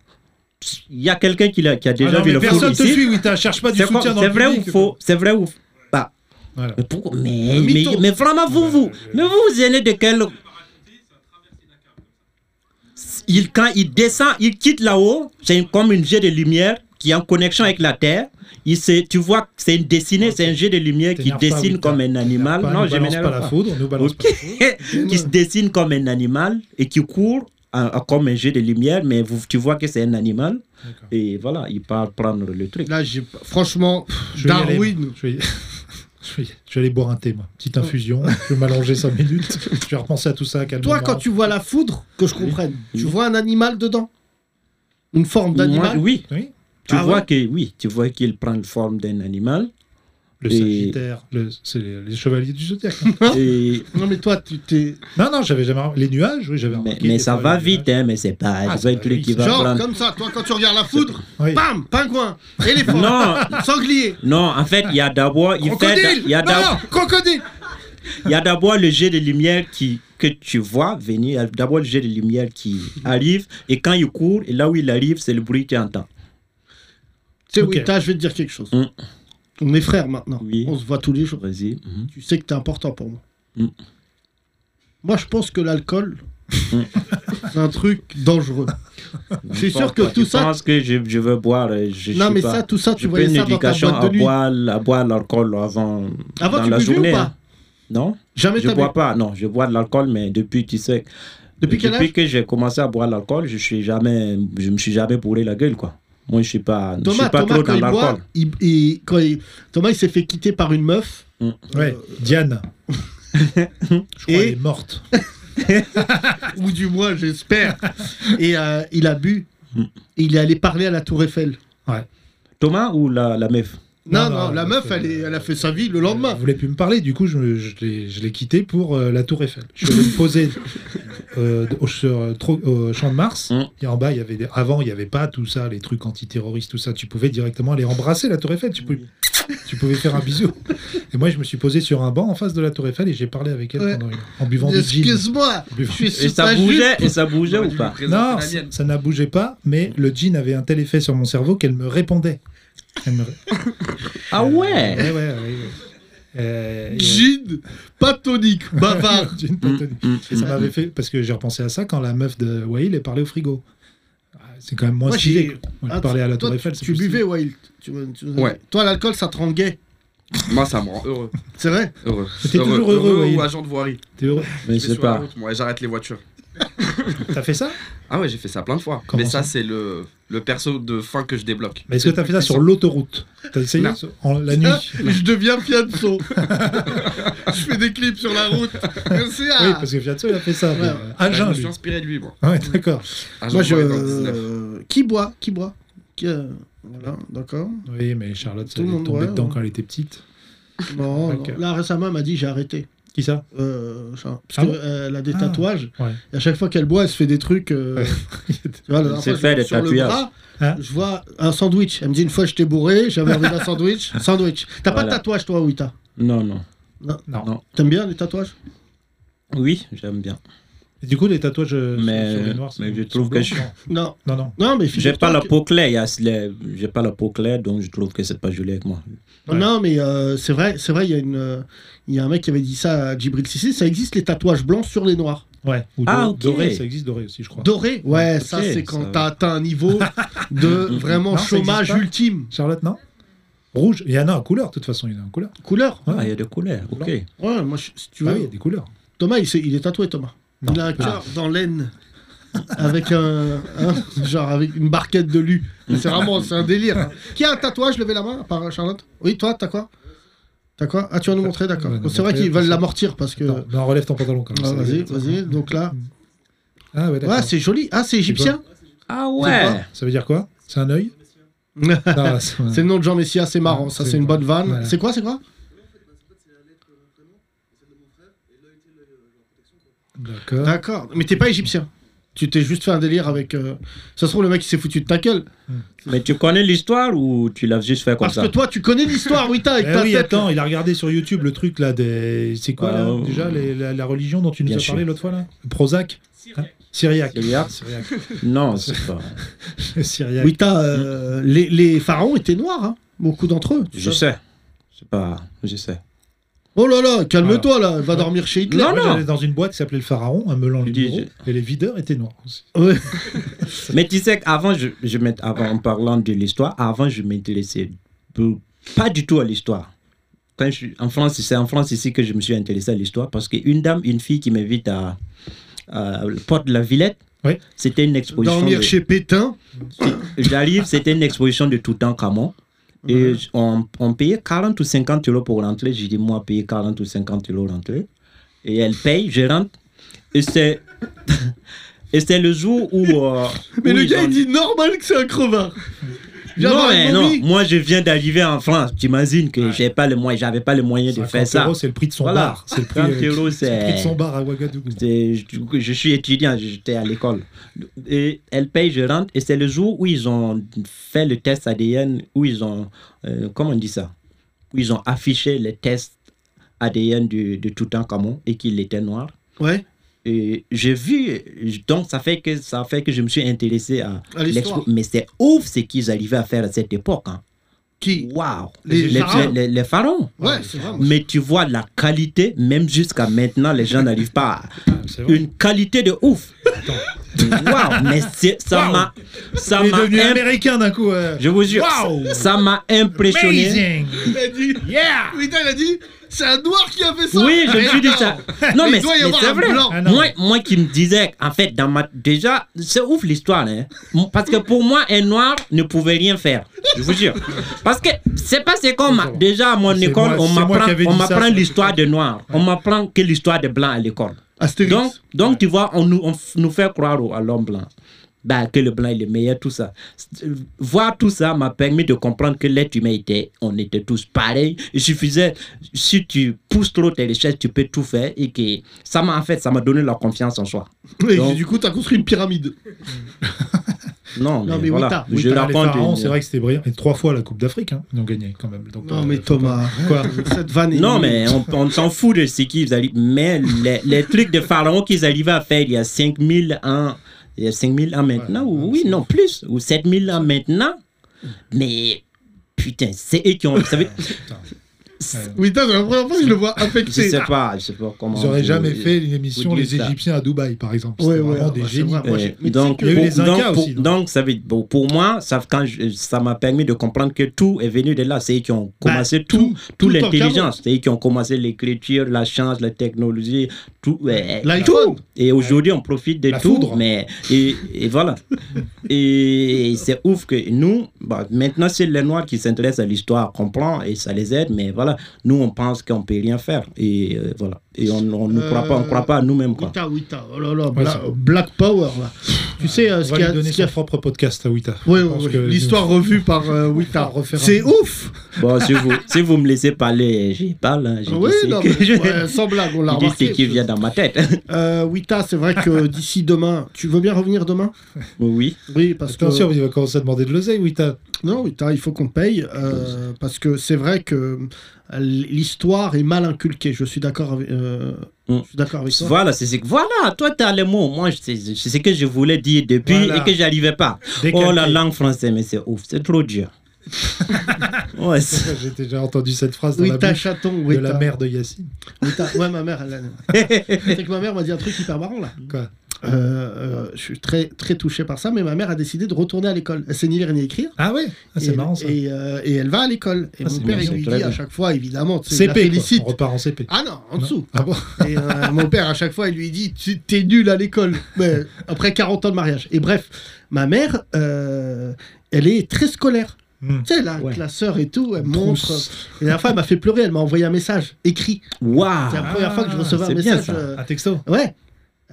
[SPEAKER 6] il y a quelqu'un qui, l'a- qui a
[SPEAKER 4] Ah
[SPEAKER 6] déjà
[SPEAKER 4] non,
[SPEAKER 6] vu
[SPEAKER 4] mais
[SPEAKER 6] le
[SPEAKER 4] personne
[SPEAKER 6] foot
[SPEAKER 4] te
[SPEAKER 6] ici.
[SPEAKER 4] suit, oui, t'as- cherche pas du
[SPEAKER 6] C'est quoi-
[SPEAKER 4] soutien dans
[SPEAKER 6] c'est
[SPEAKER 4] le
[SPEAKER 6] vrai ou
[SPEAKER 4] public.
[SPEAKER 6] faux C'est vrai ou pas
[SPEAKER 4] Voilà.
[SPEAKER 6] Mais pourquoi mais,
[SPEAKER 4] Un
[SPEAKER 6] mais,
[SPEAKER 4] mytho.
[SPEAKER 6] mais vraiment, vous, vous, mais vous, vous venez de quel. Il, quand il descend, il quitte là-haut, c'est une- comme une jet de lumière qui est en connexion avec la Terre. Il se- tu vois, que c'est une dessinée, c'est un jet de lumière qui
[SPEAKER 4] Ah, T'énerve pas,
[SPEAKER 6] dessine
[SPEAKER 4] Wita.
[SPEAKER 6] comme un animal.
[SPEAKER 4] Pas,
[SPEAKER 6] Non,
[SPEAKER 4] nous
[SPEAKER 6] je
[SPEAKER 4] balance
[SPEAKER 6] m'énerve
[SPEAKER 4] pas la foudre, nous balance
[SPEAKER 6] Ok.
[SPEAKER 4] pas.
[SPEAKER 6] qui se dessine comme un animal et qui court en- en- comme un jet de lumière, mais vous, tu vois que c'est un animal.
[SPEAKER 4] D'accord.
[SPEAKER 6] Et voilà, il part prendre le truc.
[SPEAKER 3] Là, j'ai pas- franchement,
[SPEAKER 4] Je vais y aller,
[SPEAKER 3] Darwin.
[SPEAKER 4] Je vais, y- je vais y- je vais aller boire un thé, moi. Petite infusion. Je vais m'allonger 5 minutes. Je vais repenser à tout ça.
[SPEAKER 3] Toi, quand tu vois la foudre, que je comprenne, tu vois un animal dedans Une forme d'animal
[SPEAKER 6] Moi, oui.
[SPEAKER 4] Oui.
[SPEAKER 6] Tu
[SPEAKER 3] Ah
[SPEAKER 6] vois
[SPEAKER 3] ouais
[SPEAKER 6] que oui, tu vois qu'il prend la forme d'un animal.
[SPEAKER 4] Le
[SPEAKER 6] Et-
[SPEAKER 4] Sagittaire, le- c'est les, les chevaliers du zodiaque. hein.
[SPEAKER 6] Et-
[SPEAKER 3] Non, mais toi, tu t'es.
[SPEAKER 4] non, non, j'avais jamais. Les nuages, oui, j'avais.
[SPEAKER 6] mais,
[SPEAKER 4] remarqué
[SPEAKER 6] mais
[SPEAKER 4] des
[SPEAKER 6] ça
[SPEAKER 4] fois,
[SPEAKER 6] va
[SPEAKER 4] les nuages.
[SPEAKER 6] vite, hein, mais c'est pas
[SPEAKER 4] Ah,
[SPEAKER 6] c'est pas un
[SPEAKER 4] bah
[SPEAKER 6] truc
[SPEAKER 4] oui,
[SPEAKER 6] qui
[SPEAKER 4] c'est
[SPEAKER 6] va
[SPEAKER 3] Genre,
[SPEAKER 6] prendre.
[SPEAKER 3] comme ça, toi, quand tu regardes la foudre,
[SPEAKER 4] Oui.
[SPEAKER 3] bam, pingouin, éléphant,
[SPEAKER 6] Non.
[SPEAKER 3] sanglier,
[SPEAKER 6] Non, en fait, il y a d'abord, il fait,
[SPEAKER 4] Crocodile
[SPEAKER 6] il y a
[SPEAKER 4] Non,
[SPEAKER 6] d'abord,
[SPEAKER 4] non, crocodile
[SPEAKER 6] il y a d'abord le jet de lumière qui que tu vois venir. il y a D'abord le jet de lumière qui arrive et quand il court et là où il arrive, c'est le bruit que tu entends.
[SPEAKER 3] Tu sais,
[SPEAKER 4] Ok.
[SPEAKER 3] Wita, je vais te dire quelque chose.
[SPEAKER 6] Mm.
[SPEAKER 3] On est frères maintenant.
[SPEAKER 6] Oui.
[SPEAKER 3] On se voit tous les jours.
[SPEAKER 6] Vas-y. mhm.
[SPEAKER 3] Tu sais que t'es important pour moi.
[SPEAKER 6] Mm.
[SPEAKER 3] Moi, je pense que l'alcool,
[SPEAKER 6] Mm.
[SPEAKER 3] c'est un truc dangereux. Je suis sûr que
[SPEAKER 6] Pourquoi
[SPEAKER 3] tout
[SPEAKER 6] tu
[SPEAKER 3] ça-
[SPEAKER 6] penses que je, je veux boire. euh, Je, je
[SPEAKER 3] non,
[SPEAKER 6] sais
[SPEAKER 3] mais
[SPEAKER 6] pas.
[SPEAKER 3] ça, tout ça, tu
[SPEAKER 6] je prends
[SPEAKER 3] voyais
[SPEAKER 6] une
[SPEAKER 3] ça dans ta
[SPEAKER 6] éducation
[SPEAKER 3] boîte de
[SPEAKER 6] à
[SPEAKER 3] nuit.
[SPEAKER 6] boire, à boire l'alcool avant,
[SPEAKER 3] Avant,
[SPEAKER 6] dans
[SPEAKER 3] tu
[SPEAKER 6] la
[SPEAKER 3] buvais ou
[SPEAKER 6] journée.
[SPEAKER 3] pas
[SPEAKER 6] hein. Non.
[SPEAKER 3] Jamais
[SPEAKER 6] Je
[SPEAKER 3] t'as
[SPEAKER 6] bois
[SPEAKER 3] bu.
[SPEAKER 6] pas, non, je bois de l'alcool, mais depuis, tu sais,
[SPEAKER 3] Depuis quel âge
[SPEAKER 6] que j'ai commencé à boire l'alcool, je suis jamais, je me suis jamais bourré la gueule, quoi. Moi, je suis pas, je
[SPEAKER 3] Thomas,
[SPEAKER 6] suis pas
[SPEAKER 3] Thomas,
[SPEAKER 6] trop
[SPEAKER 3] quand
[SPEAKER 6] dans
[SPEAKER 3] il boit,
[SPEAKER 6] l'alcool.
[SPEAKER 3] il, il- quand il- Thomas, il s'est fait quitter par une meuf.
[SPEAKER 4] Ouais, Diane. Je crois
[SPEAKER 3] Et-
[SPEAKER 4] elle est morte.
[SPEAKER 3] ou du moins j'espère. Et euh, il a bu.
[SPEAKER 6] Mm.
[SPEAKER 3] Et il est allé parler à la Tour Eiffel.
[SPEAKER 6] Thomas ou la, la meuf
[SPEAKER 3] Non,
[SPEAKER 4] Non,
[SPEAKER 3] non,
[SPEAKER 4] non,
[SPEAKER 3] la
[SPEAKER 4] elle
[SPEAKER 3] meuf,
[SPEAKER 4] a fait-
[SPEAKER 3] elle, est- elle a fait sa vie le
[SPEAKER 4] Elle
[SPEAKER 3] lendemain.
[SPEAKER 4] voulait plus me parler, du coup, je, me- je l'ai- je l'ai quitté pour euh, la Tour Eiffel. Je suis allé me poser euh, au, sur, euh, Tro- au Champ de Mars.
[SPEAKER 3] Hum.
[SPEAKER 6] Mm.
[SPEAKER 4] Et en bas, il y avait des- avant, il n'y avait pas tout ça, les trucs antiterroristes, tout ça. Tu pouvais directement aller embrasser la Tour Eiffel. Tu pouvais, tu pouvais faire un bisou. Et moi, je me suis posé sur un banc en face de la Tour Eiffel et j'ai parlé avec elle
[SPEAKER 3] Ouais.
[SPEAKER 4] pendant une- en buvant du gin.
[SPEAKER 3] Excuse-moi,
[SPEAKER 4] En
[SPEAKER 3] je
[SPEAKER 4] buvant-
[SPEAKER 3] suis
[SPEAKER 6] Et
[SPEAKER 3] sous
[SPEAKER 6] ça
[SPEAKER 3] ta
[SPEAKER 6] bougeait,
[SPEAKER 3] jupe.
[SPEAKER 6] et ça bougeait ou pas
[SPEAKER 4] Non,
[SPEAKER 5] Non, la
[SPEAKER 4] ça-
[SPEAKER 5] mienne.
[SPEAKER 4] ça n'a bougé pas, mais le jean avait un tel effet sur mon cerveau qu'elle me répondait. Elle me... ré-
[SPEAKER 6] Ah ouais
[SPEAKER 4] Ouais, ouais, ouais, ouais. Euh, et-
[SPEAKER 3] Gin, pas tonique, bavard.
[SPEAKER 4] Jean
[SPEAKER 6] Mm,
[SPEAKER 4] Patton.
[SPEAKER 6] mm,
[SPEAKER 4] Et ça
[SPEAKER 6] mm.
[SPEAKER 4] m'avait fait, parce que j'ai repensé à ça quand la meuf de Wail est parlée au frigo. Ah, C'est quand même moins
[SPEAKER 3] Moi,
[SPEAKER 4] stylé.
[SPEAKER 3] j'ai-
[SPEAKER 4] quoi. Moi,
[SPEAKER 3] Ah,
[SPEAKER 4] de parler à la
[SPEAKER 3] toi, tu-
[SPEAKER 4] Tour Eiffel, c'est
[SPEAKER 3] Tu
[SPEAKER 4] plus
[SPEAKER 3] buvais,
[SPEAKER 4] stylé.
[SPEAKER 3] Wild. Tu me- tu me-
[SPEAKER 5] Ouais.
[SPEAKER 3] Toi, l'alcool, ça te rend gay.
[SPEAKER 5] Moi, ça me rend heureux.
[SPEAKER 3] C'est vrai
[SPEAKER 5] Heureux.
[SPEAKER 4] T'es toujours heureux, oui.
[SPEAKER 5] ou agent de voirie.
[SPEAKER 4] T'es heureux.
[SPEAKER 6] Mais
[SPEAKER 5] Je vais
[SPEAKER 6] c'est
[SPEAKER 5] sur la
[SPEAKER 6] pas.
[SPEAKER 5] route, moi, et j'arrête les voitures.
[SPEAKER 4] T'as fait ça
[SPEAKER 5] Ah ouais, j'ai fait ça plein de fois.
[SPEAKER 4] Comment
[SPEAKER 5] mais
[SPEAKER 4] ça
[SPEAKER 5] ça, c'est le, le perso de fin que je débloque.
[SPEAKER 4] Mais est-ce que t'as fait ça sur l'autoroute T'as essayé
[SPEAKER 5] Non.
[SPEAKER 4] sur- en, la nuit
[SPEAKER 3] Hein Je deviens fianso. je fais des clips sur la route. Merci
[SPEAKER 4] Oui,
[SPEAKER 3] à...
[SPEAKER 4] parce que Fiatso, il a fait ça. mais,
[SPEAKER 3] Ah. Ouais.
[SPEAKER 4] euh,
[SPEAKER 5] Ah, je
[SPEAKER 4] Agen,
[SPEAKER 5] me suis
[SPEAKER 4] lui.
[SPEAKER 5] inspiré de lui, moi. Ah,
[SPEAKER 4] Ouais, d'accord.
[SPEAKER 5] Agent
[SPEAKER 3] Moi,
[SPEAKER 5] de
[SPEAKER 3] je...
[SPEAKER 5] voirie dans le 19.
[SPEAKER 3] euh, Qui boit Qui boit Qui, euh, Voilà, d'accord.
[SPEAKER 4] Oui, mais Charlotte,
[SPEAKER 3] Tout
[SPEAKER 4] ça
[SPEAKER 3] le
[SPEAKER 4] lui est
[SPEAKER 3] monde,
[SPEAKER 4] tombé
[SPEAKER 3] ouais,
[SPEAKER 4] dedans
[SPEAKER 3] ouais.
[SPEAKER 4] quand elle était petite.
[SPEAKER 3] Non,
[SPEAKER 4] Ok.
[SPEAKER 3] non. là récemment, elle m'a dit j'ai arrêté.
[SPEAKER 4] Qui ça
[SPEAKER 3] Euh, ça.
[SPEAKER 4] Ah
[SPEAKER 3] Parce
[SPEAKER 4] bon
[SPEAKER 3] qu'elle a des
[SPEAKER 4] Ah.
[SPEAKER 3] tatouages.
[SPEAKER 4] Ouais.
[SPEAKER 3] Et à chaque fois qu'elle boit, elle se fait des trucs. euh, tu vois, la dernière
[SPEAKER 6] Elle s'est
[SPEAKER 3] fois, je-
[SPEAKER 6] fait des
[SPEAKER 3] sur le
[SPEAKER 6] tatouages.
[SPEAKER 3] bras,
[SPEAKER 4] Hein
[SPEAKER 3] je vois un sandwich. Elle me dit une fois, j'étais bourré, j'avais envie d'un sandwich. Sandwich. T'as pas de
[SPEAKER 6] Voilà.
[SPEAKER 3] tatouage, toi, Wita
[SPEAKER 6] Non, non.
[SPEAKER 4] Non.
[SPEAKER 6] Non.
[SPEAKER 3] T'aimes bien les tatouages
[SPEAKER 6] Oui, j'aime bien.
[SPEAKER 4] Et du coup, les tatouages euh,
[SPEAKER 6] Mais-
[SPEAKER 4] sur les noirs, c'est-
[SPEAKER 6] mais je
[SPEAKER 4] sont
[SPEAKER 6] trouve que
[SPEAKER 4] blancs
[SPEAKER 6] je-
[SPEAKER 4] Non.
[SPEAKER 3] Non.
[SPEAKER 4] Non, non.
[SPEAKER 3] Non, mais
[SPEAKER 6] J'ai
[SPEAKER 3] figure-toi
[SPEAKER 6] pas la
[SPEAKER 3] que-
[SPEAKER 6] peau claire, il y a les- j'ai pas la peau claire, donc je trouve que c'est pas joli avec moi.
[SPEAKER 4] Ouais.
[SPEAKER 3] Non, mais euh, c'est vrai, c'est vrai, il y, a une, euh, il y a un mec qui avait dit ça à Djibril Sissé ça existe les tatouages blancs sur les noirs.
[SPEAKER 4] Ouais. Ou
[SPEAKER 6] Ah,
[SPEAKER 4] do-
[SPEAKER 6] ok.
[SPEAKER 4] doré, ça existe doré aussi, je crois.
[SPEAKER 3] Doré Ouais, ça,
[SPEAKER 6] Ok,
[SPEAKER 3] c'est
[SPEAKER 6] ça-
[SPEAKER 3] quand t'as atteint un niveau de vraiment
[SPEAKER 4] Non, ça
[SPEAKER 3] chômage
[SPEAKER 4] existe pas.
[SPEAKER 3] ultime.
[SPEAKER 4] Charlotte, non Rouge. Il y en a en couleur, de toute façon, il y en a en couleur.
[SPEAKER 3] Couleur
[SPEAKER 6] Ah, il y a des couleurs, ok.
[SPEAKER 3] Ouais, moi, je- si tu
[SPEAKER 4] Ah
[SPEAKER 3] veux.
[SPEAKER 4] oui, il y a des couleurs.
[SPEAKER 3] Thomas, il, s'est- il est tatoué, Thomas.
[SPEAKER 4] Non. Ah.
[SPEAKER 3] Il a un cœur dans l'aine. Avec un, un- Genre, avec une barquette de lu. C'est vraiment. C'est un délire. hein. Qui a un tatouage Levez la main, par Charlotte. Oui, toi, t'as quoi T'as quoi Ah, tu vas nous montrer, d'accord.
[SPEAKER 4] Ouais, nous
[SPEAKER 3] C'est vrai
[SPEAKER 4] montrer,
[SPEAKER 3] qu'ils veulent
[SPEAKER 4] parce-
[SPEAKER 3] l'amortir parce que.
[SPEAKER 4] Non, non, relève ton pantalon quand
[SPEAKER 3] Ah,
[SPEAKER 4] même.
[SPEAKER 3] vas-y, vas-y. Donc là.
[SPEAKER 4] Ah ouais, d'accord.
[SPEAKER 3] Ouais, c'est joli. Ah, c'est égyptien
[SPEAKER 6] Ah
[SPEAKER 4] Ah,
[SPEAKER 6] ouais
[SPEAKER 4] ça veut dire quoi C'est un œil Non, c'est-
[SPEAKER 3] C'est le nom de Jean Messia, c'est marrant. Ça,
[SPEAKER 4] C'est
[SPEAKER 3] c'est une
[SPEAKER 4] vrai.
[SPEAKER 3] bonne vanne.
[SPEAKER 4] Voilà.
[SPEAKER 3] C'est quoi, c'est quoi
[SPEAKER 4] D'accord.
[SPEAKER 3] D'accord. Mais t'es pas égyptien. Tu t'es juste fait un délire avec. euh, Ça se trouve, le mec, il s'est foutu de ta gueule.
[SPEAKER 6] Mais tu connais l'histoire ou tu l'as juste fait comme
[SPEAKER 3] Parce
[SPEAKER 6] ça
[SPEAKER 3] que toi, tu connais l'histoire, Wita, avec
[SPEAKER 4] Eh
[SPEAKER 3] ta
[SPEAKER 4] oui,
[SPEAKER 3] tête.
[SPEAKER 4] attends, il a regardé sur YouTube le truc là des. C'est quoi là
[SPEAKER 6] Ah,
[SPEAKER 4] déjà les- la, la religion dont tu nous
[SPEAKER 6] Bien
[SPEAKER 4] as
[SPEAKER 6] sûr.
[SPEAKER 4] parlé l'autre fois là Prozac Hein Syriaque.
[SPEAKER 6] Syriaque.
[SPEAKER 4] Syriaque.
[SPEAKER 6] Non, c'est pas.
[SPEAKER 4] Le Syriaque.
[SPEAKER 3] Oui, t'as,
[SPEAKER 6] Mm.
[SPEAKER 3] euh, les, les pharaons étaient noirs, hein, beaucoup d'entre eux.
[SPEAKER 6] Je sais. C'est pas. Je sais.
[SPEAKER 3] Oh là là, calme-toi là, va dormir chez Hitler.
[SPEAKER 6] Non,
[SPEAKER 4] Moi,
[SPEAKER 6] non.
[SPEAKER 4] j'allais dans une boîte qui s'appelait le Pharaon, un melon
[SPEAKER 6] Je dis-
[SPEAKER 4] libéraux, et les videurs étaient noirs aussi.
[SPEAKER 3] Ouais.
[SPEAKER 6] Mais tu sais qu'avant, je, je m'int- avant, en parlant de l'histoire, avant, je m'intéressais peu- pas du tout à l'histoire. Quand je suis en France, c'est en France ici que je me suis intéressé à l'histoire parce qu'une dame, une fille qui m'invite à, à la porte de la Villette,
[SPEAKER 4] Oui.
[SPEAKER 6] c'était une exposition.
[SPEAKER 3] Dormir
[SPEAKER 6] de-
[SPEAKER 3] chez Pétain.
[SPEAKER 6] J'arrive, c'était une exposition de tout temps Camon. Et j- on, on payait 40 ou 50 euros pour rentrer. J'ai dit, moi, payer 40 ou 50 euros rentrer. Et elle paye, je rentre. Et c'est. Et c'est le jour où. euh,
[SPEAKER 3] Mais
[SPEAKER 6] où
[SPEAKER 3] le
[SPEAKER 6] ils
[SPEAKER 3] gars,
[SPEAKER 6] ont-
[SPEAKER 3] il dit normal que c'est un crevard. Viens
[SPEAKER 6] Non,
[SPEAKER 3] voir
[SPEAKER 6] mais
[SPEAKER 3] un
[SPEAKER 6] non,
[SPEAKER 3] momie.
[SPEAKER 6] moi je viens d'arriver en France. Tu imagines que j'ai pas le moyen, j'avais pas le moyen de
[SPEAKER 4] 50
[SPEAKER 6] faire ça.
[SPEAKER 4] euros, c'est le prix de son
[SPEAKER 6] Voilà.
[SPEAKER 4] bar. C'est le prix,
[SPEAKER 6] 50
[SPEAKER 4] euh,
[SPEAKER 6] euros,
[SPEAKER 4] c'est le prix de
[SPEAKER 6] c'est-
[SPEAKER 4] son bar à Ouagadougou.
[SPEAKER 6] C'est- je, je suis étudiant, j'étais à l'école. Et elle paye, je rentre. Et c'est le jour où ils ont fait le test ADN, où ils ont, euh, comment on dit ça Où ils ont affiché les tests ADN de, de Toutankhamon et qu'il était noir.
[SPEAKER 3] Ouais,
[SPEAKER 6] Et j'ai vu, donc ça fait que ça fait que je me suis intéressé à
[SPEAKER 3] à l'histoire.
[SPEAKER 6] l'expo. Mais c'est ouf ce qu'ils arrivaient à faire à cette époque. hein.
[SPEAKER 3] Qui
[SPEAKER 6] Waouh
[SPEAKER 3] Les pharaons.
[SPEAKER 6] les- les pharaons
[SPEAKER 3] Ouais, c'est vrai. moi.
[SPEAKER 6] mais tu vois la qualité, même jusqu'à maintenant, les gens n'arrivent pas à
[SPEAKER 4] Ah, C'est vrai.
[SPEAKER 6] une qualité de ouf. Waouh, mais c'est- ça
[SPEAKER 4] Waouh.
[SPEAKER 6] m'a, ça
[SPEAKER 4] Il est
[SPEAKER 6] m'a,
[SPEAKER 4] devenu
[SPEAKER 6] imp-
[SPEAKER 4] américain d'un coup. euh.
[SPEAKER 6] je vous jure,
[SPEAKER 4] Waouh.
[SPEAKER 6] ça m'a impressionné.
[SPEAKER 4] Amazing.
[SPEAKER 3] Il a dit.
[SPEAKER 4] Yeah.
[SPEAKER 3] Putain, il a dit c'est un noir qui a fait ça.
[SPEAKER 6] Oui, je me suis dit ça. Non,
[SPEAKER 3] Il
[SPEAKER 6] mais,
[SPEAKER 3] doit y
[SPEAKER 6] mais
[SPEAKER 3] avoir
[SPEAKER 6] c'est
[SPEAKER 3] un
[SPEAKER 6] vrai.
[SPEAKER 3] blanc.
[SPEAKER 4] Ah non.
[SPEAKER 6] moi, moi qui me disais, en fait, dans ma, déjà, c'est ouf l'histoire, hein. Parce que pour moi, un noir ne pouvait rien faire. Je vous jure. Parce que c'est pas c'est comme
[SPEAKER 4] C'est bon.
[SPEAKER 6] déjà à mon
[SPEAKER 4] C'est
[SPEAKER 6] école,
[SPEAKER 4] moi-
[SPEAKER 6] on
[SPEAKER 4] c'est moi qui
[SPEAKER 6] m'apprend,
[SPEAKER 4] avais
[SPEAKER 6] on
[SPEAKER 4] dit ça,
[SPEAKER 6] m'apprend
[SPEAKER 4] c'est-
[SPEAKER 6] l'histoire des noirs. On m'apprend que l'histoire des blancs à l'école.
[SPEAKER 3] Astérix.
[SPEAKER 6] Donc, donc tu vois, on nous, on f- nous fait croire au- à l'homme blanc. Bah, que le blanc il est le meilleur, tout ça. C'est- euh, Voir tout ça m'a permis de comprendre que l'être humain était, on était tous pareils. Il suffisait, si tu pousses trop tes recherches, tu peux tout faire. Et que ça m'a, en fait, ça m'a donné la confiance en soi.
[SPEAKER 3] Et
[SPEAKER 6] donc-
[SPEAKER 3] du coup, t'as construit une pyramide.
[SPEAKER 6] Non, mais,
[SPEAKER 3] Non, mais oui,
[SPEAKER 6] voilà,
[SPEAKER 3] t'as-
[SPEAKER 4] Oui,
[SPEAKER 6] je
[SPEAKER 4] t'as les
[SPEAKER 6] raconte.
[SPEAKER 4] pharaons,
[SPEAKER 6] une-
[SPEAKER 4] c'est vrai que c'était brillant. Et trois fois la Coupe d'Afrique, hein, ils ont gagné quand même. Donc,
[SPEAKER 3] Non,
[SPEAKER 4] euh,
[SPEAKER 3] mais
[SPEAKER 4] faut pas-
[SPEAKER 3] Thomas,
[SPEAKER 4] Quoi
[SPEAKER 3] cette vanne est.
[SPEAKER 6] Non, mais on, on s'en fout de ce qu'ils arrivent. Mais les, les trucs de pharaon qu'ils arrivaient à faire il y a 5000 ans, il y a 5000 ans maintenant,
[SPEAKER 4] Ouais,
[SPEAKER 6] ou
[SPEAKER 4] ouais,
[SPEAKER 6] oui,
[SPEAKER 4] c'est
[SPEAKER 6] non, plus, ou 7000 ans maintenant. Mais putain, c'est eux qui ont. ça veut-
[SPEAKER 4] Putain.
[SPEAKER 6] c'est-
[SPEAKER 3] Oui, putain, c'est la première fois que je le vois
[SPEAKER 6] je
[SPEAKER 3] affecté.
[SPEAKER 6] sais pas, je sais pas comment.
[SPEAKER 4] Ils n'auraient
[SPEAKER 6] je-
[SPEAKER 4] jamais fait une émission
[SPEAKER 6] vous dites
[SPEAKER 4] Les
[SPEAKER 6] ça.
[SPEAKER 4] Égyptiens à Dubaï, par exemple.
[SPEAKER 3] Ouais,
[SPEAKER 4] C'était
[SPEAKER 3] ouais,
[SPEAKER 4] vraiment
[SPEAKER 3] ah
[SPEAKER 4] des
[SPEAKER 3] bah, c'est
[SPEAKER 4] génies.
[SPEAKER 3] vrai. Moi, j'ai-
[SPEAKER 6] Euh,
[SPEAKER 3] mais tu sais
[SPEAKER 6] donc,
[SPEAKER 3] que-
[SPEAKER 4] Il y a eu
[SPEAKER 6] pour-
[SPEAKER 4] les Incas
[SPEAKER 6] donc, pour-
[SPEAKER 4] aussi, non
[SPEAKER 6] donc, ça veut donc, pour moi, ça, quand je- ça m'a permis de comprendre que tout est venu de là. C'est eux qui ont
[SPEAKER 3] Bah,
[SPEAKER 6] commencé tout,
[SPEAKER 3] tout-
[SPEAKER 6] tout
[SPEAKER 3] tout en
[SPEAKER 6] l'intelligence. C'est eux qui ont commencé l'écriture, la science, la technologie, tout. euh,
[SPEAKER 3] L'iPhone.
[SPEAKER 6] Et aujourd'hui, on profite de
[SPEAKER 4] La
[SPEAKER 6] tout,
[SPEAKER 4] foudre.
[SPEAKER 6] mais et, et voilà. et c'est ouf que nous, bah, maintenant, c'est les Noirs qui s'intéressent à l'histoire, comprend et ça les aide, mais voilà, nous, on pense qu'on peut rien faire et euh, voilà. Et on, on ne croit pas, on
[SPEAKER 3] Euh,
[SPEAKER 6] croit pas à nous-mêmes quoi.
[SPEAKER 3] Wita, Wita, oh là là,
[SPEAKER 4] Ouais,
[SPEAKER 3] Bla-
[SPEAKER 4] ça-
[SPEAKER 3] Black Power là. Tu sais, euh,
[SPEAKER 4] On
[SPEAKER 3] ce
[SPEAKER 4] va
[SPEAKER 3] qui
[SPEAKER 4] lui
[SPEAKER 3] a.
[SPEAKER 4] donner
[SPEAKER 3] ce qui
[SPEAKER 4] son
[SPEAKER 3] a-
[SPEAKER 4] propre podcast à Wita.
[SPEAKER 3] Ouais, ouais,
[SPEAKER 4] Je pense
[SPEAKER 3] ouais.
[SPEAKER 4] que nous-
[SPEAKER 3] L'histoire revue par euh, Wita.
[SPEAKER 4] refaire un-
[SPEAKER 3] C'est ouf
[SPEAKER 6] Bon, si vous, si vous me laissez parler, j'y parle. Hein, je
[SPEAKER 3] Oui,
[SPEAKER 6] dis ce
[SPEAKER 3] non,
[SPEAKER 6] que
[SPEAKER 3] mais,
[SPEAKER 6] je-
[SPEAKER 3] ouais, sans blague, on l'a
[SPEAKER 6] je dis ce
[SPEAKER 3] remarqué.
[SPEAKER 6] qui vient dans ma tête.
[SPEAKER 3] Euh, Wita, c'est vrai que d'ici demain, tu veux bien revenir demain
[SPEAKER 6] oui.
[SPEAKER 3] Oui, parce que.
[SPEAKER 4] Attention, il va commencer à demander de l'oseille, Wita.
[SPEAKER 3] Non, oui, t'as- il faut qu'on paye, euh, parce que c'est vrai que euh, l'histoire est mal inculquée. Je suis d'accord avec, euh,
[SPEAKER 6] Mm.
[SPEAKER 3] je suis d'accord avec toi.
[SPEAKER 6] Voilà, c'est c'est- voilà, toi tu as les mots. Moi, je- c'est c'est ce que je voulais dire depuis
[SPEAKER 4] Voilà.
[SPEAKER 6] et que j'arrivais pas.
[SPEAKER 4] Décalé.
[SPEAKER 6] Oh la langue française, mais c'est ouf, c'est trop dur. ouais, c'est-
[SPEAKER 4] J'ai déjà entendu cette phrase dans la
[SPEAKER 3] Wita
[SPEAKER 4] bouche
[SPEAKER 3] chaton,
[SPEAKER 4] de
[SPEAKER 3] Wita.
[SPEAKER 4] la mère de Yacine.
[SPEAKER 3] Wita- Ouais, ma mère, elle. elle- c'est que ma mère m'a dit un truc hyper marrant là.
[SPEAKER 4] Quoi
[SPEAKER 3] Euh, euh, je suis très très touché par ça, mais ma mère a décidé de retourner à l'école. Elle sait ni lire ni écrire.
[SPEAKER 4] Ah ouais, Ah,
[SPEAKER 3] Et-
[SPEAKER 4] c'est marrant ça.
[SPEAKER 3] Et, euh, et elle va à l'école. Et
[SPEAKER 4] Ah,
[SPEAKER 3] mon
[SPEAKER 4] c'est
[SPEAKER 3] père,
[SPEAKER 4] bien,
[SPEAKER 3] il lui
[SPEAKER 6] c'est très
[SPEAKER 3] dit à
[SPEAKER 6] bien.
[SPEAKER 3] chaque fois, évidemment, tu sais, il la
[SPEAKER 4] CP, quoi.
[SPEAKER 3] félicite.
[SPEAKER 4] on repart en CP.
[SPEAKER 3] Ah non, en
[SPEAKER 4] Non.
[SPEAKER 3] dessous.
[SPEAKER 4] Ah bon
[SPEAKER 3] Et euh, mon père, à chaque fois, il lui dit Tu- T'es nul à l'école. Mais après 40 ans de mariage. Et bref, ma mère, euh, elle est très scolaire.
[SPEAKER 4] Hmm.
[SPEAKER 3] Tu sais, la
[SPEAKER 6] Ouais.
[SPEAKER 3] classeur et tout, elle montre.
[SPEAKER 4] Trousse.
[SPEAKER 3] Et la fois, elle m'a fait pleurer. Elle m'a envoyé un message écrit.
[SPEAKER 6] Waouh.
[SPEAKER 4] Ah,
[SPEAKER 3] C'est la première fois que je recevais un
[SPEAKER 6] c'est bien,
[SPEAKER 3] message.
[SPEAKER 6] ça.
[SPEAKER 3] euh,
[SPEAKER 4] Un texto
[SPEAKER 3] Ouais.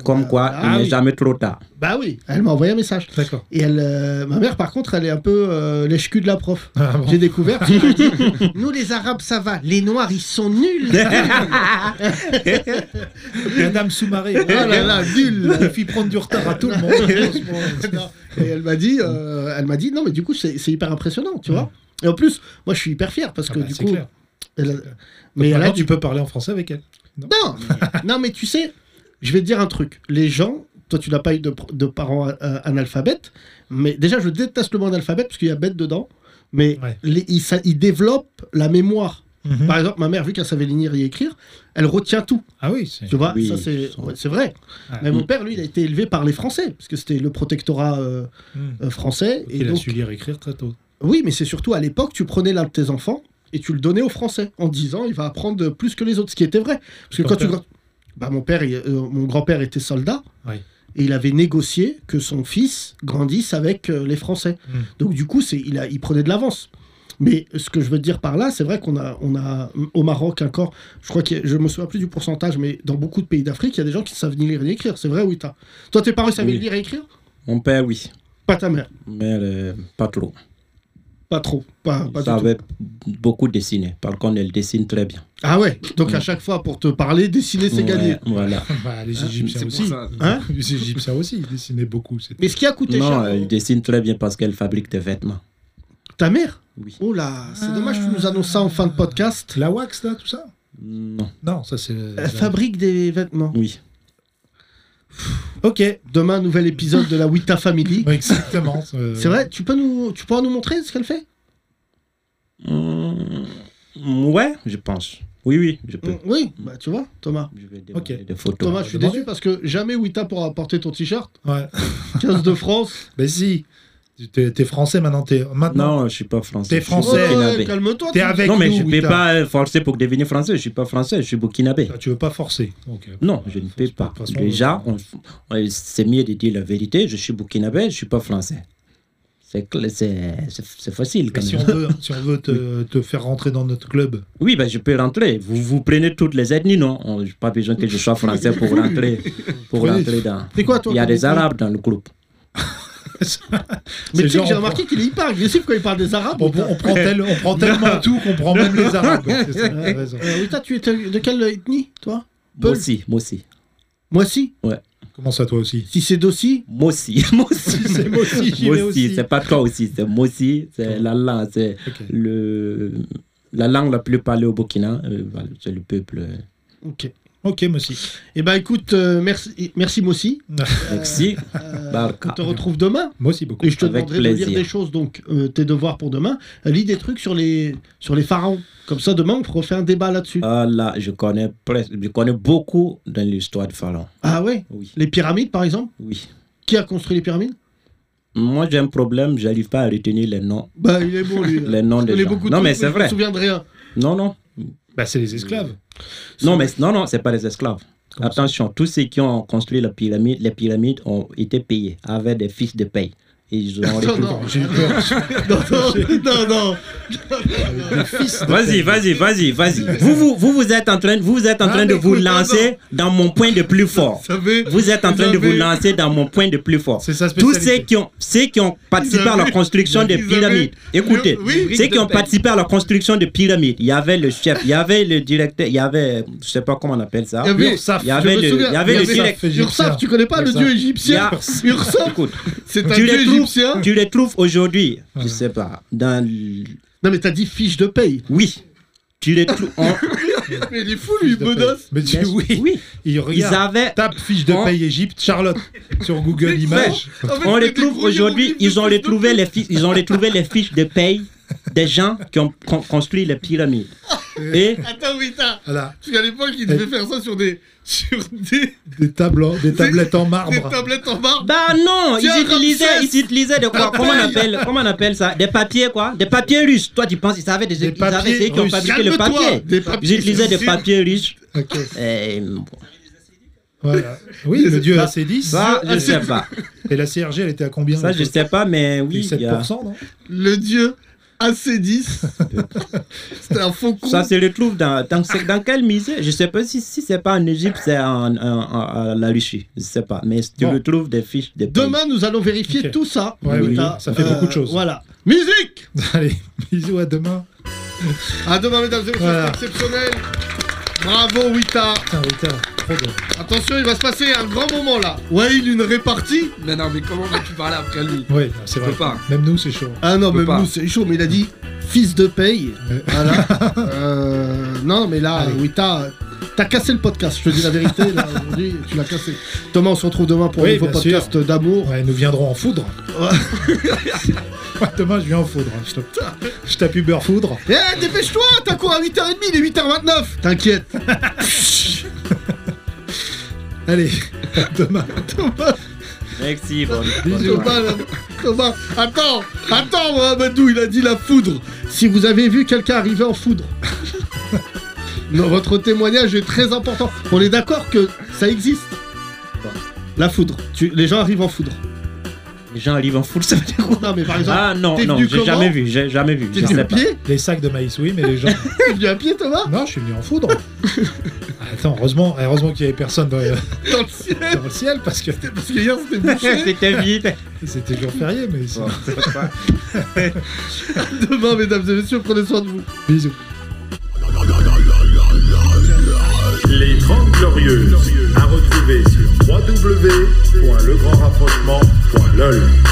[SPEAKER 6] Comme
[SPEAKER 3] Bah,
[SPEAKER 6] quoi,
[SPEAKER 3] ah
[SPEAKER 6] il n'est
[SPEAKER 3] oui.
[SPEAKER 6] jamais trop tard.
[SPEAKER 3] Bah oui, elle m'a envoyé un message.
[SPEAKER 4] D'accord.
[SPEAKER 3] Et elle, euh, ma mère, par contre, elle est un peu euh, lèche-cul de la prof.
[SPEAKER 4] Ah bon.
[SPEAKER 3] J'ai découvert. elle m'a dit, Nous, les Arabes, ça va. Les Noirs, ils sont nuls. Oh
[SPEAKER 4] Madame Soumaré.
[SPEAKER 3] Oh là là, nuls.
[SPEAKER 4] Il fit prendre du retard à tout le monde.
[SPEAKER 3] Non. Et elle m'a dit, euh, elle m'a dit, non mais du coup c'est c'est hyper impressionnant, tu vois. Et en plus, moi je suis hyper fier parce
[SPEAKER 4] Mm. Ah
[SPEAKER 3] que
[SPEAKER 4] bah,
[SPEAKER 3] du
[SPEAKER 4] c'est
[SPEAKER 3] coup,
[SPEAKER 4] clair.
[SPEAKER 3] elle a-
[SPEAKER 4] C'est clair.
[SPEAKER 3] mais elle a
[SPEAKER 4] Maintenant,
[SPEAKER 3] du
[SPEAKER 4] tu peux parler en français avec elle.
[SPEAKER 3] non, non mais tu sais, je vais te dire un truc. Les gens toi, tu n'as pas eu de, pr- de parents euh, analphabètes. Mais déjà, je déteste le mot analphabète parce qu'il y a bête dedans. Mais
[SPEAKER 4] Ouais.
[SPEAKER 3] les- il, ça- il développe la mémoire.
[SPEAKER 4] Mhm.
[SPEAKER 3] Par exemple, ma mère, vu qu'elle savait lire et écrire, elle retient tout.
[SPEAKER 4] Ah oui, c'est.
[SPEAKER 3] Tu vois,
[SPEAKER 6] Oui,
[SPEAKER 3] ça c'est
[SPEAKER 6] ça.
[SPEAKER 3] ouais, c'est vrai.
[SPEAKER 4] Ouais.
[SPEAKER 3] Mais mon père, lui, il a été élevé par les Français, parce que c'était le protectorat euh,
[SPEAKER 4] Hmm.
[SPEAKER 3] euh, français.
[SPEAKER 4] Il
[SPEAKER 3] Et
[SPEAKER 4] a
[SPEAKER 3] donc,
[SPEAKER 4] su lire écrire très tôt.
[SPEAKER 3] oui, mais c'est surtout à l'époque, tu prenais l'un de tes enfants et tu le donnais aux Français en disant il va apprendre plus que les autres, ce qui était vrai. Parce que
[SPEAKER 4] Ton
[SPEAKER 3] quand tu.
[SPEAKER 4] père
[SPEAKER 3] Bah, mon père, il- euh, mon grand-père était soldat.
[SPEAKER 4] Oui.
[SPEAKER 3] Et il avait négocié que son fils grandisse avec euh, les Français.
[SPEAKER 4] Mm.
[SPEAKER 3] Donc du coup, c'est, il, a, il prenait de l'avance. Mais ce que je veux dire par là, c'est vrai qu'on a, on a mm, au Maroc encore, je crois que je me souviens plus du pourcentage, mais dans beaucoup de pays d'Afrique, il y a des gens qui savent ni lire ni écrire. C'est vrai, oui, t'as. Toi, tes parents ils savaient
[SPEAKER 6] Oui.
[SPEAKER 3] lire et écrire
[SPEAKER 6] Mon père, oui,
[SPEAKER 3] Pas ta mère,
[SPEAKER 6] mais euh, pas trop.
[SPEAKER 3] pas trop, pas, pas
[SPEAKER 6] Il
[SPEAKER 3] du tout.
[SPEAKER 6] savait beaucoup dessiner. Par contre, elle dessine très bien.
[SPEAKER 3] Ah ouais, donc
[SPEAKER 6] Mm.
[SPEAKER 3] à chaque fois pour te parler, dessiner, c'est
[SPEAKER 6] Ouais,
[SPEAKER 3] gagné.
[SPEAKER 6] Voilà.
[SPEAKER 4] Bah, les
[SPEAKER 3] Hein,
[SPEAKER 4] Égyptiens
[SPEAKER 5] c'est pour
[SPEAKER 4] aussi.
[SPEAKER 5] ça.
[SPEAKER 3] Hein
[SPEAKER 4] les Égyptiens aussi, ils dessinaient beaucoup. c'est-
[SPEAKER 3] Mais ce qui a coûté cher,
[SPEAKER 4] euh,
[SPEAKER 3] hein.
[SPEAKER 6] Non, elle dessine très bien parce qu'elle fabrique des vêtements.
[SPEAKER 3] ta mère
[SPEAKER 6] Oui.
[SPEAKER 3] Oh là, c'est
[SPEAKER 4] Ah.
[SPEAKER 3] dommage, tu nous annonces ça en fin de podcast.
[SPEAKER 4] La wax, là, tout ça
[SPEAKER 6] Non.
[SPEAKER 4] Non, ça c'est.
[SPEAKER 3] Elle fabrique des vêtements.
[SPEAKER 6] Mm, Oui.
[SPEAKER 3] Ok, demain, nouvel épisode de la Wita Family.
[SPEAKER 4] Ouais, Exactement. euh,
[SPEAKER 3] C'est vrai, tu peux nous, tu pourras nous montrer ce qu'elle fait
[SPEAKER 6] Mmh, ouais, je pense. Oui, oui, je peux.
[SPEAKER 3] Oui, bah tu vois, Thomas.
[SPEAKER 6] Je vais demander
[SPEAKER 4] Mm. Ok.
[SPEAKER 6] des photos.
[SPEAKER 3] Thomas, je suis
[SPEAKER 4] demander.
[SPEAKER 3] déçu parce que jamais Wita pourra porter ton t-shirt.
[SPEAKER 4] Ouais.
[SPEAKER 3] 15 de France.
[SPEAKER 4] Mais si, t'es t'es français maintenant. T'es maintenant,
[SPEAKER 6] Non, je suis pas français.
[SPEAKER 4] T'es
[SPEAKER 6] je suis
[SPEAKER 4] français.
[SPEAKER 3] Oh, ouais,
[SPEAKER 6] burkinabé.
[SPEAKER 3] calme-toi.
[SPEAKER 4] T'es
[SPEAKER 3] tu-
[SPEAKER 4] avec
[SPEAKER 6] non, mais
[SPEAKER 4] nous,
[SPEAKER 6] je ne peux
[SPEAKER 4] Wita.
[SPEAKER 6] pas euh, forcer pour devenir français. Je suis pas français, je suis burkinabé.
[SPEAKER 4] Ah, Tu veux pas forcer. donc, euh,
[SPEAKER 6] Non,
[SPEAKER 4] bah,
[SPEAKER 6] je ne
[SPEAKER 4] force
[SPEAKER 6] peux pas.
[SPEAKER 4] De toute façon,
[SPEAKER 6] Déjà,
[SPEAKER 4] euh,
[SPEAKER 6] on, on- c'est mieux de dire la vérité. Je suis burkinabé, je ne suis pas français. C'est cl- c'est- c'est- c'est facile
[SPEAKER 4] Mais
[SPEAKER 6] quand
[SPEAKER 4] si
[SPEAKER 6] même.
[SPEAKER 4] on veut, si on veut te, te faire rentrer dans notre club,
[SPEAKER 6] Oui, ben, je peux rentrer. Vous, vous prenez toutes les ethnies, non On- J'ai pas besoin que je sois français pour rentrer, pour
[SPEAKER 4] Prenez-
[SPEAKER 6] rentrer dans.
[SPEAKER 3] T'es quoi, toi
[SPEAKER 6] Il y a
[SPEAKER 3] comme
[SPEAKER 6] des
[SPEAKER 3] état
[SPEAKER 6] Arabes dans le groupe.
[SPEAKER 3] Mais
[SPEAKER 4] c'est
[SPEAKER 3] tu sais
[SPEAKER 4] genre,
[SPEAKER 3] que j'ai
[SPEAKER 4] on
[SPEAKER 3] remarqué qu'il est hyper agressif quand il parle des Arabes.
[SPEAKER 4] on,
[SPEAKER 3] Wita.
[SPEAKER 4] on prend, tel- on prend tellement tout qu'on prend même les Arabes. hein, C'est ça, t'as raison.
[SPEAKER 3] Euh, Wita, tu es de quelle ethnie, toi
[SPEAKER 6] Moi
[SPEAKER 3] Peul.
[SPEAKER 6] aussi, moi aussi.
[SPEAKER 3] Moi si.
[SPEAKER 4] Comment ça, toi aussi
[SPEAKER 3] Si c'est d'Ossi,
[SPEAKER 6] Moi aussi, moi aussi.
[SPEAKER 4] C'est moi aussi, j'y
[SPEAKER 6] Moi
[SPEAKER 4] vais
[SPEAKER 6] aussi,
[SPEAKER 4] aussi.
[SPEAKER 6] c'est pas toi aussi, c'est moi aussi, c'est
[SPEAKER 4] Oh.
[SPEAKER 6] la langue, c'est
[SPEAKER 4] Ok.
[SPEAKER 6] le la langue la plus parlée au Burkina, euh, voilà, c'est le peuple. euh,
[SPEAKER 3] Ok.
[SPEAKER 4] Ok, moi aussi.
[SPEAKER 3] Eh ben écoute, euh, merci, merci Mossi.
[SPEAKER 6] Merci.
[SPEAKER 3] Euh,
[SPEAKER 6] Barca.
[SPEAKER 3] on te retrouve demain.
[SPEAKER 4] Moi aussi beaucoup.
[SPEAKER 3] Et je te
[SPEAKER 6] Avec
[SPEAKER 3] demanderai de lire
[SPEAKER 6] plaisir.
[SPEAKER 3] des choses, donc euh, tes devoirs pour demain. Euh, Lis des trucs sur les, sur les pharaons. Comme ça, demain, on refait un débat là-dessus. Ah,
[SPEAKER 6] Ah là, je connais presque, je connais beaucoup dans l'histoire de Pharaon.
[SPEAKER 3] Ah ouais
[SPEAKER 6] Oui,
[SPEAKER 3] Les pyramides, par exemple
[SPEAKER 6] oui.
[SPEAKER 3] Qui a construit les pyramides
[SPEAKER 6] Moi j'ai un problème, j'arrive pas à retenir les noms,
[SPEAKER 3] Bah, il est bon, lui.
[SPEAKER 6] les noms
[SPEAKER 3] Je
[SPEAKER 6] des
[SPEAKER 3] connais
[SPEAKER 6] gens.
[SPEAKER 3] beaucoup de
[SPEAKER 6] Non
[SPEAKER 3] trucs,
[SPEAKER 6] mais c'est
[SPEAKER 3] Je me
[SPEAKER 6] vrai.
[SPEAKER 3] souviens de rien.
[SPEAKER 6] Non non.
[SPEAKER 4] Bah, c'est les esclaves.
[SPEAKER 6] Non mais non non, c'est pas des esclaves.
[SPEAKER 4] Comment ça
[SPEAKER 6] Attention, tous ceux qui ont construit la pyramide, les pyramides ont été payés avec des fiches de paye. Et Ils ont
[SPEAKER 3] Non, non.
[SPEAKER 4] J'ai eu peur.
[SPEAKER 3] Non, non, non, non.
[SPEAKER 6] Vas-y, vas-y, vas-y, vas-y. Vous, vous, vous, vous êtes en train, vous êtes en train
[SPEAKER 3] Ah,
[SPEAKER 6] de
[SPEAKER 3] mais
[SPEAKER 6] vous
[SPEAKER 3] écoute,
[SPEAKER 6] lancer dans mon point de plus fort.
[SPEAKER 3] Vous savez,
[SPEAKER 6] Vous êtes en train de
[SPEAKER 3] avez-
[SPEAKER 6] vous lancer dans mon point de plus fort.
[SPEAKER 4] C'est sa
[SPEAKER 6] Tous
[SPEAKER 4] spécialité.
[SPEAKER 6] ceux qui ont, ceux qui ont participé à la
[SPEAKER 3] avaient-
[SPEAKER 6] construction des
[SPEAKER 3] ils avaient-
[SPEAKER 6] pyramides. Écoutez,
[SPEAKER 3] Oui,
[SPEAKER 6] ceux qui ont
[SPEAKER 5] de paix.
[SPEAKER 6] participé à la construction des pyramides, il y avait le chef, il y avait le directeur, il y avait, je sais pas comment on appelle ça.
[SPEAKER 3] il y avait,
[SPEAKER 4] L'Ursaf,
[SPEAKER 6] Il y avait
[SPEAKER 3] je me
[SPEAKER 6] le,
[SPEAKER 3] souviens,
[SPEAKER 6] il y avait
[SPEAKER 3] il y
[SPEAKER 6] le
[SPEAKER 3] avait-
[SPEAKER 6] directeur.
[SPEAKER 3] Ursaf, tu connais pas le
[SPEAKER 4] Ursaf.
[SPEAKER 3] dieu
[SPEAKER 6] Il y
[SPEAKER 3] égyptien
[SPEAKER 6] a-
[SPEAKER 3] Ursaf,
[SPEAKER 6] Écoute,
[SPEAKER 3] c'est un Ah.
[SPEAKER 6] tu
[SPEAKER 3] dieu
[SPEAKER 6] les, trouves,
[SPEAKER 3] égyptien
[SPEAKER 6] tu les trouves aujourd'hui, je
[SPEAKER 4] Ouais.
[SPEAKER 6] sais pas, dans, l-
[SPEAKER 3] Non, mais t'as dit fiche de paye.
[SPEAKER 6] oui, tu les trouves. en-
[SPEAKER 3] Mais il est fou, lui, bonasse.
[SPEAKER 4] Mais tu- oui,
[SPEAKER 6] oui,
[SPEAKER 4] il
[SPEAKER 6] ils Oh.
[SPEAKER 4] regarde.
[SPEAKER 6] avaient
[SPEAKER 4] Tape fiche de
[SPEAKER 6] En-
[SPEAKER 4] paye Égypte, Charlotte, sur Google Images.
[SPEAKER 6] On retrouve aujourd'hui, ils ont retrouvé les fiches, ils ont retrouvé les fiches de paye des gens qui ont con- construit les pyramides. Et
[SPEAKER 3] Attends, Wita,
[SPEAKER 4] Voilà,
[SPEAKER 3] parce qu'à l'époque, ils
[SPEAKER 4] Eh.
[SPEAKER 3] devaient faire ça sur des, sur des,
[SPEAKER 4] des, tableaux, des tablettes en marbre.
[SPEAKER 3] des tablettes en marbre.
[SPEAKER 6] bah non, ils
[SPEAKER 3] Tiens,
[SPEAKER 6] utilisaient,
[SPEAKER 3] Ramsès.
[SPEAKER 6] ils utilisaient de quoi Comment on appelle Comment on appelle ça Des papiers quoi Des papiers russes. Toi, tu penses ils savaient des,
[SPEAKER 4] Des
[SPEAKER 6] ils avaient
[SPEAKER 4] papiers
[SPEAKER 6] ceux qui ont
[SPEAKER 4] russes.
[SPEAKER 6] fabriqué le
[SPEAKER 3] Calme-toi,
[SPEAKER 6] papier
[SPEAKER 3] des papiers,
[SPEAKER 6] Ils utilisaient des
[SPEAKER 3] c'est-
[SPEAKER 6] papiers russes. Eh,
[SPEAKER 4] Ok,
[SPEAKER 6] Et
[SPEAKER 4] voilà. Oui, le dieu AC10.
[SPEAKER 6] ça, je sais pas.
[SPEAKER 4] Et la CRG, elle était à combien
[SPEAKER 6] Bah. Ça, je sais pas, mais oui, il y a-
[SPEAKER 4] 7%, non
[SPEAKER 3] le dieu AC10. C'était un faux con.
[SPEAKER 6] ça se retrouve dans, dans, c'est- dans quel musée Je sais pas si, si c'est pas en Égypte, c'est en, en- en- à la Russie. Je sais pas, mais tu
[SPEAKER 4] Bon.
[SPEAKER 6] retrouves des fiches de paye.
[SPEAKER 3] Demain, nous allons vérifier
[SPEAKER 4] Ok.
[SPEAKER 3] tout ça.
[SPEAKER 4] Ouais,
[SPEAKER 6] oui,
[SPEAKER 3] Voilà.
[SPEAKER 4] ça fait beaucoup de choses.
[SPEAKER 3] Voilà. Musique
[SPEAKER 4] Allez, bisous, à demain.
[SPEAKER 3] À demain, mesdames et messieurs,
[SPEAKER 4] Voilà.
[SPEAKER 3] c'est exceptionnel. Bravo, Wita.
[SPEAKER 4] Putain, putain, trop bien.
[SPEAKER 3] Attention, il va se passer un grand moment là. Ouais, il une répartie.
[SPEAKER 5] Mais non, mais comment vas-tu parler après lui
[SPEAKER 4] Oui, c'est
[SPEAKER 5] Je
[SPEAKER 4] vrai.
[SPEAKER 5] peux pas.
[SPEAKER 4] Même nous, c'est chaud.
[SPEAKER 3] Ah non,
[SPEAKER 5] Peut
[SPEAKER 3] mais
[SPEAKER 5] pas.
[SPEAKER 3] nous, c'est chaud, mais il a dit fils de paye.
[SPEAKER 4] Ouais.
[SPEAKER 3] Voilà. Euh, non, mais là,
[SPEAKER 4] Allez.
[SPEAKER 3] Wita, T'as cassé le podcast, je te dis la vérité. là, aujourd'hui, tu l'as cassé. Thomas, on se retrouve demain pour un
[SPEAKER 4] Oui,
[SPEAKER 3] nouveau
[SPEAKER 4] bien sûr.
[SPEAKER 3] podcast d'amour.
[SPEAKER 4] Ouais, nous viendrons en foudre. Moi, Demain, je viens en foudre. Je tape, je tape Uber foudre.
[SPEAKER 3] Eh, dépêche-toi, t'as cours à 8h30, il est 8h29. T'inquiète.
[SPEAKER 4] Allez, à demain.
[SPEAKER 6] Merci, bonne, bonne soirée.
[SPEAKER 3] Thomas, là, Thomas, attends, attends, Mohamedou, il a dit la foudre. Si vous avez vu quelqu'un arriver en foudre, non, votre témoignage est très important. On est d'accord que ça existe. La foudre. Tu- les gens arrivent en foudre.
[SPEAKER 6] Les gens arrivent en foudre, ça veut dire quoi
[SPEAKER 3] Non, mais par exemple,
[SPEAKER 6] Ah non,
[SPEAKER 3] t'es
[SPEAKER 6] non,
[SPEAKER 3] venu
[SPEAKER 6] j'ai
[SPEAKER 3] comment
[SPEAKER 6] jamais vu, j'ai jamais vu.
[SPEAKER 3] t'es
[SPEAKER 6] je
[SPEAKER 3] venu
[SPEAKER 6] sais
[SPEAKER 3] à
[SPEAKER 6] pas.
[SPEAKER 3] pied
[SPEAKER 4] Les sacs de maïs, oui, mais les gens.
[SPEAKER 3] T'es venu à pied, Thomas
[SPEAKER 4] Non, je suis venu en foudre. Attends, heureusement, heureusement qu'il n'y avait personne dans, le-
[SPEAKER 3] Dans le ciel
[SPEAKER 4] dans le ciel parce que
[SPEAKER 3] Parce que hier, c'était bouché.
[SPEAKER 6] C'était vide.
[SPEAKER 4] c'était jour férié. Mais sinon-
[SPEAKER 3] Demain, mesdames et messieurs, prenez soin de vous.
[SPEAKER 4] bisous.
[SPEAKER 7] Les 30 Glorieuses, à retrouver sur www.legrandrapprochement.lol.